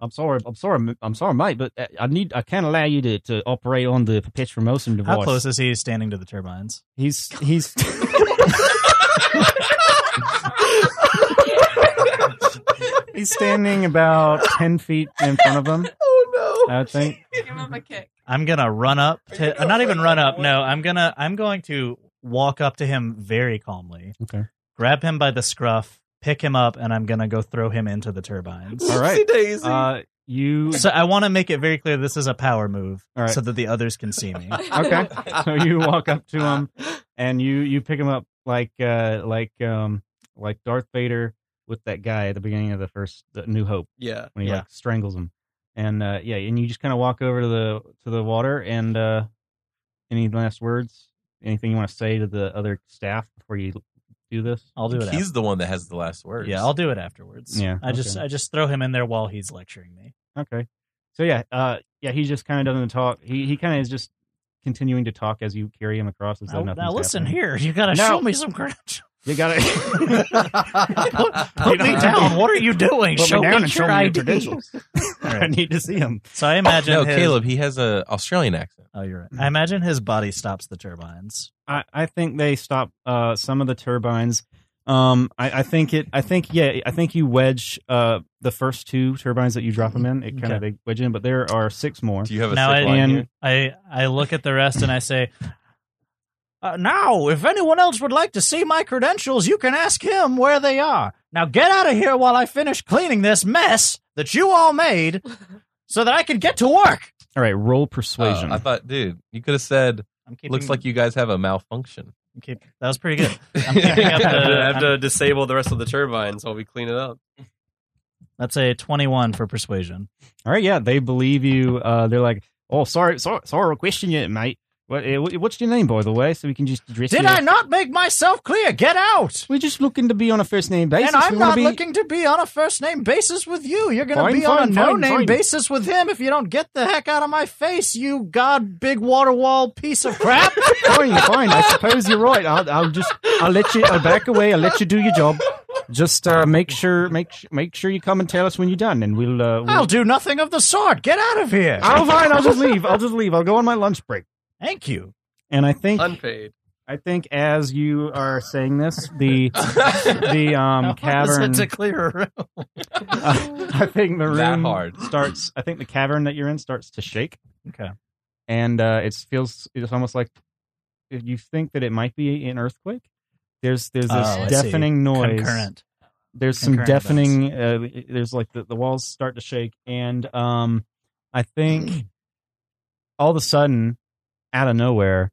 [SPEAKER 2] I'm sorry. I'm sorry. m- I'm sorry, mate. But uh, I need. I can't allow you to, to operate on the perpetual motion device.
[SPEAKER 5] How close is he standing to the turbines?
[SPEAKER 2] He's he's. He's standing about ten feet in front of him.
[SPEAKER 8] Oh
[SPEAKER 2] I think.
[SPEAKER 8] Give him a kick.
[SPEAKER 5] I'm gonna run up to uh, not even run up, no, I'm gonna I'm going to walk up to him very calmly.
[SPEAKER 2] Okay.
[SPEAKER 5] Grab him by the scruff, pick him up, and I'm gonna go throw him into the turbines.
[SPEAKER 2] All right.
[SPEAKER 6] Oopsie-daisy.
[SPEAKER 2] Uh, you.
[SPEAKER 5] So I want to make it very clear this is a power move,
[SPEAKER 2] All right.
[SPEAKER 5] so that the others can see me.
[SPEAKER 2] okay. So you walk up to him, and you you pick him up like uh like um like Darth Vader with that guy at the beginning of the first the New Hope.
[SPEAKER 6] Yeah.
[SPEAKER 2] When he
[SPEAKER 6] Yeah.
[SPEAKER 2] like strangles him, and uh yeah, and you just kind of walk over to the to the water. And uh any last words? Anything you want to say to the other staff before you do this?
[SPEAKER 5] I'll do it.
[SPEAKER 4] He's the one that has the last word.
[SPEAKER 5] Yeah, I'll do it afterwards.
[SPEAKER 2] Yeah,
[SPEAKER 5] I just
[SPEAKER 2] okay.
[SPEAKER 5] I just throw him in there while he's lecturing me.
[SPEAKER 2] Okay. So yeah, uh, yeah, he just kind of doesn't talk. He he kind of is just continuing to talk as you carry him across. As though
[SPEAKER 5] Now,
[SPEAKER 2] nothing's
[SPEAKER 5] now listen
[SPEAKER 2] happening.
[SPEAKER 5] here, you gotta
[SPEAKER 2] No.
[SPEAKER 5] show me some credentials.
[SPEAKER 2] You got to
[SPEAKER 5] Put me down. What are you doing?
[SPEAKER 2] Put me
[SPEAKER 5] show
[SPEAKER 2] down
[SPEAKER 5] me
[SPEAKER 2] and show
[SPEAKER 5] your
[SPEAKER 2] me your
[SPEAKER 5] ID.
[SPEAKER 2] credentials. I need to see him.
[SPEAKER 5] So I imagine
[SPEAKER 4] Oh, No,
[SPEAKER 5] his-
[SPEAKER 4] Caleb, he has a Australian accent.
[SPEAKER 5] Oh, you're right. I imagine his body stops the turbines.
[SPEAKER 2] I, I think they stop uh, some of the turbines. Um, I, I think it. I think yeah. I think you wedge uh, the first two turbines that you drop them in. It kind of
[SPEAKER 5] Mm-hmm. Okay.
[SPEAKER 2] they wedge in, but there are six more. Do
[SPEAKER 4] you have
[SPEAKER 5] now I, I I look at the rest and I say,
[SPEAKER 3] Uh, now, if anyone else would like to see my credentials, you can ask him where they are. Now get out of here while I finish cleaning this mess that you all made, so that I can get to work.
[SPEAKER 2] All right, roll
[SPEAKER 4] Oh,
[SPEAKER 2] persuasion.
[SPEAKER 4] I thought, dude, you could have said,
[SPEAKER 5] keeping-
[SPEAKER 4] looks like you guys have a malfunction.
[SPEAKER 5] keep, "That was pretty good." I'm
[SPEAKER 6] I
[SPEAKER 5] keeping up
[SPEAKER 6] have,
[SPEAKER 5] the.
[SPEAKER 6] to, I have
[SPEAKER 5] I'm-
[SPEAKER 6] to disable the rest of the turbines while we clean it up.
[SPEAKER 5] that's a twenty-one for persuasion.
[SPEAKER 2] All right, yeah, they believe you. Uh, they're like, oh, sorry, sorry, sorry, we're questioning you, mate. What, eh, what- what's your name, by the way, so we can just address
[SPEAKER 3] Did
[SPEAKER 2] you?
[SPEAKER 3] I not make myself clear? Get out!
[SPEAKER 2] We're just looking to be on a first name basis.
[SPEAKER 3] And I'm
[SPEAKER 2] We wanna
[SPEAKER 3] not
[SPEAKER 2] be-
[SPEAKER 3] looking to be on a first name basis with you. You're going
[SPEAKER 2] Fine,
[SPEAKER 3] to be on a
[SPEAKER 2] fine,
[SPEAKER 3] no
[SPEAKER 2] fine,
[SPEAKER 3] name
[SPEAKER 2] fine.
[SPEAKER 3] basis with him if you don't get the heck out of my face, you god big water wall piece of crap.
[SPEAKER 2] fine, fine. I suppose you're right. I'll, I'll just, I'll let you. I'll back away. I'll let you do your job. Just uh, make sure, make su- make sure you come and tell us when you're done, and we'll. Uh, we'll...
[SPEAKER 3] I'll do nothing of the sort. Get out of here.
[SPEAKER 2] Oh, fine. I'll just leave. I'll just leave. I'll go on my lunch break.
[SPEAKER 3] Thank you.
[SPEAKER 2] And I think
[SPEAKER 6] Unpaid.
[SPEAKER 2] I think as you are saying this, the the um cavern.
[SPEAKER 5] It's a clearer room.
[SPEAKER 2] I think the
[SPEAKER 5] That
[SPEAKER 2] room
[SPEAKER 5] hard.
[SPEAKER 2] starts. I think the cavern that you're in starts to shake.
[SPEAKER 5] Okay.
[SPEAKER 2] and uh, it feels it's almost like if you think that it might be an earthquake. There's there's this
[SPEAKER 5] Oh, I see.
[SPEAKER 2] deafening noise.
[SPEAKER 5] Concurrent.
[SPEAKER 2] There's
[SPEAKER 5] Concurrent
[SPEAKER 2] some deafening. Uh, there's like the, the walls start to shake, and um, I think all of a sudden, out of nowhere,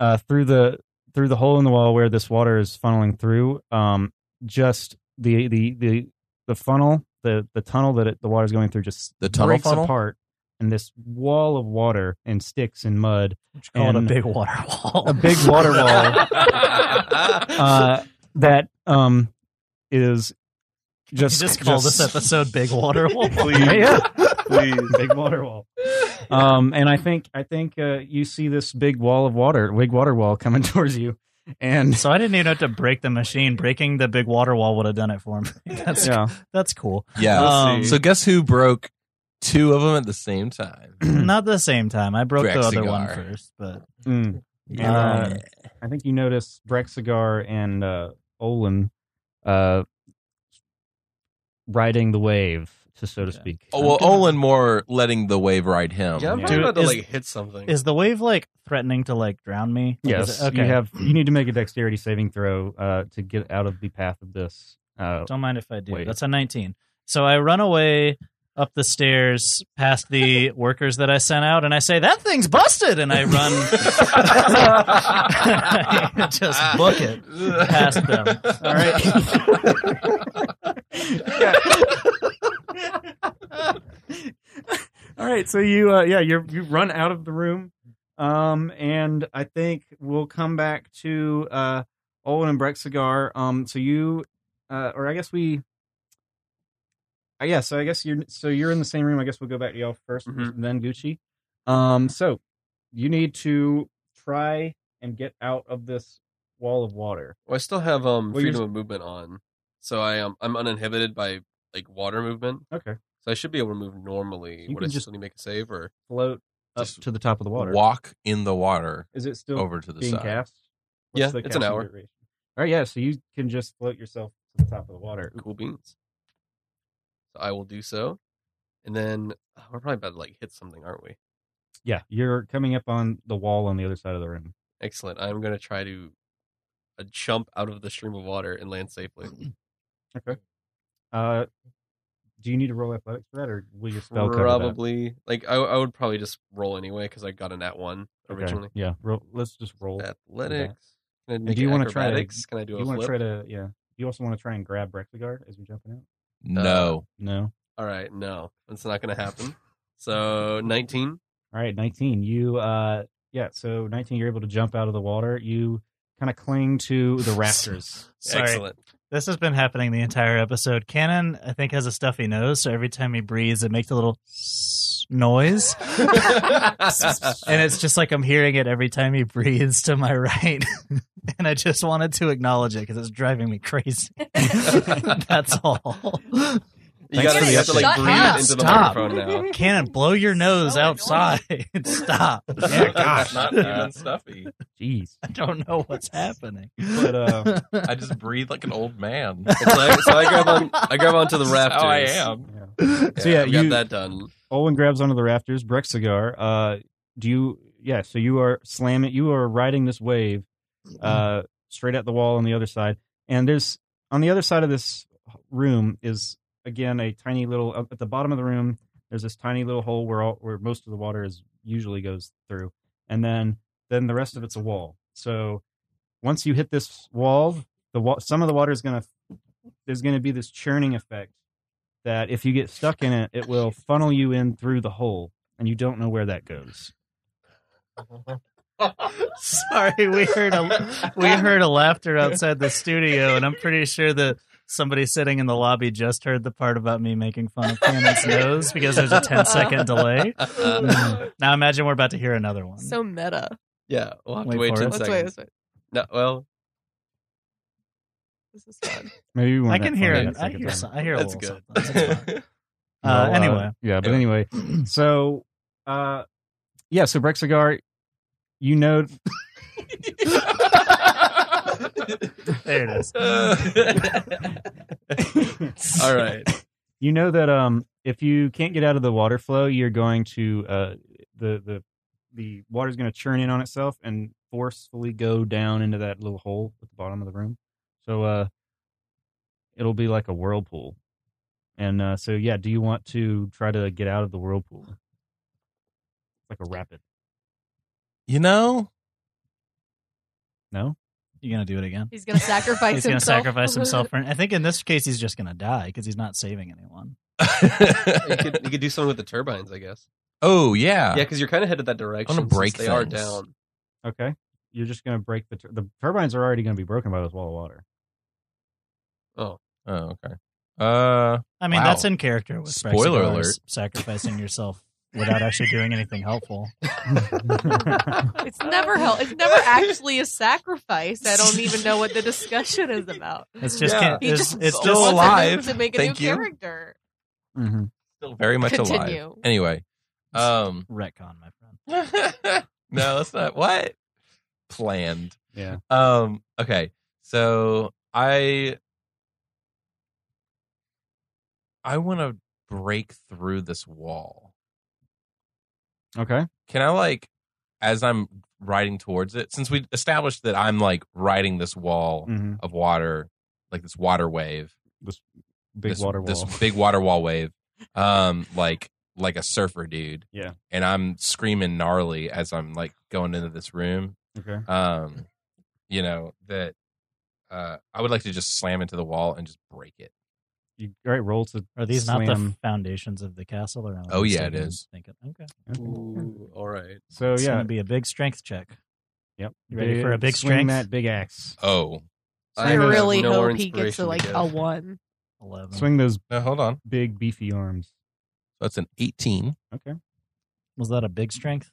[SPEAKER 2] uh, through the through the hole in the wall where this water is funneling through, um, just the the the the funnel, the the tunnel that it, the water is going through, just
[SPEAKER 4] The tunnel
[SPEAKER 2] breaks
[SPEAKER 4] funnel?
[SPEAKER 2] apart, and this wall of water and sticks and mud.
[SPEAKER 5] call it a
[SPEAKER 2] and-
[SPEAKER 5] big water wall.
[SPEAKER 2] A big water wall uh, that um is just
[SPEAKER 5] Just, just call this episode "Big Water Wall."
[SPEAKER 2] yeah, big water wall. Um, and I think I think uh, you see this big wall of water, big water wall coming towards you, and
[SPEAKER 5] So I didn't even have to break the machine. Breaking the big water wall would have done it for me. That's
[SPEAKER 2] Yeah.
[SPEAKER 5] that's cool.
[SPEAKER 4] Yeah.
[SPEAKER 5] Um,
[SPEAKER 4] so guess who broke two of them at the same time?
[SPEAKER 5] not the same time. I broke the other
[SPEAKER 4] Drexigar.
[SPEAKER 5] one first, but
[SPEAKER 2] Mm. And, uh, I think you notice Brexigar and uh, Olin uh, riding the wave, to so to speak.
[SPEAKER 4] Oh, well, Olin more letting the wave ride him.
[SPEAKER 6] Yeah, I'm
[SPEAKER 5] Dude,
[SPEAKER 6] probably about to
[SPEAKER 5] is-
[SPEAKER 6] like hit something.
[SPEAKER 5] is the wave like threatening to like drown me? Like, is
[SPEAKER 2] Yes,
[SPEAKER 5] it- okay.
[SPEAKER 2] you have. You need to make a dexterity saving throw uh, to get out of the path of this. Uh,
[SPEAKER 5] Don't mind if I do.
[SPEAKER 2] Wait.
[SPEAKER 5] That's a 19. So I run away up the stairs past the workers that I sent out, and I say, "That thing's busted!" And I run, just book it past them. All right.
[SPEAKER 2] All right, so you uh, yeah you you run out of the room, um, and I think we'll come back to uh, Olin and Brexigar. Um, so you, uh, or I guess we, uh, yeah. So I guess you're so you're in the same room. I guess we'll go back to y'all 1st
[SPEAKER 6] Mm-hmm.
[SPEAKER 2] and then Gucci. Um, so you need to try and get out of this wall of water.
[SPEAKER 6] Well, I still have um
[SPEAKER 2] Well, you're-
[SPEAKER 6] freedom of movement on, so I um I'm uninhibited by like water movement.
[SPEAKER 2] Okay.
[SPEAKER 6] So I should be able to move normally.
[SPEAKER 2] You
[SPEAKER 6] Would
[SPEAKER 2] can
[SPEAKER 6] I just
[SPEAKER 2] just
[SPEAKER 6] need to make a save or
[SPEAKER 2] Float up
[SPEAKER 6] Just
[SPEAKER 2] to the top of the water.
[SPEAKER 4] Walk in the water.
[SPEAKER 2] Is it still
[SPEAKER 4] over to the
[SPEAKER 2] being
[SPEAKER 4] side?
[SPEAKER 2] cast?
[SPEAKER 6] Yeah,
[SPEAKER 2] the
[SPEAKER 6] it's an
[SPEAKER 2] casting
[SPEAKER 6] hour.
[SPEAKER 2] duration? All right, yeah. So you can just float yourself to the top of the water.
[SPEAKER 6] Cool beans. So I will do so, and then uh, we're probably about to like hit something, aren't we?
[SPEAKER 2] Yeah, you're coming up on the wall on the other side of the room.
[SPEAKER 6] Excellent. I'm gonna try to uh, jump out of the stream of water and land safely.
[SPEAKER 2] Mm, Okay. Uh, do you need to roll athletics for that, or will your spell cover that?
[SPEAKER 6] Probably like I, I would probably just roll anyway because I got a nat one
[SPEAKER 2] Okay,
[SPEAKER 6] originally.
[SPEAKER 2] Yeah, roll, let's just roll.
[SPEAKER 6] Athletics. Can I
[SPEAKER 2] And
[SPEAKER 6] make
[SPEAKER 2] do you
[SPEAKER 6] it
[SPEAKER 2] want to try to?
[SPEAKER 6] acrobatics? Can I do
[SPEAKER 2] you
[SPEAKER 6] a
[SPEAKER 2] want to
[SPEAKER 6] flip?
[SPEAKER 2] try to? Yeah. You also want to try and grab Brexigard as we're jumping out.
[SPEAKER 4] No.
[SPEAKER 2] No.
[SPEAKER 6] Uh, All right, no, that's not gonna happen. So nineteen.
[SPEAKER 2] All right, nineteen. You. Uh, yeah. So nineteen, you're able to jump out of the water. You kind of cling to the rafters.
[SPEAKER 5] Sorry. This has been happening the entire episode. Cannon, I think, has a stuffy nose, so every time he breathes, it makes a little noise. and it's just like I'm hearing it every time he breathes to my right. and I just wanted to acknowledge it because it's driving me crazy. That's all.
[SPEAKER 6] You gotta, you have to like breathe into the
[SPEAKER 5] Stop.
[SPEAKER 6] microphone now.
[SPEAKER 5] Cannon, blow your nose outside. Stop.
[SPEAKER 6] Yeah, gosh. Not even stuffy.
[SPEAKER 2] Jeez.
[SPEAKER 5] I don't know what's happening.
[SPEAKER 2] But uh,
[SPEAKER 4] I just breathe like an old man.
[SPEAKER 6] It's like- so I grab on, I grab onto the
[SPEAKER 4] This is
[SPEAKER 6] rafters.
[SPEAKER 4] how I am.
[SPEAKER 2] so yeah,
[SPEAKER 6] we got
[SPEAKER 2] you
[SPEAKER 6] that done.
[SPEAKER 2] Olin grabs onto the rafters. Brexigar, uh, do you? Yeah, so you are slamming. You are riding this wave, uh, straight at the wall on the other side. And there's on the other side of this room is again a tiny little up at the bottom of the room. There's this tiny little hole where all, where most of the water is usually goes through, and then then the rest of it's a wall. So once you hit this wall, the wa- some of the water is gonna there's gonna be this churning effect that if you get stuck in it, it will funnel you in through the hole, and you don't know where that goes.
[SPEAKER 5] Sorry, we heard a we heard a laughter outside the studio, and I'm pretty sure that somebody sitting in the lobby just heard the part about me making fun of Cannon's nose because there's a 10 second delay. Mm. now imagine we're about to hear another one.
[SPEAKER 8] So meta.
[SPEAKER 6] Yeah, we'll have
[SPEAKER 5] Wait
[SPEAKER 6] to wait
[SPEAKER 5] for
[SPEAKER 6] 10
[SPEAKER 5] it.
[SPEAKER 8] Let's
[SPEAKER 6] seconds.
[SPEAKER 8] wait.
[SPEAKER 6] No,
[SPEAKER 8] Let's wait.
[SPEAKER 6] well,
[SPEAKER 8] This is fun.
[SPEAKER 2] Maybe we
[SPEAKER 5] I
[SPEAKER 2] want
[SPEAKER 5] can
[SPEAKER 2] that
[SPEAKER 5] hear
[SPEAKER 2] funny
[SPEAKER 5] it. I
[SPEAKER 2] second
[SPEAKER 5] hear
[SPEAKER 2] time.
[SPEAKER 5] some, I hear a
[SPEAKER 6] That's
[SPEAKER 5] little
[SPEAKER 6] good.
[SPEAKER 5] something. That's fine.
[SPEAKER 2] No,
[SPEAKER 5] Uh, anyway,
[SPEAKER 2] yeah, but anyway, so uh, yeah, so Brexigar, you know,
[SPEAKER 5] there it is.
[SPEAKER 6] all right.
[SPEAKER 2] you know that um, if you can't get out of the water flow, you're going to uh, the the the water's going to churn in on itself and forcefully go down into that little hole at the bottom of the room. So uh, it'll be like a whirlpool. And uh, so yeah, do you want to try to get out of the whirlpool? It's like a rapid.
[SPEAKER 4] You know,
[SPEAKER 2] No.
[SPEAKER 5] You're gonna do it again.
[SPEAKER 8] He's gonna sacrifice
[SPEAKER 5] he's
[SPEAKER 8] himself.
[SPEAKER 5] gonna sacrifice himself for. I think in this case, he's just gonna die because he's not saving anyone.
[SPEAKER 6] you could you could do something with the turbines, I guess.
[SPEAKER 4] Oh yeah.
[SPEAKER 6] Yeah, because you're kind of headed that direction. since
[SPEAKER 4] break
[SPEAKER 6] They are
[SPEAKER 4] things.
[SPEAKER 6] down.
[SPEAKER 2] Okay. You're just going to break the tur- the turbines are already going to be broken by this wall of water.
[SPEAKER 6] Oh.
[SPEAKER 4] Oh okay. Uh.
[SPEAKER 5] I mean,
[SPEAKER 4] wow.
[SPEAKER 5] that's in character with
[SPEAKER 4] Spoiler
[SPEAKER 5] Brexit,
[SPEAKER 4] alert.
[SPEAKER 5] s- sacrificing yourself without actually doing anything helpful.
[SPEAKER 8] It's never help. It's never actually a sacrifice. I don't even know what the discussion is about.
[SPEAKER 5] It's just
[SPEAKER 4] Yeah.
[SPEAKER 5] can't,
[SPEAKER 8] He
[SPEAKER 5] it's,
[SPEAKER 8] just
[SPEAKER 5] it's
[SPEAKER 8] wants
[SPEAKER 5] just
[SPEAKER 8] to-
[SPEAKER 4] alive.
[SPEAKER 8] to make a
[SPEAKER 4] Thank
[SPEAKER 8] new
[SPEAKER 4] you.
[SPEAKER 8] character.
[SPEAKER 2] Mm-hmm.
[SPEAKER 4] Still very much alive.
[SPEAKER 8] Continue.
[SPEAKER 4] Anyway. Um.
[SPEAKER 5] retcon, my friend.
[SPEAKER 4] No, that's not what planned.
[SPEAKER 2] Yeah.
[SPEAKER 4] Um. Okay. So I I want to break through this wall.
[SPEAKER 2] Okay.
[SPEAKER 4] Can I like, as I'm riding towards it, since we established that I'm like riding this wall
[SPEAKER 2] Mhm.
[SPEAKER 4] of water, like this water wave,
[SPEAKER 2] This big
[SPEAKER 4] this,
[SPEAKER 2] water wall.
[SPEAKER 4] this big water wall wave. um, like like a surfer dude.
[SPEAKER 2] Yeah.
[SPEAKER 4] and I'm screaming gnarly as I'm like going into this room.
[SPEAKER 2] Okay.
[SPEAKER 4] Um, you know that uh, I would like to just slam into the wall and just break it.
[SPEAKER 2] You, all right, roll to.
[SPEAKER 5] Are these not the
[SPEAKER 2] slam.
[SPEAKER 5] foundations of the castle? Or am I
[SPEAKER 4] Oh, yeah, it
[SPEAKER 5] mistaken?
[SPEAKER 4] is.
[SPEAKER 5] Thinking, okay.
[SPEAKER 6] Ooh, all right.
[SPEAKER 2] So
[SPEAKER 5] It's
[SPEAKER 2] yeah,
[SPEAKER 5] gonna be a big strength check.
[SPEAKER 2] Yep.
[SPEAKER 5] You ready
[SPEAKER 2] Big-
[SPEAKER 5] for a big
[SPEAKER 2] swing
[SPEAKER 5] strength?
[SPEAKER 2] that big axe.
[SPEAKER 4] Oh,
[SPEAKER 8] I really hope he gets to like a one.
[SPEAKER 5] Eleven.
[SPEAKER 2] Swing those.
[SPEAKER 4] No, Uh, hold on.
[SPEAKER 2] Big beefy arms.
[SPEAKER 4] That's an eighteen.
[SPEAKER 2] Okay.
[SPEAKER 5] Was that a big strength?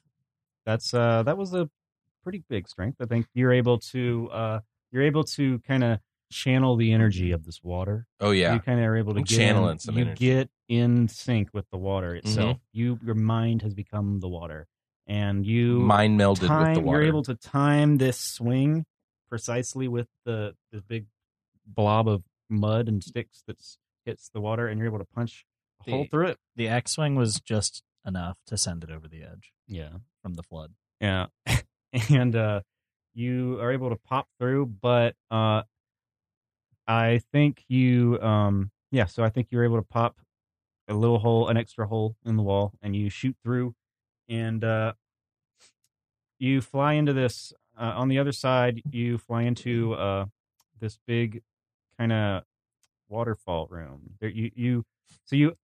[SPEAKER 2] That's uh that was a pretty big strength. I think you're able to uh you're able to kind of channel the energy of this water.
[SPEAKER 4] Oh, yeah.
[SPEAKER 2] You kind of are able to
[SPEAKER 4] I'm
[SPEAKER 2] get
[SPEAKER 4] channeling
[SPEAKER 2] in,
[SPEAKER 4] some
[SPEAKER 2] you
[SPEAKER 4] energy. Mm-hmm.
[SPEAKER 2] get in sync with the water itself. You your mind has become the water. And you
[SPEAKER 4] Mind melded with the
[SPEAKER 2] time-
[SPEAKER 4] water.
[SPEAKER 2] You're able to time this swing precisely with the the big blob of mud and sticks that hits the water and you're able to punch a hole through it.
[SPEAKER 5] The axe swing was just enough to send it over the edge.
[SPEAKER 2] Yeah.
[SPEAKER 5] From the flood.
[SPEAKER 2] Yeah. and uh you are able to pop through, but uh I think you um yeah, so I think you're able to pop a little hole, an extra hole in the wall and you shoot through and uh you fly into this uh, on the other side you fly into uh this big kind of waterfall room. There you you so you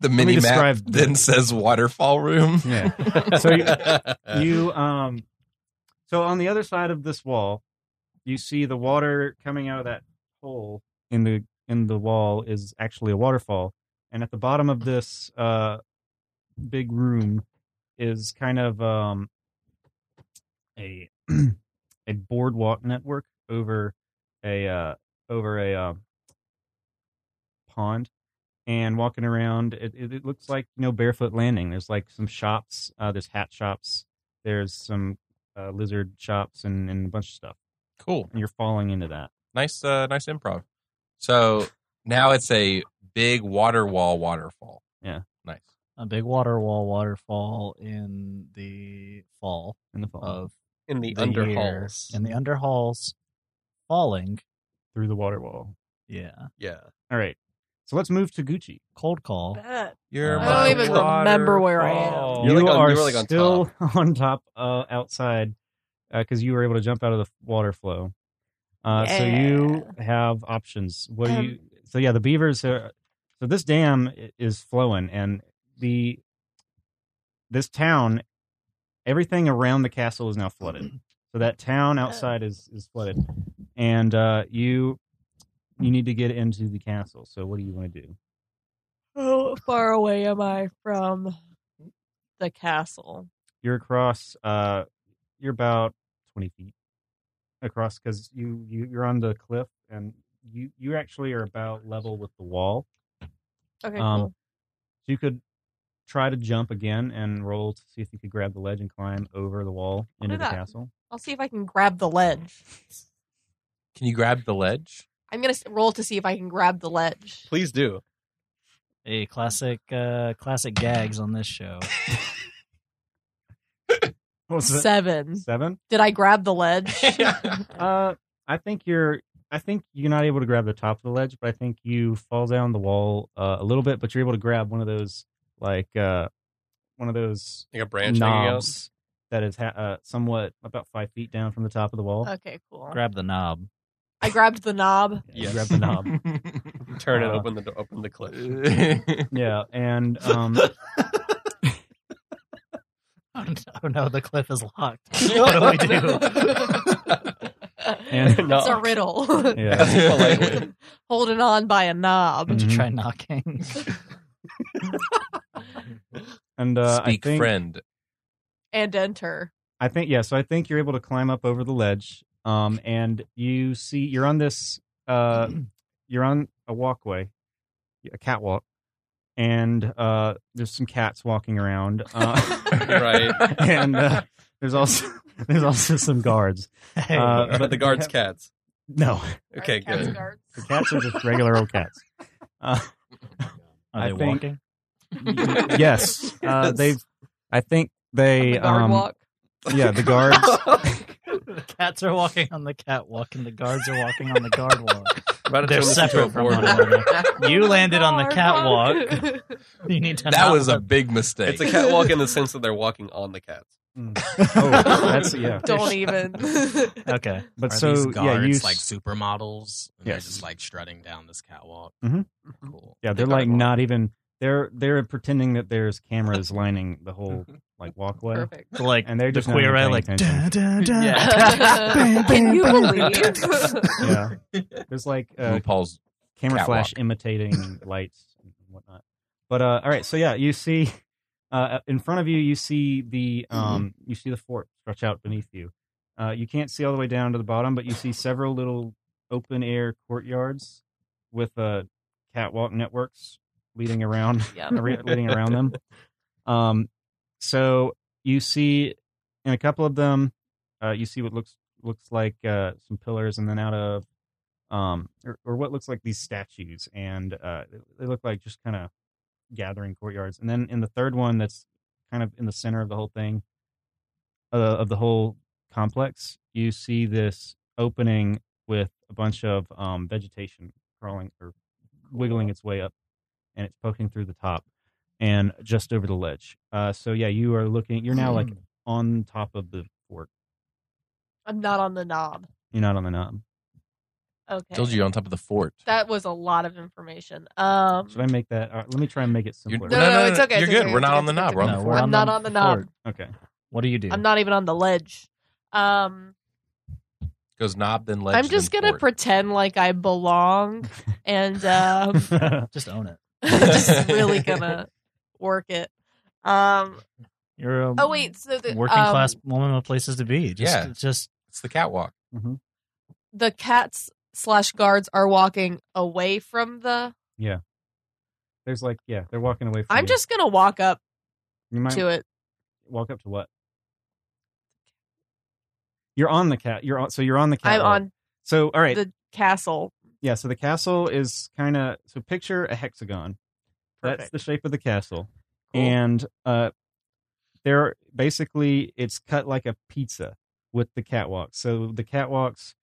[SPEAKER 4] The
[SPEAKER 2] let me
[SPEAKER 4] mini map
[SPEAKER 2] describe the-
[SPEAKER 4] then says waterfall room.
[SPEAKER 2] yeah. So you, you um so on the other side of this wall, you see the water coming out of that hole in the in the wall is actually a waterfall. And at the bottom of this uh big room is kind of um a a boardwalk network over a uh over a um pond and walking around. It, it, it looks like you know barefoot landing. There's like some shops. Uh, there's hat shops. There's some uh, lizard shops and, and a bunch of stuff.
[SPEAKER 4] Cool.
[SPEAKER 2] And you're falling into that.
[SPEAKER 4] nice uh, nice improv. So now it's a big water wall waterfall.
[SPEAKER 2] Yeah.
[SPEAKER 4] Nice.
[SPEAKER 5] A big water wall waterfall in the fall.
[SPEAKER 2] In the fall.
[SPEAKER 5] Of
[SPEAKER 6] In the
[SPEAKER 5] year.
[SPEAKER 6] underhalls.
[SPEAKER 5] In the underhalls falling.
[SPEAKER 2] Through the water wall.
[SPEAKER 5] Yeah.
[SPEAKER 6] Yeah.
[SPEAKER 2] All right. So let's move to Gucci.
[SPEAKER 5] Cold call.
[SPEAKER 4] You're
[SPEAKER 8] I don't even remember where I am.
[SPEAKER 2] You
[SPEAKER 6] You're like on-
[SPEAKER 2] are
[SPEAKER 6] you're like on
[SPEAKER 2] still on top uh, outside because you were able to jump out of the water flow. Uh, So you have options. What do you? So yeah, the beavers are. So this dam i- is flowing, and the this town, everything around the castle is now flooded. So that town outside is is flooded, and uh, you you need to get into the castle. So what do you want to do?
[SPEAKER 8] How far away am I from the castle?
[SPEAKER 2] you're across uh you're about 20 feet across because you, you you're on the cliff and you you actually are about level with the wall Um,
[SPEAKER 8] Okay,
[SPEAKER 2] so you could try to jump again and roll to see if you could grab the ledge and climb over the wall
[SPEAKER 8] Why
[SPEAKER 2] into the
[SPEAKER 8] not?
[SPEAKER 2] castle
[SPEAKER 8] I'll see if I can grab the ledge.
[SPEAKER 4] Can you grab the ledge?
[SPEAKER 8] I'm gonna s- roll to see if I can grab the ledge.
[SPEAKER 6] Please do.
[SPEAKER 5] Hey, classic uh classic gags on this show.
[SPEAKER 2] what was it?
[SPEAKER 8] Seven.
[SPEAKER 2] seven
[SPEAKER 8] Did I grab the ledge?
[SPEAKER 2] uh i think you're i think you're not able to grab the top of the ledge but i think you fall down the wall uh, a little bit but you're able to grab one of those like uh one of those
[SPEAKER 6] Like a branch hanging out?
[SPEAKER 2] knobs that is ha- uh, somewhat about five feet down from the top of the wall.
[SPEAKER 8] okay, cool.
[SPEAKER 5] Grab the knob.
[SPEAKER 8] I grabbed the knob.
[SPEAKER 2] You Grab the knob.
[SPEAKER 6] Turn it.
[SPEAKER 2] Uh,
[SPEAKER 6] Open the do- open the cliff.
[SPEAKER 2] yeah, and um,
[SPEAKER 5] Oh no, oh, no, the cliff is locked. What do I do?
[SPEAKER 2] and
[SPEAKER 8] It's a riddle.
[SPEAKER 2] Yeah. Mm-hmm.
[SPEAKER 8] Holding on by a knob.
[SPEAKER 5] Would you try knocking?
[SPEAKER 2] and uh,
[SPEAKER 4] Speak
[SPEAKER 2] I think,
[SPEAKER 4] friend.
[SPEAKER 8] and enter.
[SPEAKER 2] I think yeah. So I think you're able to climb up over the ledge, um, and you see you're on this uh, you're on a walkway, a catwalk, and uh, there's some cats walking around, uh,
[SPEAKER 6] Right.
[SPEAKER 2] And uh, there's also there's also some guards. Uh,
[SPEAKER 5] Hey. uh,
[SPEAKER 6] Are Uh, the guards cats?
[SPEAKER 2] No,
[SPEAKER 6] Okay, good.
[SPEAKER 2] the cats are just regular old cats. Uh,
[SPEAKER 5] Are
[SPEAKER 2] I
[SPEAKER 5] they
[SPEAKER 2] think-
[SPEAKER 5] walking?
[SPEAKER 2] yes. Uh, they've. I think they.
[SPEAKER 8] The guard
[SPEAKER 2] um,
[SPEAKER 8] walk.
[SPEAKER 2] Yeah, the guards.
[SPEAKER 5] Cats are walking on the catwalk, and the guards are walking on the guard walk.
[SPEAKER 6] About
[SPEAKER 5] They're separate from one another. You landed on the catwalk. You need to
[SPEAKER 6] That
[SPEAKER 5] not
[SPEAKER 6] was a
[SPEAKER 5] let-
[SPEAKER 6] big mistake. It's a catwalk in the sense that they're walking on the cats.
[SPEAKER 5] Mm.
[SPEAKER 2] Oh, that's yeah.
[SPEAKER 8] Don't even.
[SPEAKER 5] okay,
[SPEAKER 2] but
[SPEAKER 10] Are
[SPEAKER 2] so
[SPEAKER 10] these
[SPEAKER 2] yeah,
[SPEAKER 10] guards
[SPEAKER 2] you
[SPEAKER 10] like supermodels. And
[SPEAKER 2] Yes.
[SPEAKER 10] They're just like strutting down this catwalk.
[SPEAKER 2] hmm
[SPEAKER 10] Cool.
[SPEAKER 2] Yeah, they're like not even they're they're pretending that there's cameras lining the whole like walkway.
[SPEAKER 8] Perfect.
[SPEAKER 5] Like
[SPEAKER 2] and they're
[SPEAKER 5] the
[SPEAKER 2] just not even
[SPEAKER 5] queer eye,
[SPEAKER 2] paying
[SPEAKER 5] like, "Dun,
[SPEAKER 2] attention.
[SPEAKER 5] dun,
[SPEAKER 8] Can you believe?
[SPEAKER 2] yeah. There's like uh,
[SPEAKER 4] RuPaul's
[SPEAKER 2] camera
[SPEAKER 4] catwalk.
[SPEAKER 2] flash imitating lights and whatnot. But uh, all right, so yeah, you see uh, in front of you, you see the um, you see the fort stretch out beneath you. Uh, you can't see all the way down to the bottom, but you see several little open air courtyards with uh, catwalk networks leading around,
[SPEAKER 8] Yep.
[SPEAKER 2] re- leading around them. Um, so you see in a couple of them, uh, you see what looks looks like uh, some pillars, and then out of um, or, or what looks like these statues, and uh, they look like just kind of gathering courtyards. And then in the third one, that's kind of in the center of the whole thing, uh, of the whole complex, you see this opening with a bunch of um, vegetation crawling or wiggling its way up, and it's poking through the top and just over the ledge. Uh, so yeah, you are looking. You're now
[SPEAKER 4] Hmm.
[SPEAKER 2] like on top of the fort.
[SPEAKER 8] I'm not on the knob.
[SPEAKER 2] You're not on the knob.
[SPEAKER 8] Okay.
[SPEAKER 4] Told you you're on top of the fort.
[SPEAKER 8] That was a lot of information. Um,
[SPEAKER 2] Should I make that? all right, let me try and make it simpler.
[SPEAKER 8] No, no, no, it's okay,
[SPEAKER 4] You're
[SPEAKER 8] it's
[SPEAKER 4] good.
[SPEAKER 8] okay,
[SPEAKER 4] We're
[SPEAKER 8] it's
[SPEAKER 4] not
[SPEAKER 8] okay,
[SPEAKER 4] on the
[SPEAKER 8] it's
[SPEAKER 4] knob.
[SPEAKER 8] okay.
[SPEAKER 4] We're on
[SPEAKER 5] No,
[SPEAKER 4] the
[SPEAKER 5] we're
[SPEAKER 4] fort.
[SPEAKER 8] I'm
[SPEAKER 5] on
[SPEAKER 8] not
[SPEAKER 5] the
[SPEAKER 8] on the knob.
[SPEAKER 5] fort.
[SPEAKER 2] Okay.
[SPEAKER 5] What do you do?
[SPEAKER 8] I'm not even on the ledge. Um,
[SPEAKER 4] Goes knob, then ledge.
[SPEAKER 8] I'm just
[SPEAKER 4] then
[SPEAKER 8] gonna
[SPEAKER 4] fort.
[SPEAKER 8] pretend like I belong, and um,
[SPEAKER 5] Just own it.
[SPEAKER 8] just really gonna work it. Um,
[SPEAKER 5] You're a
[SPEAKER 8] oh wait, so the
[SPEAKER 5] working
[SPEAKER 8] um,
[SPEAKER 5] class woman with places to be. Just,
[SPEAKER 4] Yeah.
[SPEAKER 5] just
[SPEAKER 4] It's the catwalk.
[SPEAKER 2] Mm-hmm.
[SPEAKER 8] the cats slash guards are walking away from the.
[SPEAKER 2] Yeah. There's like yeah, they're walking away from.
[SPEAKER 8] I'm
[SPEAKER 2] you.
[SPEAKER 8] just gonna walk up
[SPEAKER 2] You might
[SPEAKER 8] to it.
[SPEAKER 2] walk up to what? You're on the cat. You're on. So you're on the cat.
[SPEAKER 8] I'm on
[SPEAKER 2] So all right.
[SPEAKER 8] the castle.
[SPEAKER 2] yeah. So the castle is kind of. So picture a hexagon. That's the shape of the castle, and uh, there basically it's cut like a pizza with the catwalk. So the catwalks,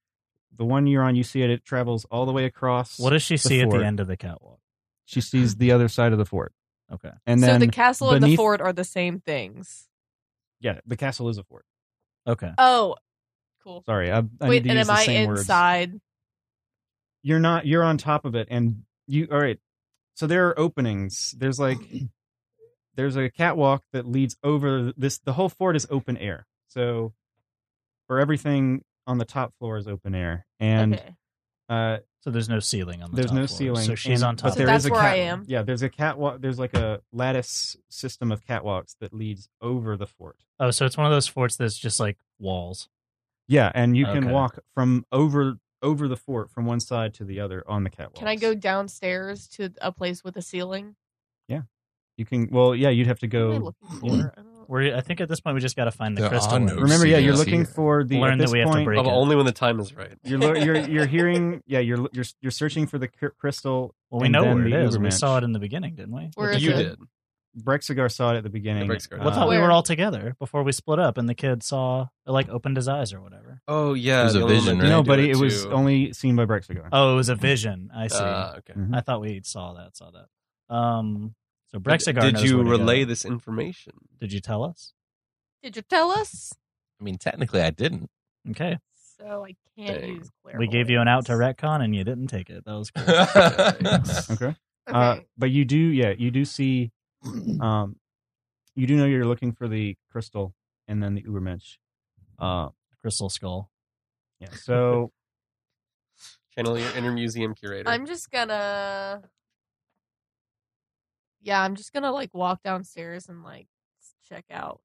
[SPEAKER 2] the one you're on, you see it. It travels all the way across.
[SPEAKER 5] what does she see at
[SPEAKER 2] fort.
[SPEAKER 5] the end of the catwalk?
[SPEAKER 2] She sees the other side of the fort.
[SPEAKER 5] Okay.
[SPEAKER 2] And
[SPEAKER 8] so
[SPEAKER 2] then
[SPEAKER 8] the castle and the
[SPEAKER 2] beneath-
[SPEAKER 8] fort are the same things.
[SPEAKER 2] Yeah, the castle is a fort.
[SPEAKER 5] Okay.
[SPEAKER 8] Oh, cool.
[SPEAKER 2] Sorry, I, I need
[SPEAKER 8] Wait,
[SPEAKER 2] to
[SPEAKER 8] and
[SPEAKER 2] use
[SPEAKER 8] am
[SPEAKER 2] the
[SPEAKER 8] I
[SPEAKER 2] same words.
[SPEAKER 8] inside?
[SPEAKER 2] You're not. You're on top of it, and you. All right. So there are openings. There's like, there's a catwalk that leads over this. The whole fort is open air. So, for everything on the top floor is open air, and
[SPEAKER 8] Okay.
[SPEAKER 2] uh,
[SPEAKER 5] So there's no ceiling on the
[SPEAKER 2] there's
[SPEAKER 5] top
[SPEAKER 2] no
[SPEAKER 5] floor.
[SPEAKER 2] ceiling.
[SPEAKER 5] So she's
[SPEAKER 2] and-
[SPEAKER 5] on top.
[SPEAKER 2] But
[SPEAKER 8] So
[SPEAKER 2] there is
[SPEAKER 8] that's
[SPEAKER 2] a
[SPEAKER 8] where I
[SPEAKER 2] cat-
[SPEAKER 8] am.
[SPEAKER 2] Yeah, there's a catwalk. There's like a lattice system of catwalks that leads over the fort.
[SPEAKER 5] oh, so it's one of those forts that's just like walls.
[SPEAKER 2] Yeah, and you can
[SPEAKER 5] Okay.
[SPEAKER 2] walk from over over the fort from one side to the other on the catwalk.
[SPEAKER 8] Can I go downstairs to a place with a ceiling?
[SPEAKER 2] You can. Well, yeah, you'd have to
[SPEAKER 8] What am I
[SPEAKER 2] go.
[SPEAKER 8] looking for? I don't-
[SPEAKER 5] We're, I think at this point we just got to find the
[SPEAKER 4] There
[SPEAKER 5] crystal.
[SPEAKER 4] are no
[SPEAKER 5] ones.
[SPEAKER 2] Remember, yeah, you're
[SPEAKER 4] ceilings
[SPEAKER 2] looking
[SPEAKER 4] here.
[SPEAKER 2] for the.
[SPEAKER 5] Learn
[SPEAKER 2] at
[SPEAKER 5] that
[SPEAKER 2] this
[SPEAKER 5] we have to
[SPEAKER 2] point,
[SPEAKER 5] break
[SPEAKER 6] Oh, but
[SPEAKER 5] it.
[SPEAKER 6] only when the time is right.
[SPEAKER 2] You're lo- you're you're hearing. Yeah, you're you're you're searching for the cr- crystal.
[SPEAKER 5] Well, we
[SPEAKER 2] and
[SPEAKER 5] know
[SPEAKER 2] then
[SPEAKER 5] where it
[SPEAKER 2] the
[SPEAKER 5] is. We
[SPEAKER 2] Ubermensch.
[SPEAKER 5] saw it in the beginning, didn't
[SPEAKER 4] Uh,
[SPEAKER 5] we?
[SPEAKER 8] Where is
[SPEAKER 6] you
[SPEAKER 8] it?
[SPEAKER 6] did.
[SPEAKER 2] Brexigar saw it at the beginning.
[SPEAKER 6] The Brexigar.
[SPEAKER 5] Well, I
[SPEAKER 2] Uh,
[SPEAKER 5] thought we
[SPEAKER 8] Where?
[SPEAKER 5] were all together before we split up, and the kid saw, like, opened his eyes or whatever.
[SPEAKER 6] Oh yeah,
[SPEAKER 4] It was a
[SPEAKER 6] the only
[SPEAKER 4] vision,
[SPEAKER 6] one that
[SPEAKER 4] right?
[SPEAKER 6] did
[SPEAKER 2] no,
[SPEAKER 4] do
[SPEAKER 2] but
[SPEAKER 6] it
[SPEAKER 2] it was
[SPEAKER 6] too.
[SPEAKER 2] only seen by Brexigar.
[SPEAKER 5] Oh, it was a vision. I see.
[SPEAKER 6] Ah, okay.
[SPEAKER 2] Mhm.
[SPEAKER 5] I thought we saw that. Saw that. Um. So Brexigar.
[SPEAKER 6] Did
[SPEAKER 5] knows
[SPEAKER 6] you
[SPEAKER 5] where to go.
[SPEAKER 6] relay this information?
[SPEAKER 5] Did you tell us?
[SPEAKER 8] Did you tell us?
[SPEAKER 4] I mean, technically, I didn't.
[SPEAKER 5] Okay.
[SPEAKER 8] So I can't
[SPEAKER 6] Dang.
[SPEAKER 8] use clairvoyance.
[SPEAKER 5] We gave you an out to retcon, and you didn't take it. That was cool.
[SPEAKER 2] Okay.
[SPEAKER 8] Okay.
[SPEAKER 2] Uh, but you do, yeah, you do see, um, you do know you're looking for the crystal and then the Ubermensch. Uh,
[SPEAKER 5] Crystal skull.
[SPEAKER 2] yeah. So
[SPEAKER 6] Channel your inner museum curator.
[SPEAKER 8] I'm just gonna. Yeah, I'm just gonna like walk downstairs and like check out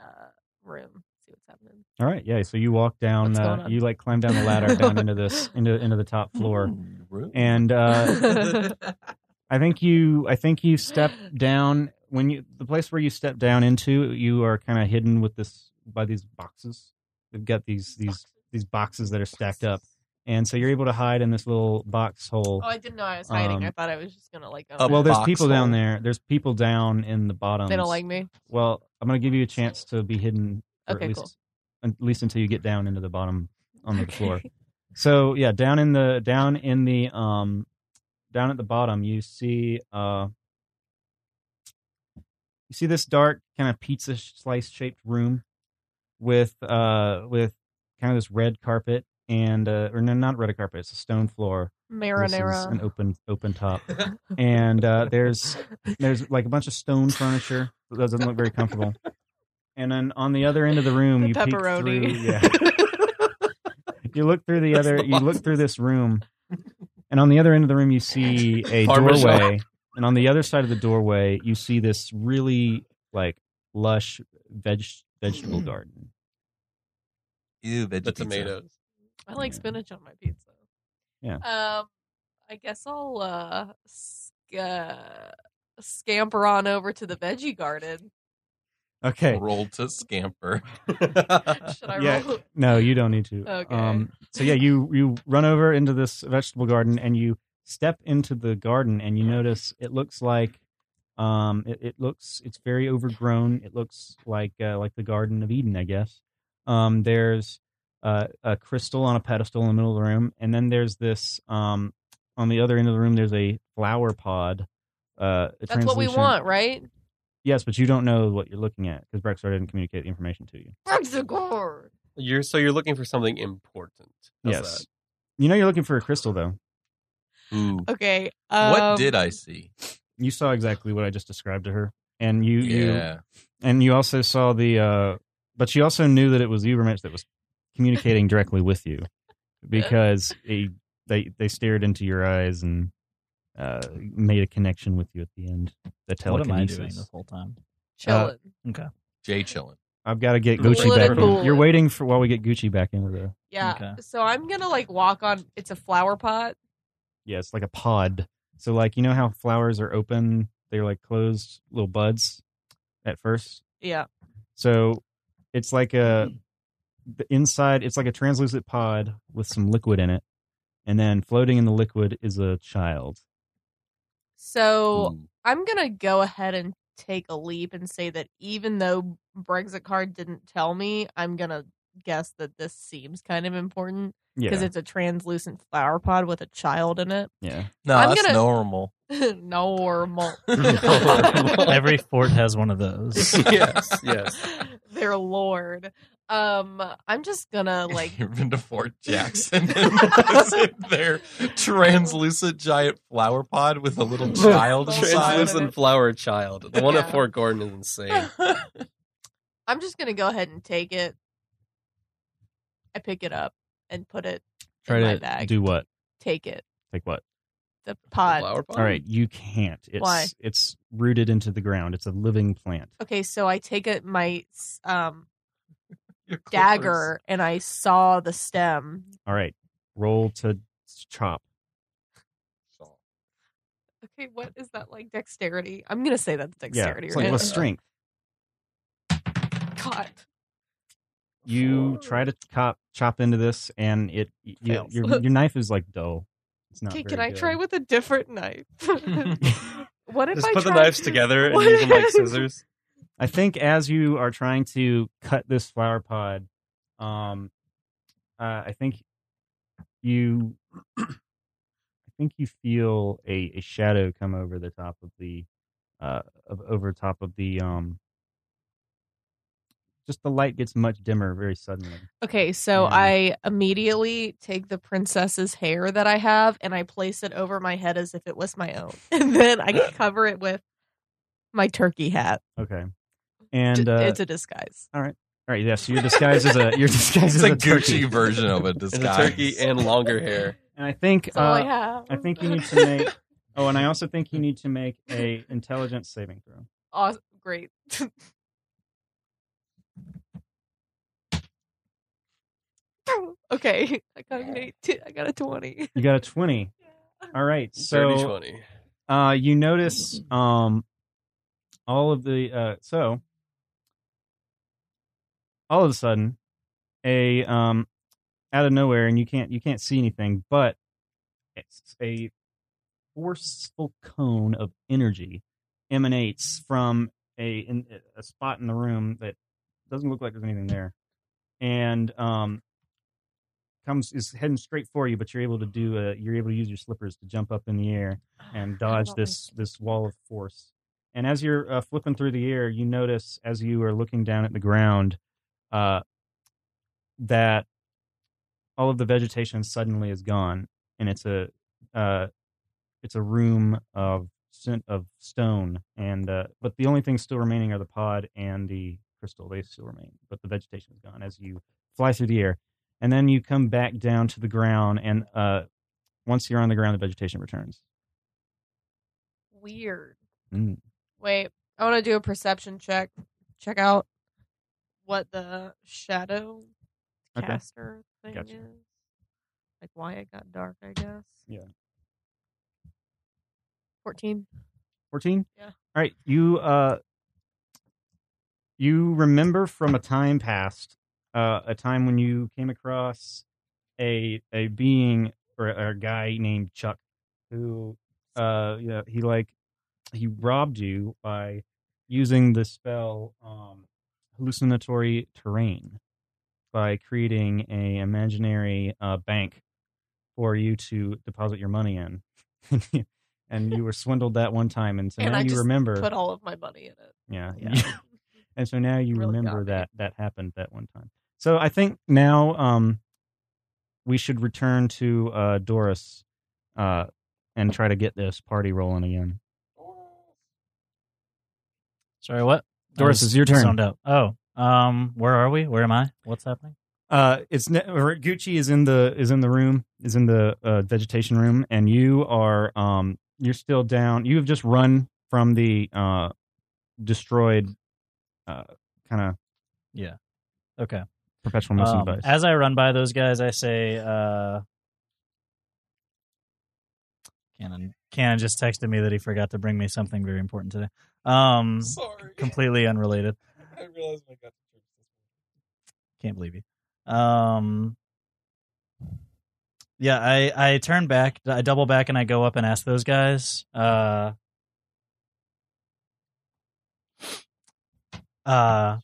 [SPEAKER 8] uh room, see what's happening.
[SPEAKER 2] All right, yeah. So you walk down,
[SPEAKER 8] What's going
[SPEAKER 2] uh,
[SPEAKER 8] on?
[SPEAKER 2] you like climb down the ladder down into this into into the top floor,
[SPEAKER 4] Room.
[SPEAKER 2] and uh, I think you I think you step down when you the place where you step down into you are kind of hidden with this by these boxes. They've got these these these boxes that are stacked up, and so you're able to hide in this little box hole.
[SPEAKER 8] Oh, I didn't know I was hiding. I
[SPEAKER 2] Um,
[SPEAKER 8] thought I was just gonna like. go
[SPEAKER 6] up-
[SPEAKER 8] in.
[SPEAKER 2] well, there's
[SPEAKER 6] box
[SPEAKER 2] people down
[SPEAKER 6] hole.
[SPEAKER 2] there. There's people down in the bottom.
[SPEAKER 8] they don't like me.
[SPEAKER 2] Well, I'm gonna give you a chance to be hidden, for
[SPEAKER 8] Okay,
[SPEAKER 2] at
[SPEAKER 8] cool.
[SPEAKER 2] least at least until you get down into the bottom on the floor. So yeah, down in the down in the um down at the bottom you see uh you see this dark kind of pizza slice shaped room with uh with kind of this red carpet and uh or no not red carpet, it's a stone floor. This is
[SPEAKER 8] Marinara.
[SPEAKER 2] An open open top. and uh there's there's like a bunch of stone furniture that doesn't look very comfortable. And then on the other end of the room
[SPEAKER 8] The
[SPEAKER 2] you peek
[SPEAKER 8] pepperoni.
[SPEAKER 2] through- yeah you look through the other you look through this room and on the other end of the room you see a
[SPEAKER 15] Parmesan.
[SPEAKER 2] doorway and on the other side of the doorway you see this really like lush veg vegetable garden
[SPEAKER 4] Ew, veggie
[SPEAKER 6] The tomatoes.
[SPEAKER 8] I like spinach on my pizza.
[SPEAKER 2] Yeah.
[SPEAKER 8] Um, I guess I'll uh, sc- uh, scamper on over to the veggie garden.
[SPEAKER 2] okay
[SPEAKER 4] Roll to scamper.
[SPEAKER 8] Should I
[SPEAKER 2] yeah
[SPEAKER 8] roll?
[SPEAKER 2] no you don't need to Um,
[SPEAKER 8] Okay.
[SPEAKER 2] so yeah you you run over into this vegetable garden and you step into the garden and you notice it looks like um it, it looks it's very overgrown it looks like uh, like the garden of eden i guess um there's uh, a crystal on a pedestal in the middle of the room and then there's this um on the other end of the room there's a flower pod uh a
[SPEAKER 8] That's what we
[SPEAKER 2] translucent-
[SPEAKER 8] want, right?
[SPEAKER 2] yes but you don't know what you're looking at because brexar didn't communicate the information to you
[SPEAKER 8] Veggie garden.
[SPEAKER 6] You're so you're looking for something important. How's
[SPEAKER 2] yes you know you're looking for a crystal though
[SPEAKER 4] Ooh.
[SPEAKER 8] Okay. um,
[SPEAKER 4] what did I see?
[SPEAKER 2] you saw exactly what I just described to her, and you
[SPEAKER 4] Yeah.
[SPEAKER 2] you and you also saw the, uh, but you also knew that it was Ubermensch that was communicating directly with you because he, they they stared into your eyes and uh, made a connection with you at the end. The
[SPEAKER 5] What am I
[SPEAKER 2] telekinesis. Uh,
[SPEAKER 5] doing this whole time?
[SPEAKER 8] Chillin'.
[SPEAKER 5] Okay.
[SPEAKER 4] Jay chilling.
[SPEAKER 2] I've got to get
[SPEAKER 5] Cool.
[SPEAKER 2] Gucci back.
[SPEAKER 8] Cool.
[SPEAKER 2] In. You're waiting for while we get Gucci back into the.
[SPEAKER 8] yeah.
[SPEAKER 2] Okay.
[SPEAKER 8] So I'm gonna like walk on. It's a flower pot.
[SPEAKER 2] Yeah, it's like a pod. So like you know how flowers are open, they're like closed little buds at first.
[SPEAKER 8] Yeah.
[SPEAKER 2] So it's like a the inside. It's like a translucent pod with some liquid in it, and then floating in the liquid is a child.
[SPEAKER 8] So I'm gonna go ahead and take a leap and say that even though Brexit card didn't tell me, I'm gonna guess that this seems kind of important because
[SPEAKER 4] Yeah.
[SPEAKER 8] it's a translucent flower pod with a child in it.
[SPEAKER 2] Yeah.
[SPEAKER 4] No,
[SPEAKER 8] I'm
[SPEAKER 4] that's
[SPEAKER 8] gonna-
[SPEAKER 4] normal.
[SPEAKER 8] normal.
[SPEAKER 5] Every fort has one of those.
[SPEAKER 4] yes, yes.
[SPEAKER 8] Their lord. Um, I'm just gonna like
[SPEAKER 4] You've been to Fort Jackson and visit their translucent giant flower pod with a little child
[SPEAKER 6] Translucent
[SPEAKER 4] inside.
[SPEAKER 6] flower child. The one
[SPEAKER 8] Yeah.
[SPEAKER 6] at Fort Gordon is insane.
[SPEAKER 8] I'm just gonna go ahead and take it. I pick it up and put it
[SPEAKER 2] Try
[SPEAKER 8] in
[SPEAKER 2] to
[SPEAKER 8] my bag.
[SPEAKER 2] do what?
[SPEAKER 8] Take it.
[SPEAKER 2] Like what?
[SPEAKER 8] The pod.
[SPEAKER 2] All right, you can't. It's
[SPEAKER 8] Why?
[SPEAKER 2] it's rooted into the ground. It's a living plant.
[SPEAKER 8] Okay, so I take it my s- um dagger and I saw the stem.
[SPEAKER 2] All right, roll to chop.
[SPEAKER 8] Okay, what is that like dexterity? I'm gonna say that's
[SPEAKER 2] yeah,
[SPEAKER 8] dexterity.
[SPEAKER 2] it's like
[SPEAKER 8] right?
[SPEAKER 2] plus strength.
[SPEAKER 8] God.
[SPEAKER 2] You try to chop chop into this, and it y- y-
[SPEAKER 8] Fails.
[SPEAKER 2] your your knife is like dull. It's not.
[SPEAKER 8] Okay,
[SPEAKER 2] very
[SPEAKER 8] can I
[SPEAKER 2] good.
[SPEAKER 8] try with a different knife? what if
[SPEAKER 6] Just
[SPEAKER 8] I
[SPEAKER 6] put the
[SPEAKER 8] try-
[SPEAKER 6] knives together and
[SPEAKER 8] What
[SPEAKER 6] use them like
[SPEAKER 8] if-
[SPEAKER 6] scissors.
[SPEAKER 2] I think as you are trying to cut this flower pod, um, uh, I think you, I think you feel a, a shadow come over the top of the, uh, of, over top of the um. Just the light gets much dimmer very suddenly.
[SPEAKER 8] Okay, so I immediately take the princess's hair that I have and I place it over my head as if it was my own. And then I cover it with my turkey hat.
[SPEAKER 2] Okay, and
[SPEAKER 8] D-
[SPEAKER 2] uh,
[SPEAKER 8] it's a disguise.
[SPEAKER 2] All right, all right. Yes, your disguise is a your disguise is
[SPEAKER 4] It's a
[SPEAKER 2] turkey.
[SPEAKER 4] Gucci version of a
[SPEAKER 6] It's a
[SPEAKER 4] disguise.
[SPEAKER 6] turkey and longer hair.
[SPEAKER 2] And I think
[SPEAKER 6] That's all I
[SPEAKER 2] uh,
[SPEAKER 8] have.
[SPEAKER 2] I think you need to make. Oh, and I also think you need to make a intelligence saving throw.
[SPEAKER 8] Awesome. Great. okay, I got an 18. I got a 20.
[SPEAKER 2] You got a twenty. All right,
[SPEAKER 6] Dirty
[SPEAKER 2] so
[SPEAKER 6] 20.
[SPEAKER 2] uh, you notice um, all of the uh, so all of a sudden a um, out of nowhere, and you can't you can't see anything, but it's a forceful cone of energy emanates from a in, a spot in the room that doesn't look like there's anything there, and um, comes is heading straight for you, but you're able to do a, you're able to use your slippers to jump up in the air and dodge
[SPEAKER 15] love
[SPEAKER 2] this this wall of force. And as you're uh, flipping through the air, you notice as you are looking down at the ground uh, that all of the vegetation suddenly is gone, and it's a uh, it's a room of cent- of stone, and uh, but the only things still remaining are the pod and the crystal. They still remain, but the vegetation is gone as you fly through the air, and then you come back down to the ground, and uh, once you're on the ground, the vegetation returns.
[SPEAKER 8] Weird.
[SPEAKER 2] Mm.
[SPEAKER 8] Wait, I want to do a perception check. Check out what the shadow
[SPEAKER 2] Okay.
[SPEAKER 8] caster thing
[SPEAKER 2] Gotcha.
[SPEAKER 8] is. Like why it got dark, I guess.
[SPEAKER 2] Yeah.
[SPEAKER 8] 14.
[SPEAKER 2] 14
[SPEAKER 8] Yeah.
[SPEAKER 2] all right you uh you remember from a time past uh a time when you came across a a being or a, a guy named chuck who uh yeah he like he robbed you by using the spell um hallucinatory terrain by creating a imaginary uh bank for you to deposit your money in and you were swindled that one time, and so
[SPEAKER 8] and
[SPEAKER 2] now
[SPEAKER 8] I
[SPEAKER 2] you
[SPEAKER 8] just
[SPEAKER 2] remember.
[SPEAKER 8] put all of my money in it.
[SPEAKER 2] yeah,
[SPEAKER 8] Uh, Yeah.
[SPEAKER 2] and so now you
[SPEAKER 8] Really
[SPEAKER 2] remember
[SPEAKER 8] got me.
[SPEAKER 2] that that happened that one time. So I think now um, we should return to uh, Doris uh, and try to get this party rolling again.
[SPEAKER 5] Sorry, what?
[SPEAKER 2] Doris,
[SPEAKER 5] I was
[SPEAKER 2] it's your turn.
[SPEAKER 5] zoned out. Oh, um, where are we? Where am I? What's happening?
[SPEAKER 2] Uh, it's ne- or Gucci is in the is in the room is in the uh, vegetation room, and you are um you're still down. You have just run from the uh destroyed uh kind of
[SPEAKER 5] Yeah. Okay.
[SPEAKER 2] perpetual motion
[SPEAKER 5] Um,
[SPEAKER 2] device.
[SPEAKER 5] As I run by those guys, I say, uh, Canon, Canon just texted me that he forgot to bring me something very important today. Um,
[SPEAKER 6] Sorry.
[SPEAKER 5] Completely unrelated.
[SPEAKER 6] I realized my gut.
[SPEAKER 5] Can't believe you. Um, yeah, I, I turn back, I double back, and I go up and ask those guys. Uh, uh,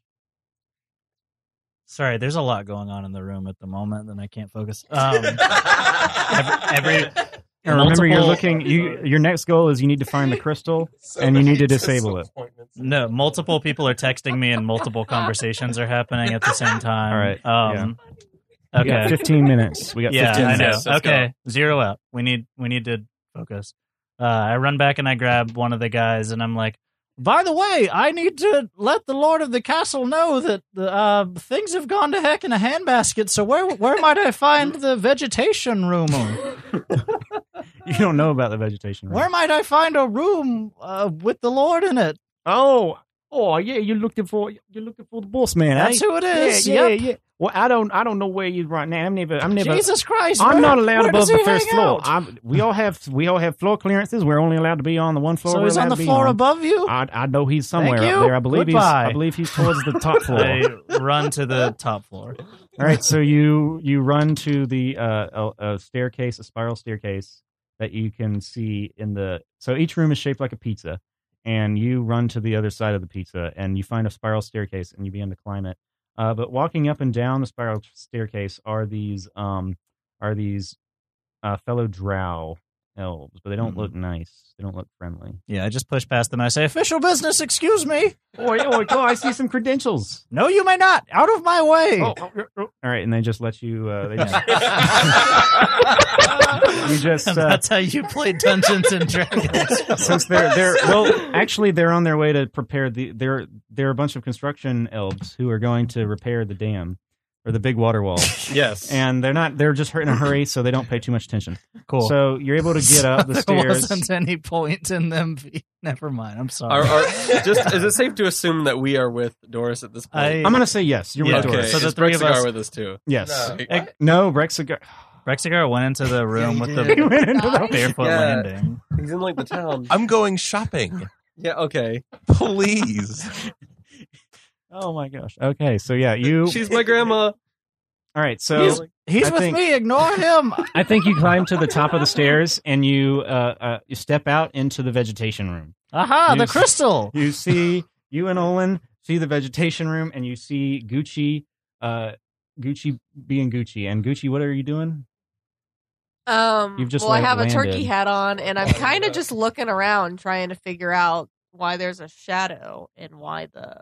[SPEAKER 5] sorry, there's a lot going on in the room at the moment, and I can't focus. Um, every, every
[SPEAKER 2] And remember, you're
[SPEAKER 5] multiple-
[SPEAKER 2] looking. You your next goal is you need to find the crystal, and you need to disable it.
[SPEAKER 5] No, multiple people are texting me, and multiple conversations are happening at the same time.
[SPEAKER 2] All right,
[SPEAKER 5] Um,
[SPEAKER 2] We
[SPEAKER 5] Okay.
[SPEAKER 2] got 15 minutes. We got
[SPEAKER 5] yeah,
[SPEAKER 2] 15
[SPEAKER 5] I know.
[SPEAKER 2] minutes. Let's
[SPEAKER 5] okay, zero out. We need we need to focus. Uh, I run back and I grab one of the guys, and I'm like,
[SPEAKER 3] By the way, I need to let the Lord of the Castle know that uh, things have gone to heck in a handbasket. So where where might I find the vegetation room?
[SPEAKER 2] You don't know about the vegetation. Room.
[SPEAKER 3] Where might I find a room uh, with the Lord in it?
[SPEAKER 2] Oh, oh yeah, you're looking for you're looking for the boss man.
[SPEAKER 3] That's
[SPEAKER 2] eh?
[SPEAKER 3] who it is.
[SPEAKER 2] Yeah,
[SPEAKER 3] Yep.
[SPEAKER 2] yeah, yeah. Well, I don't I don't know where you right now. I'm never I'm never.
[SPEAKER 3] Jesus Christ!
[SPEAKER 2] I'm
[SPEAKER 3] where-
[SPEAKER 2] not allowed
[SPEAKER 3] where
[SPEAKER 2] above
[SPEAKER 3] does
[SPEAKER 2] the
[SPEAKER 3] he
[SPEAKER 2] first
[SPEAKER 3] hang out?
[SPEAKER 2] floor. I'm, we all have we all have floor clearances. We're only allowed to be on the one floor.
[SPEAKER 3] So
[SPEAKER 2] we're
[SPEAKER 3] he's on
[SPEAKER 2] allowed
[SPEAKER 3] the
[SPEAKER 2] to be
[SPEAKER 3] floor
[SPEAKER 2] on.
[SPEAKER 3] above you.
[SPEAKER 2] I, I know he's somewhere
[SPEAKER 3] Thank
[SPEAKER 2] up
[SPEAKER 3] you.
[SPEAKER 2] there. I believe he's
[SPEAKER 3] Goodbye.
[SPEAKER 2] I believe he's towards the top floor.
[SPEAKER 5] I run to the top floor.
[SPEAKER 2] All right, so you you run to the uh, a, a staircase, a spiral staircase that you can see in the. So each room is shaped like a pizza, and you run to the other side of the pizza, and you find a spiral staircase, and you begin to climb it. Uh, but walking up and down the spiral staircase are these um are these uh, fellow Drow elves, but they don't
[SPEAKER 5] Mhm.
[SPEAKER 2] look nice. They don't look friendly.
[SPEAKER 5] Yeah, I just push past them. and I say,
[SPEAKER 3] Official business, excuse me.
[SPEAKER 2] Oi, oi, oh, I see some credentials. Oh,
[SPEAKER 3] No, you may not. Out of my way.
[SPEAKER 2] All right, and they just let you. Uh, they just, you just uh,
[SPEAKER 5] "That's how you play Dungeons and Dragons."
[SPEAKER 2] since they're they're well actually they're on their way to prepare the they're they're a bunch of construction elves who are going to repair the dam or the big water wall
[SPEAKER 6] Yes.
[SPEAKER 2] and they're not they're just in a hurry so they don't pay too much attention
[SPEAKER 5] Cool.
[SPEAKER 2] so you're able to get up the
[SPEAKER 5] there
[SPEAKER 2] stairs
[SPEAKER 5] wasn't any point in them. Be- Never mind. I'm sorry.
[SPEAKER 6] Are, are, just is it safe to assume that we are with Doris at this point?
[SPEAKER 5] I-
[SPEAKER 2] i'm gonna say yes you're
[SPEAKER 5] Yeah.
[SPEAKER 2] with
[SPEAKER 5] Okay,
[SPEAKER 2] Doris.
[SPEAKER 5] so the
[SPEAKER 6] is
[SPEAKER 5] three of
[SPEAKER 6] Brexigar
[SPEAKER 5] us-
[SPEAKER 6] with us too.
[SPEAKER 2] yes
[SPEAKER 6] No.
[SPEAKER 2] no, no Brexigar.
[SPEAKER 5] Brexigar went into the room with the
[SPEAKER 2] He went into the-
[SPEAKER 5] barefoot
[SPEAKER 6] Yeah.
[SPEAKER 5] landing.
[SPEAKER 6] He's in like the town.
[SPEAKER 4] I'm going shopping.
[SPEAKER 6] Yeah. Okay.
[SPEAKER 4] Please.
[SPEAKER 2] oh my gosh okay so yeah you
[SPEAKER 6] She's my grandma.
[SPEAKER 2] all right so
[SPEAKER 3] he's he's
[SPEAKER 2] I
[SPEAKER 3] with
[SPEAKER 2] think-
[SPEAKER 3] me. Ignore him.
[SPEAKER 2] I think you climb to the top of the stairs and you uh, uh, you step out into the vegetation room.
[SPEAKER 3] Aha!
[SPEAKER 2] You
[SPEAKER 3] the
[SPEAKER 2] s-
[SPEAKER 3] crystal.
[SPEAKER 2] You see you and Olin see the vegetation room, and you see Gucci uh, Gucci being Gucci. And Gucci, what are you doing?
[SPEAKER 8] Um,
[SPEAKER 2] You've just,
[SPEAKER 8] well,
[SPEAKER 2] like,
[SPEAKER 8] I have a turkey
[SPEAKER 2] landed.
[SPEAKER 8] hat on, and I'm kind of just looking around trying to figure out why there's a shadow and why the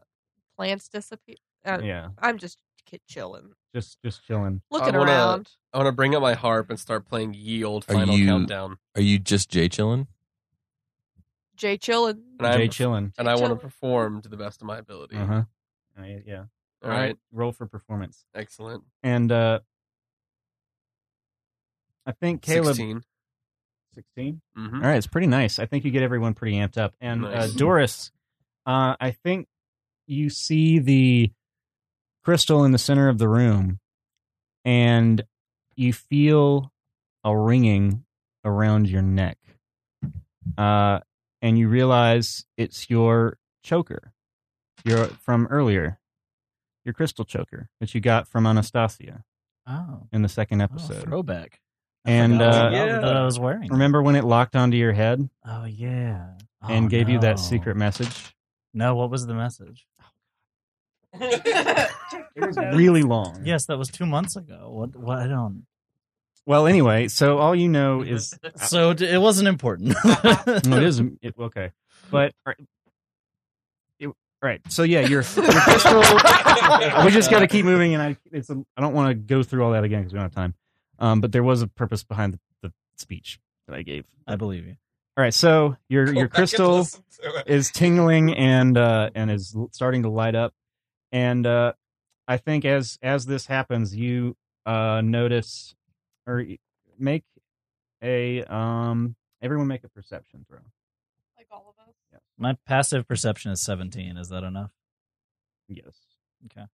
[SPEAKER 8] plants disappear. Uh,
[SPEAKER 2] Yeah.
[SPEAKER 8] I'm just ki- chilling.
[SPEAKER 2] Just just chilling.
[SPEAKER 8] Looking
[SPEAKER 6] I wanna,
[SPEAKER 8] around.
[SPEAKER 6] I want to bring up my harp and start playing ye old
[SPEAKER 4] Are
[SPEAKER 6] final
[SPEAKER 4] you-
[SPEAKER 6] countdown.
[SPEAKER 4] Are you just Jay chilling?
[SPEAKER 8] Jay chilling.
[SPEAKER 6] And I'm-
[SPEAKER 2] Jay chilling.
[SPEAKER 6] And I want to perform to the best of my ability.
[SPEAKER 2] Uh-huh. Uh, yeah.
[SPEAKER 6] All right.
[SPEAKER 2] Roll for performance.
[SPEAKER 6] Excellent.
[SPEAKER 2] And uh I think Caleb
[SPEAKER 6] 16.
[SPEAKER 2] 16?
[SPEAKER 6] Mhm.
[SPEAKER 5] Mm-hmm.
[SPEAKER 2] All right, it's pretty nice. I think you get everyone pretty amped up. And
[SPEAKER 6] Nice.
[SPEAKER 2] uh, Doris, uh, I think you see the crystal in the center of the room, and you feel a ringing around your neck. Uh, and you realize it's your choker, your from earlier, your crystal choker that you got from Anastasia
[SPEAKER 5] Oh.
[SPEAKER 2] in the second episode.
[SPEAKER 5] throwback. I
[SPEAKER 2] And
[SPEAKER 5] forgot
[SPEAKER 2] uh,
[SPEAKER 5] that I was wearing.
[SPEAKER 2] Remember when it locked onto your head?
[SPEAKER 5] Oh yeah.
[SPEAKER 2] and
[SPEAKER 5] Oh,
[SPEAKER 2] gave you
[SPEAKER 5] no.
[SPEAKER 2] that secret message.
[SPEAKER 5] No, what was the message?
[SPEAKER 2] Oh, It was really long.
[SPEAKER 5] Yes, that was two months ago. What? What? I don't.
[SPEAKER 2] Well, anyway, so all you know is
[SPEAKER 5] So d- it wasn't important.
[SPEAKER 2] Ah. No, it is it, okay, but all right. It- all right. So yeah, your, your crystal. we just got to keep moving, and I it's a, I don't want to go through all that again because we don't have time. Um, but there was a purpose behind the, the speech that I gave.
[SPEAKER 5] I believe you.
[SPEAKER 2] All right, so your
[SPEAKER 5] Go back
[SPEAKER 2] your
[SPEAKER 5] and
[SPEAKER 2] crystal
[SPEAKER 5] listen to it.
[SPEAKER 2] is tingling and uh, and is l- starting to light up, and uh, I think as as this happens, you uh, notice or y- make a um everyone make a perception throw.
[SPEAKER 5] My passive perception is seventeen. Is that enough?
[SPEAKER 2] Yes.
[SPEAKER 5] Okay.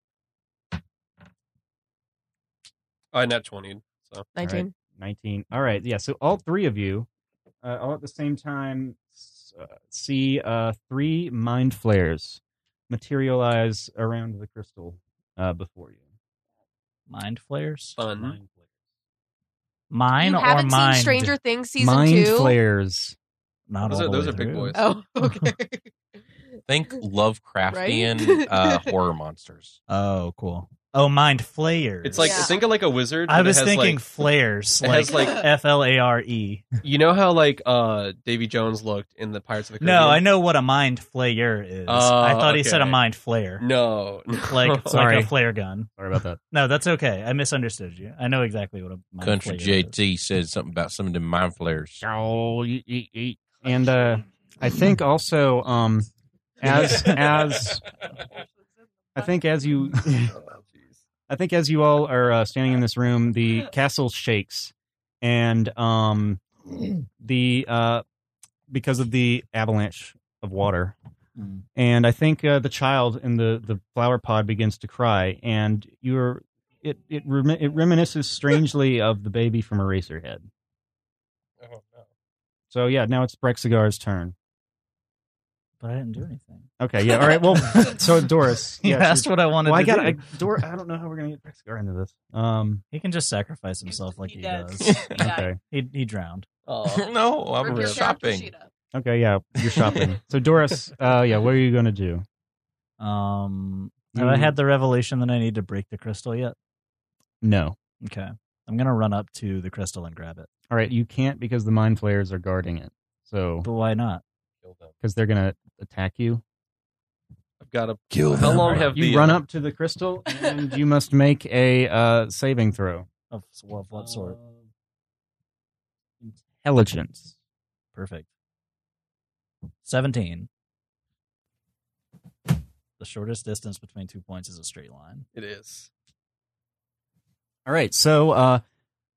[SPEAKER 6] I net 20. So
[SPEAKER 2] All right, Nineteen. All right, yeah. So all three of you, uh, all at the same time, s- uh, see uh, three mind flares materialize around the crystal uh, before you.
[SPEAKER 5] Mind flares.
[SPEAKER 6] Fun.
[SPEAKER 5] Mine
[SPEAKER 8] you
[SPEAKER 5] or
[SPEAKER 8] haven't
[SPEAKER 5] mind?
[SPEAKER 8] seen Stranger Things season
[SPEAKER 2] mind
[SPEAKER 8] two.
[SPEAKER 2] flares.
[SPEAKER 5] Not
[SPEAKER 6] Those
[SPEAKER 5] all
[SPEAKER 6] are-
[SPEAKER 5] the
[SPEAKER 6] those
[SPEAKER 5] way
[SPEAKER 6] are big
[SPEAKER 5] through.
[SPEAKER 6] boys.
[SPEAKER 8] Oh, okay.
[SPEAKER 4] Think Lovecraftian
[SPEAKER 8] Right?
[SPEAKER 4] uh, horror monsters.
[SPEAKER 5] Oh, cool. Oh, mind flayers.
[SPEAKER 6] It's like,
[SPEAKER 8] Yeah.
[SPEAKER 6] think of like a wizard.
[SPEAKER 5] I
[SPEAKER 6] but it
[SPEAKER 5] was
[SPEAKER 6] has,
[SPEAKER 5] thinking
[SPEAKER 6] like-
[SPEAKER 5] flares,
[SPEAKER 6] it
[SPEAKER 5] like,
[SPEAKER 6] has, like-
[SPEAKER 5] F L A R E.
[SPEAKER 6] You know how like uh Davy Jones looked in the Pirates of the Caribbean?
[SPEAKER 5] No, I know what a mind flayer is.
[SPEAKER 6] Oh,
[SPEAKER 5] I thought he said a
[SPEAKER 6] okay.
[SPEAKER 5] mind flare.
[SPEAKER 6] No, no.
[SPEAKER 5] Like,
[SPEAKER 6] Sorry.
[SPEAKER 5] like a flare gun.
[SPEAKER 2] Sorry about that.
[SPEAKER 5] No, that's okay. I misunderstood you. I know exactly what a mind
[SPEAKER 4] Country
[SPEAKER 5] flayer is.
[SPEAKER 4] JT said something about some of the mind flares.
[SPEAKER 2] Oh, ye- ye- ye. and uh, I think also um, as as I think as you
[SPEAKER 6] Oh,
[SPEAKER 2] I think as you all are uh, standing in this room, the castle shakes, and um, the uh, because of the avalanche of water,
[SPEAKER 5] Mm.
[SPEAKER 2] and I think uh, the child in the the flower pod begins to cry, and you're it it remi- it reminisces strangely of the baby from Eraserhead.
[SPEAKER 6] Oh, no.
[SPEAKER 2] So yeah, now it's Brexigar's turn.
[SPEAKER 5] But I didn't do anything.
[SPEAKER 2] Okay, yeah, all right. Well, so Doris,
[SPEAKER 5] You
[SPEAKER 2] yeah, she-
[SPEAKER 5] asked what I wanted
[SPEAKER 2] Well, I
[SPEAKER 5] to
[SPEAKER 2] got
[SPEAKER 5] do.
[SPEAKER 2] I, Dor- I don't know how we're gonna get Brexigar into this. Um,
[SPEAKER 5] He can just sacrifice himself like he,
[SPEAKER 8] does.
[SPEAKER 5] does.
[SPEAKER 8] He died.
[SPEAKER 2] okay,
[SPEAKER 5] He, he drowned.
[SPEAKER 6] Oh.
[SPEAKER 4] no, I'm
[SPEAKER 8] Rip your character
[SPEAKER 4] shopping.
[SPEAKER 8] sheet up.
[SPEAKER 2] okay, yeah, you're shopping. so Doris, uh, yeah, what are you gonna do?
[SPEAKER 5] Um, have
[SPEAKER 2] Mm-hmm.
[SPEAKER 5] I had the revelation that I need to break the crystal yet?
[SPEAKER 2] No,
[SPEAKER 5] Okay. I'm going to run up to the crystal and grab it.
[SPEAKER 2] all right, you can't because the mind flayers are guarding it. So
[SPEAKER 5] But why not?
[SPEAKER 2] because they're gonna attack you.
[SPEAKER 6] I've got to
[SPEAKER 4] Kill
[SPEAKER 6] How
[SPEAKER 4] them.
[SPEAKER 6] long have
[SPEAKER 2] You
[SPEAKER 6] the,
[SPEAKER 2] run
[SPEAKER 6] uh,
[SPEAKER 2] up to the crystal and you must make a uh, saving throw.
[SPEAKER 5] Of, s- of what sort?
[SPEAKER 2] Intelligence.
[SPEAKER 5] Perfect. 17. The shortest distance between two points is a straight line.
[SPEAKER 6] It is.
[SPEAKER 2] All right, so uh,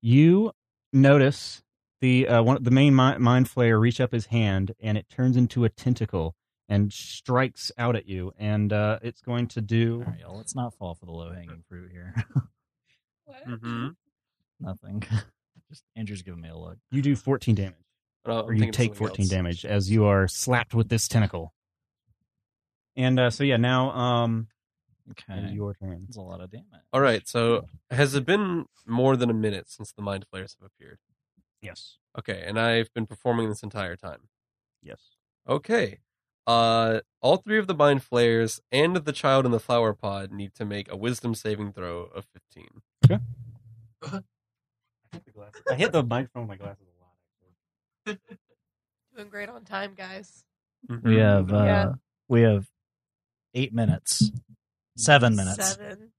[SPEAKER 2] you notice the uh, one the main mi- mind flayer reach up his hand and it turns into a tentacle and strikes out at you, and uh, it's going to do.
[SPEAKER 5] All right, y'all. Let's not fall for the low hanging fruit here.
[SPEAKER 6] Mm-hmm.
[SPEAKER 5] Nothing. Just Andrew's giving me a look.
[SPEAKER 2] You do fourteen damage,
[SPEAKER 6] Oh, I'm
[SPEAKER 2] or you
[SPEAKER 6] thinking of
[SPEAKER 2] take
[SPEAKER 6] something
[SPEAKER 2] fourteen
[SPEAKER 6] else.
[SPEAKER 2] damage as you are slapped with this tentacle. And uh, so yeah, now um, it is
[SPEAKER 5] Okay.
[SPEAKER 2] your turn.
[SPEAKER 5] That's a lot of damage.
[SPEAKER 6] All right. So has it been more than a minute since the mind flares have appeared?
[SPEAKER 2] Yes,
[SPEAKER 6] Okay, and I've been performing this entire time.
[SPEAKER 2] yes.
[SPEAKER 6] Okay. Uh, all three of the mind flayers and the child in the flower pod need to make a wisdom saving throw of 15.
[SPEAKER 2] I hit the microphone with my glasses a lot.
[SPEAKER 8] Doing great on time, guys.
[SPEAKER 6] Mm-hmm.
[SPEAKER 5] We have uh,
[SPEAKER 8] Yeah.
[SPEAKER 5] we have eight minutes, seven minutes,
[SPEAKER 8] Seven.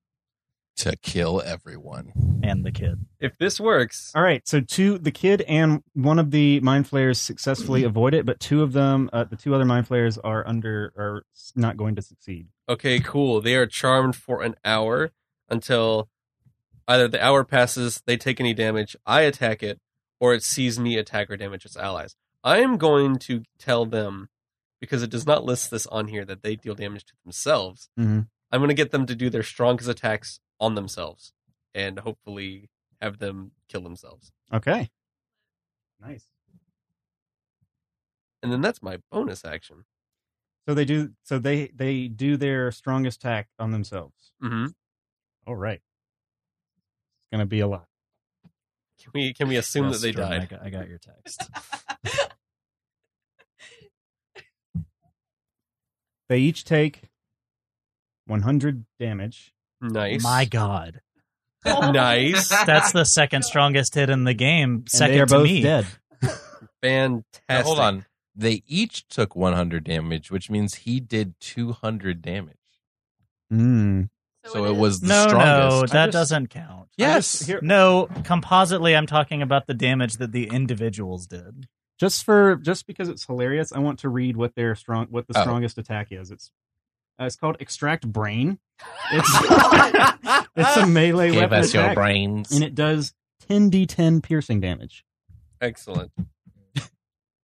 [SPEAKER 11] to kill everyone
[SPEAKER 5] and the kid.
[SPEAKER 6] If this works.
[SPEAKER 2] All right. So two, the kid and one of the mind flayers successfully avoid it, but two of them, uh, the two other mind flayers are under, are s- not going to succeed.
[SPEAKER 6] Okay, cool. They are charmed for an hour until either the hour passes, they take any damage, I attack it, or it sees me attack or damage its allies. I am going to tell them, because it does not list this on here, that they deal damage to themselves.
[SPEAKER 2] Mhm.
[SPEAKER 6] I'm going to get them to do their strongest attacks on themselves and hopefully have them kill themselves.
[SPEAKER 2] Okay. Nice.
[SPEAKER 6] And then that's my bonus action.
[SPEAKER 2] So they do. So they they do their strongest attack on themselves.
[SPEAKER 6] Mm-hmm.
[SPEAKER 2] All right. It's gonna be a lot.
[SPEAKER 6] Can we can we assume that they died?
[SPEAKER 5] I got your text.
[SPEAKER 2] They each take 100 damage.
[SPEAKER 6] Nice.
[SPEAKER 5] My God.
[SPEAKER 6] Nice.
[SPEAKER 5] That's the second strongest hit in the game. Second
[SPEAKER 2] they are
[SPEAKER 5] to
[SPEAKER 2] both
[SPEAKER 5] me.
[SPEAKER 2] dead.
[SPEAKER 6] Fantastic.
[SPEAKER 4] Now, hold on. They each took 100 damage, which means he did 200 damage.
[SPEAKER 2] Mm.
[SPEAKER 4] So, it, was the
[SPEAKER 5] no, no,
[SPEAKER 4] strongest.
[SPEAKER 5] that
[SPEAKER 4] I just-
[SPEAKER 5] doesn't count.
[SPEAKER 4] Yes.
[SPEAKER 5] no, compositely, I'm talking about the damage that the individuals did.
[SPEAKER 2] Just for just because it's hilarious, I want to read what their strong what the
[SPEAKER 5] Oh.
[SPEAKER 2] strongest attack is. It's uh, it's called extract brain. It's, it's a melee
[SPEAKER 4] Give
[SPEAKER 2] weapon
[SPEAKER 4] us your
[SPEAKER 2] attack,
[SPEAKER 4] brains.
[SPEAKER 2] and it does 10d10 piercing damage.
[SPEAKER 6] Excellent.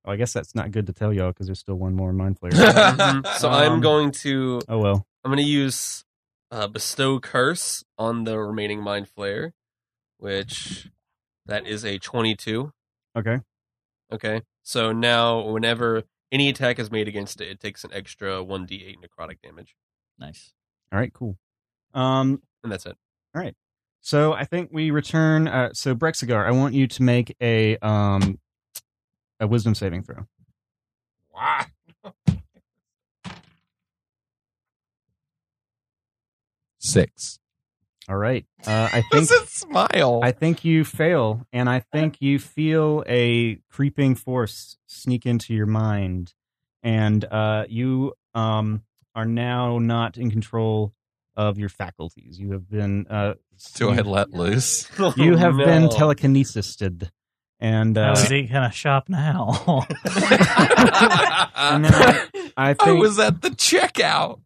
[SPEAKER 2] Oh, I guess that's not good to tell y'all because there's still one more mind flayer.
[SPEAKER 6] Mm-hmm. so I'm
[SPEAKER 2] Um,
[SPEAKER 6] going to.
[SPEAKER 2] Oh well.
[SPEAKER 6] I'm going to use uh, bestow curse on the remaining mind flare, which that is a 22.
[SPEAKER 2] Okay.
[SPEAKER 6] Okay. So now, whenever any attack is made against it, it takes an extra 1d8 necrotic damage,
[SPEAKER 5] Nice.
[SPEAKER 2] All right. Cool. Um.
[SPEAKER 6] and that's it.
[SPEAKER 2] All right. So I think we return. Uh, so Brexigar, I want you to make a um a wisdom saving throw.
[SPEAKER 9] Why?
[SPEAKER 4] Six.
[SPEAKER 2] All right. Uh, I think
[SPEAKER 4] smile.
[SPEAKER 2] I think you fail, and I think you feel a creeping force sneak into your mind, and uh, you um, are now not in control of your faculties. You have been. Uh,
[SPEAKER 4] Do I let loose?
[SPEAKER 2] You have
[SPEAKER 4] Oh,
[SPEAKER 2] been
[SPEAKER 4] no.
[SPEAKER 2] telekinesisted, and
[SPEAKER 5] How
[SPEAKER 2] uh,
[SPEAKER 5] is he gonna shop now?
[SPEAKER 2] and then I, I think
[SPEAKER 4] was at the checkout.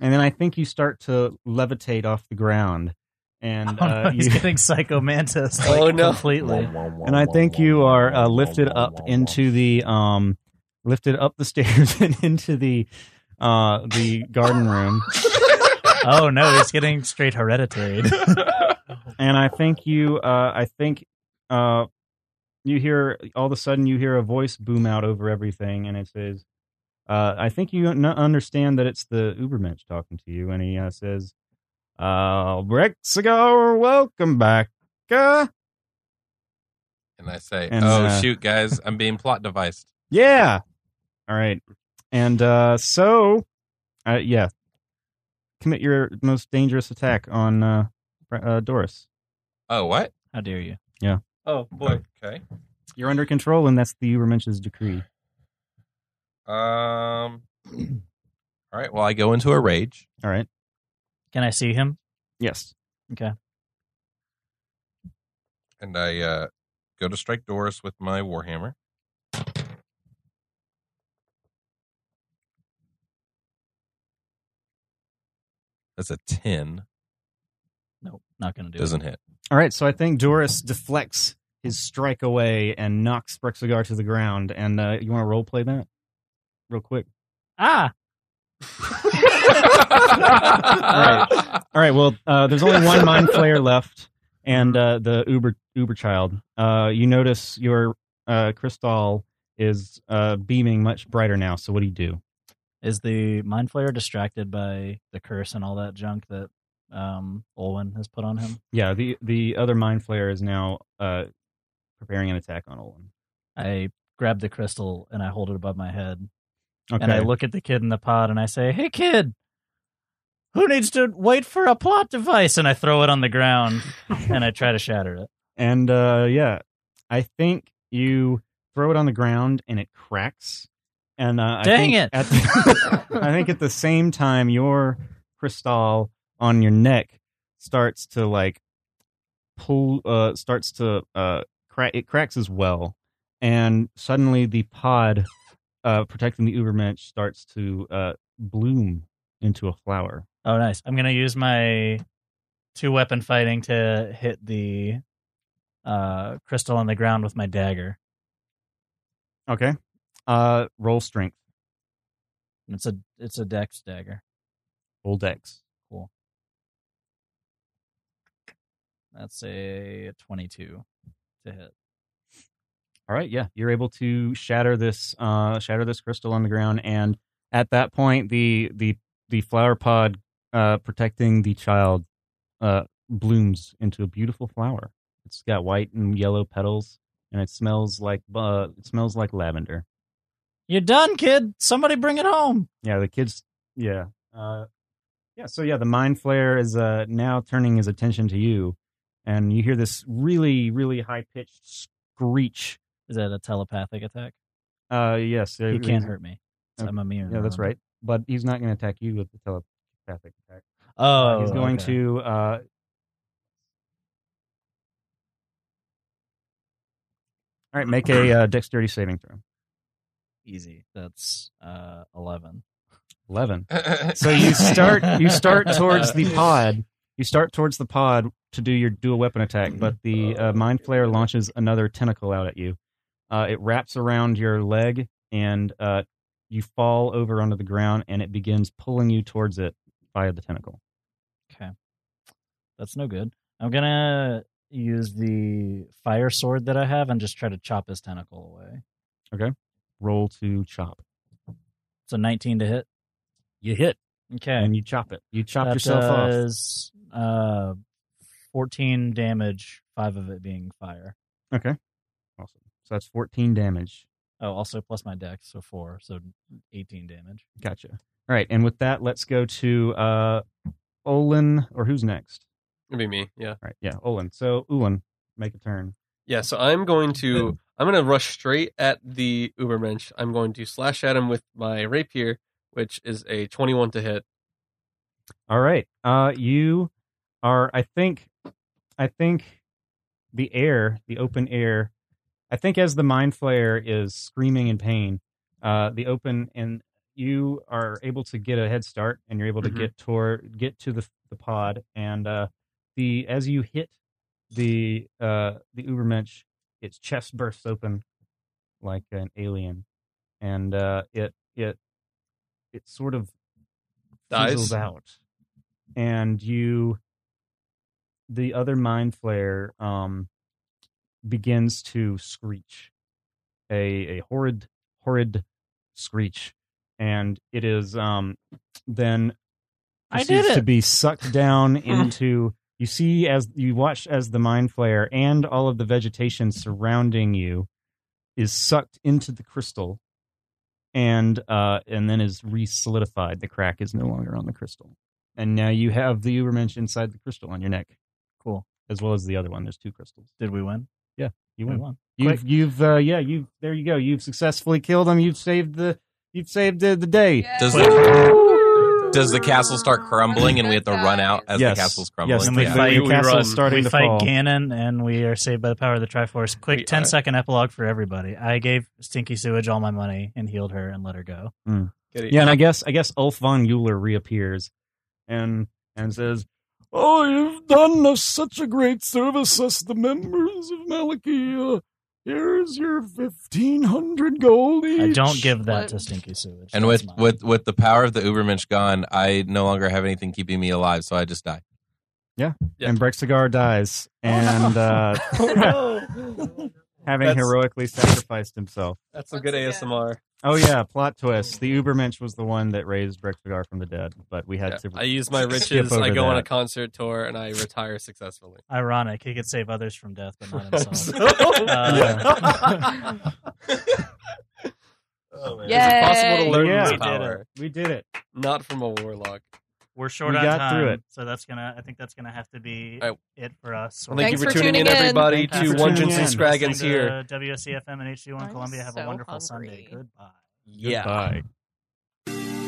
[SPEAKER 2] and then I think you start to levitate off the ground, and
[SPEAKER 5] Oh, no,
[SPEAKER 2] uh,
[SPEAKER 5] he's
[SPEAKER 2] you-
[SPEAKER 5] getting psychomantis like,
[SPEAKER 6] Oh, no.
[SPEAKER 5] completely.
[SPEAKER 2] and I think you are uh, lifted up into the um, lifted up the stairs and into the uh, the garden room,
[SPEAKER 5] oh no, he's getting straight hereditary.
[SPEAKER 2] and I think you, uh, I think, uh, you hear all of a sudden you hear a voice boom out over everything, and it says, uh, "I think you n- understand that it's the Ubermensch talking to you," and he uh, says, "Uh, Brexigar, welcome back." Uh,
[SPEAKER 4] And I say,
[SPEAKER 2] And,
[SPEAKER 4] oh,
[SPEAKER 2] uh,
[SPEAKER 4] shoot, guys, I'm being plot deviced.
[SPEAKER 2] Yeah. All right. And uh, so, uh, yeah, commit your most dangerous attack on uh, Br- uh, Doris.
[SPEAKER 4] Oh, what?
[SPEAKER 5] How dare you?
[SPEAKER 2] Yeah.
[SPEAKER 6] Oh, boy.
[SPEAKER 4] Okay.
[SPEAKER 2] You're under control, and that's the Ubermensch's decree.
[SPEAKER 4] Um. All right. Well, I go into a rage.
[SPEAKER 2] All right.
[SPEAKER 5] Can I see him?
[SPEAKER 2] Yes.
[SPEAKER 5] Okay.
[SPEAKER 4] and I uh, go to strike Doris with my warhammer. That's a ten.
[SPEAKER 5] Nope, not gonna do
[SPEAKER 4] Doesn't
[SPEAKER 5] it.
[SPEAKER 4] hit.
[SPEAKER 2] All right. So I think Doris deflects his strike away and knocks Brexigar to the ground. And uh, you want to role play that real quick?
[SPEAKER 5] Ah.
[SPEAKER 2] right. All right. Well, uh, there's only one mind flayer left, and uh, the Uber Uber child. Uh, you notice your uh, crystal is uh, beaming much brighter now. So what do you do?
[SPEAKER 5] Is the mind flayer distracted by the curse and all that junk that um Olwen has put on him?
[SPEAKER 2] Yeah, the the other mind flayer is now uh, preparing an attack on Olin.
[SPEAKER 5] I grab the crystal and I hold it above my head And I
[SPEAKER 3] Okay.
[SPEAKER 5] look at the kid in the pod and I say, "Hey, kid, who needs to wait for a plot device?" And I throw it on the ground and I try to shatter it.
[SPEAKER 2] And uh, yeah, I think you throw it on the ground and it cracks. And uh, I
[SPEAKER 5] Dang
[SPEAKER 2] think
[SPEAKER 5] it.
[SPEAKER 2] At the, I think at the same time, your crystal on your neck starts to like pull, uh, starts to uh, crack. It cracks as well, and suddenly the pod uh, protecting the Ubermensch starts to uh, bloom into a flower.
[SPEAKER 5] Oh, nice. I'm gonna use my two weapon fighting to hit the uh, crystal on the ground with my dagger.
[SPEAKER 2] Okay, uh, roll strength.
[SPEAKER 5] It's a it's a dex dagger.
[SPEAKER 2] Roll dex.
[SPEAKER 5] Cool. That's a 22 to hit.
[SPEAKER 2] All right, yeah, you're able to shatter this uh, shatter this crystal on the ground, and at that point, the the the flower pod uh, protecting the child uh, blooms into a beautiful flower. It's got white and yellow petals, and it smells like uh, it smells like lavender.
[SPEAKER 5] You're done, kid. Somebody bring it home.
[SPEAKER 2] Yeah, the kids. Yeah, uh, yeah. So yeah, the mind flare is uh, now turning his attention to you, and you hear this really really high pitched screech.
[SPEAKER 5] Is that a telepathic attack?
[SPEAKER 2] Uh, yes.
[SPEAKER 5] You can't hurt me. So I'm immune.
[SPEAKER 2] Yeah, that's right. But he's not going to attack you with the telepathic attack.
[SPEAKER 5] Oh,
[SPEAKER 2] he's going
[SPEAKER 5] okay.
[SPEAKER 2] to. Uh, all right, make a uh, dexterity saving throw.
[SPEAKER 5] Easy. That's uh, 11.
[SPEAKER 2] 11 so you start you start towards the pod you start towards the pod to do your dual weapon attack but the uh, mind flare launches another tentacle out at you uh, it wraps around your leg and uh, you fall over onto the ground and it begins pulling you towards it via the tentacle
[SPEAKER 5] Okay. That's no good. I'm going to use the fire sword that I have and just try to chop his tentacle away.
[SPEAKER 2] okay roll to chop
[SPEAKER 5] It's a 19 to hit.
[SPEAKER 2] you hit
[SPEAKER 5] Okay.
[SPEAKER 2] and you chop it you chop
[SPEAKER 5] That
[SPEAKER 2] yourself off
[SPEAKER 5] does, Uh, 14 damage, five of it being fire.
[SPEAKER 2] okay awesome so that's 14 damage
[SPEAKER 5] Oh, also plus my dex, so four, so 18 damage.
[SPEAKER 2] gotcha all right and with that let's go to uh, olin or who's next
[SPEAKER 6] It'd be me. Yeah.
[SPEAKER 2] All right. Yeah. Olin. So Olin, make a turn.
[SPEAKER 6] Yeah, so I'm going to I'm going to rush straight at the Ubermensch. I'm going to slash at him with my rapier, which is a 21 to hit.
[SPEAKER 2] All right. Uh, you are. I think. I think the air, the open air. I think as the mind flare is screaming in pain, uh, the open and you are able to get a head start, and you're able to
[SPEAKER 15] Mhm.
[SPEAKER 2] get toward get to the the pod, and uh, the as you hit the uh the Ubermensch, its chest bursts open like an alien, and uh, it it it sort of
[SPEAKER 6] Dies.
[SPEAKER 2] fizzles out, and you the other mind flare um begins to screech a a horrid horrid screech and it is um then
[SPEAKER 5] I did
[SPEAKER 2] proceeds to
[SPEAKER 5] it.
[SPEAKER 2] be sucked down into you see as you watch as the mind flare and all of the vegetation surrounding you is sucked into the crystal and uh and then is re-solidified the crack is no longer on the crystal and now you have the ubermensch inside the crystal on your neck
[SPEAKER 5] Cool.
[SPEAKER 2] as well as the other one there's two crystals
[SPEAKER 5] Did we win?
[SPEAKER 2] yeah you
[SPEAKER 5] We
[SPEAKER 2] win
[SPEAKER 5] won.
[SPEAKER 2] you've you've uh yeah you've there you go you've successfully killed them you've saved the you've saved the, the day
[SPEAKER 4] Does the, does the castle start crumbling and we have to run out as
[SPEAKER 2] Yes.
[SPEAKER 4] the castle's crumbling?
[SPEAKER 2] Yes, And we
[SPEAKER 4] Yeah.
[SPEAKER 2] fight- The
[SPEAKER 5] We
[SPEAKER 2] castle
[SPEAKER 5] run.
[SPEAKER 2] is starting
[SPEAKER 5] we
[SPEAKER 2] to
[SPEAKER 5] fight
[SPEAKER 2] fall.
[SPEAKER 5] Ganon, and we are saved by the power of the Triforce. Quick ten second epilogue for everybody. I gave Stinky Sewage all my money and healed her and let her go.
[SPEAKER 2] Mm.
[SPEAKER 6] Get it.
[SPEAKER 2] Yeah, and I guess I guess Ulf von Euler reappears and and says,
[SPEAKER 14] Oh, you've done us such a great service, us the members of Malakia. Here's your 1500 gold each.
[SPEAKER 5] I don't give that to Stinky Sewage.
[SPEAKER 4] And with, with with the power of the Ubermensch gone, I no longer have anything keeping me alive, so I just die.
[SPEAKER 2] "Yeah," and Brexigar dies,
[SPEAKER 6] Oh,
[SPEAKER 2] and uh, having
[SPEAKER 6] That's-
[SPEAKER 2] heroically sacrificed himself.
[SPEAKER 6] That's some good ASMR.
[SPEAKER 2] Oh yeah, plot twist: the Ubermensch was the one that raised Brexigar from the dead, but we had to.
[SPEAKER 6] I use my
[SPEAKER 2] skip
[SPEAKER 6] riches,
[SPEAKER 2] over
[SPEAKER 6] I go on a
[SPEAKER 2] that.
[SPEAKER 6] concert tour and I retire successfully.
[SPEAKER 5] Ironic, he could save others from Uh, death, but not himself.
[SPEAKER 6] So-
[SPEAKER 5] Uh,
[SPEAKER 2] Oh,
[SPEAKER 6] Is it possible to learn
[SPEAKER 2] Yeah.
[SPEAKER 6] this power?
[SPEAKER 2] We did it.
[SPEAKER 6] Not from a warlock.
[SPEAKER 5] We're short
[SPEAKER 6] We
[SPEAKER 5] on
[SPEAKER 6] got
[SPEAKER 5] time,
[SPEAKER 6] through
[SPEAKER 5] so that's gonna. I think that's gonna have to be
[SPEAKER 6] All right.
[SPEAKER 5] it for us.
[SPEAKER 6] Well, thank you Thanks for for tuning tuning in, in. everybody,
[SPEAKER 5] Thank
[SPEAKER 6] to
[SPEAKER 5] you for
[SPEAKER 6] One
[SPEAKER 5] tuning
[SPEAKER 6] Jensen
[SPEAKER 5] in.
[SPEAKER 6] Scraggins
[SPEAKER 5] Listening to
[SPEAKER 6] here.
[SPEAKER 5] WSCFM and HD1 Columbia. Have a wonderful Sunday. Goodbye.
[SPEAKER 6] Yeah.
[SPEAKER 2] Goodbye.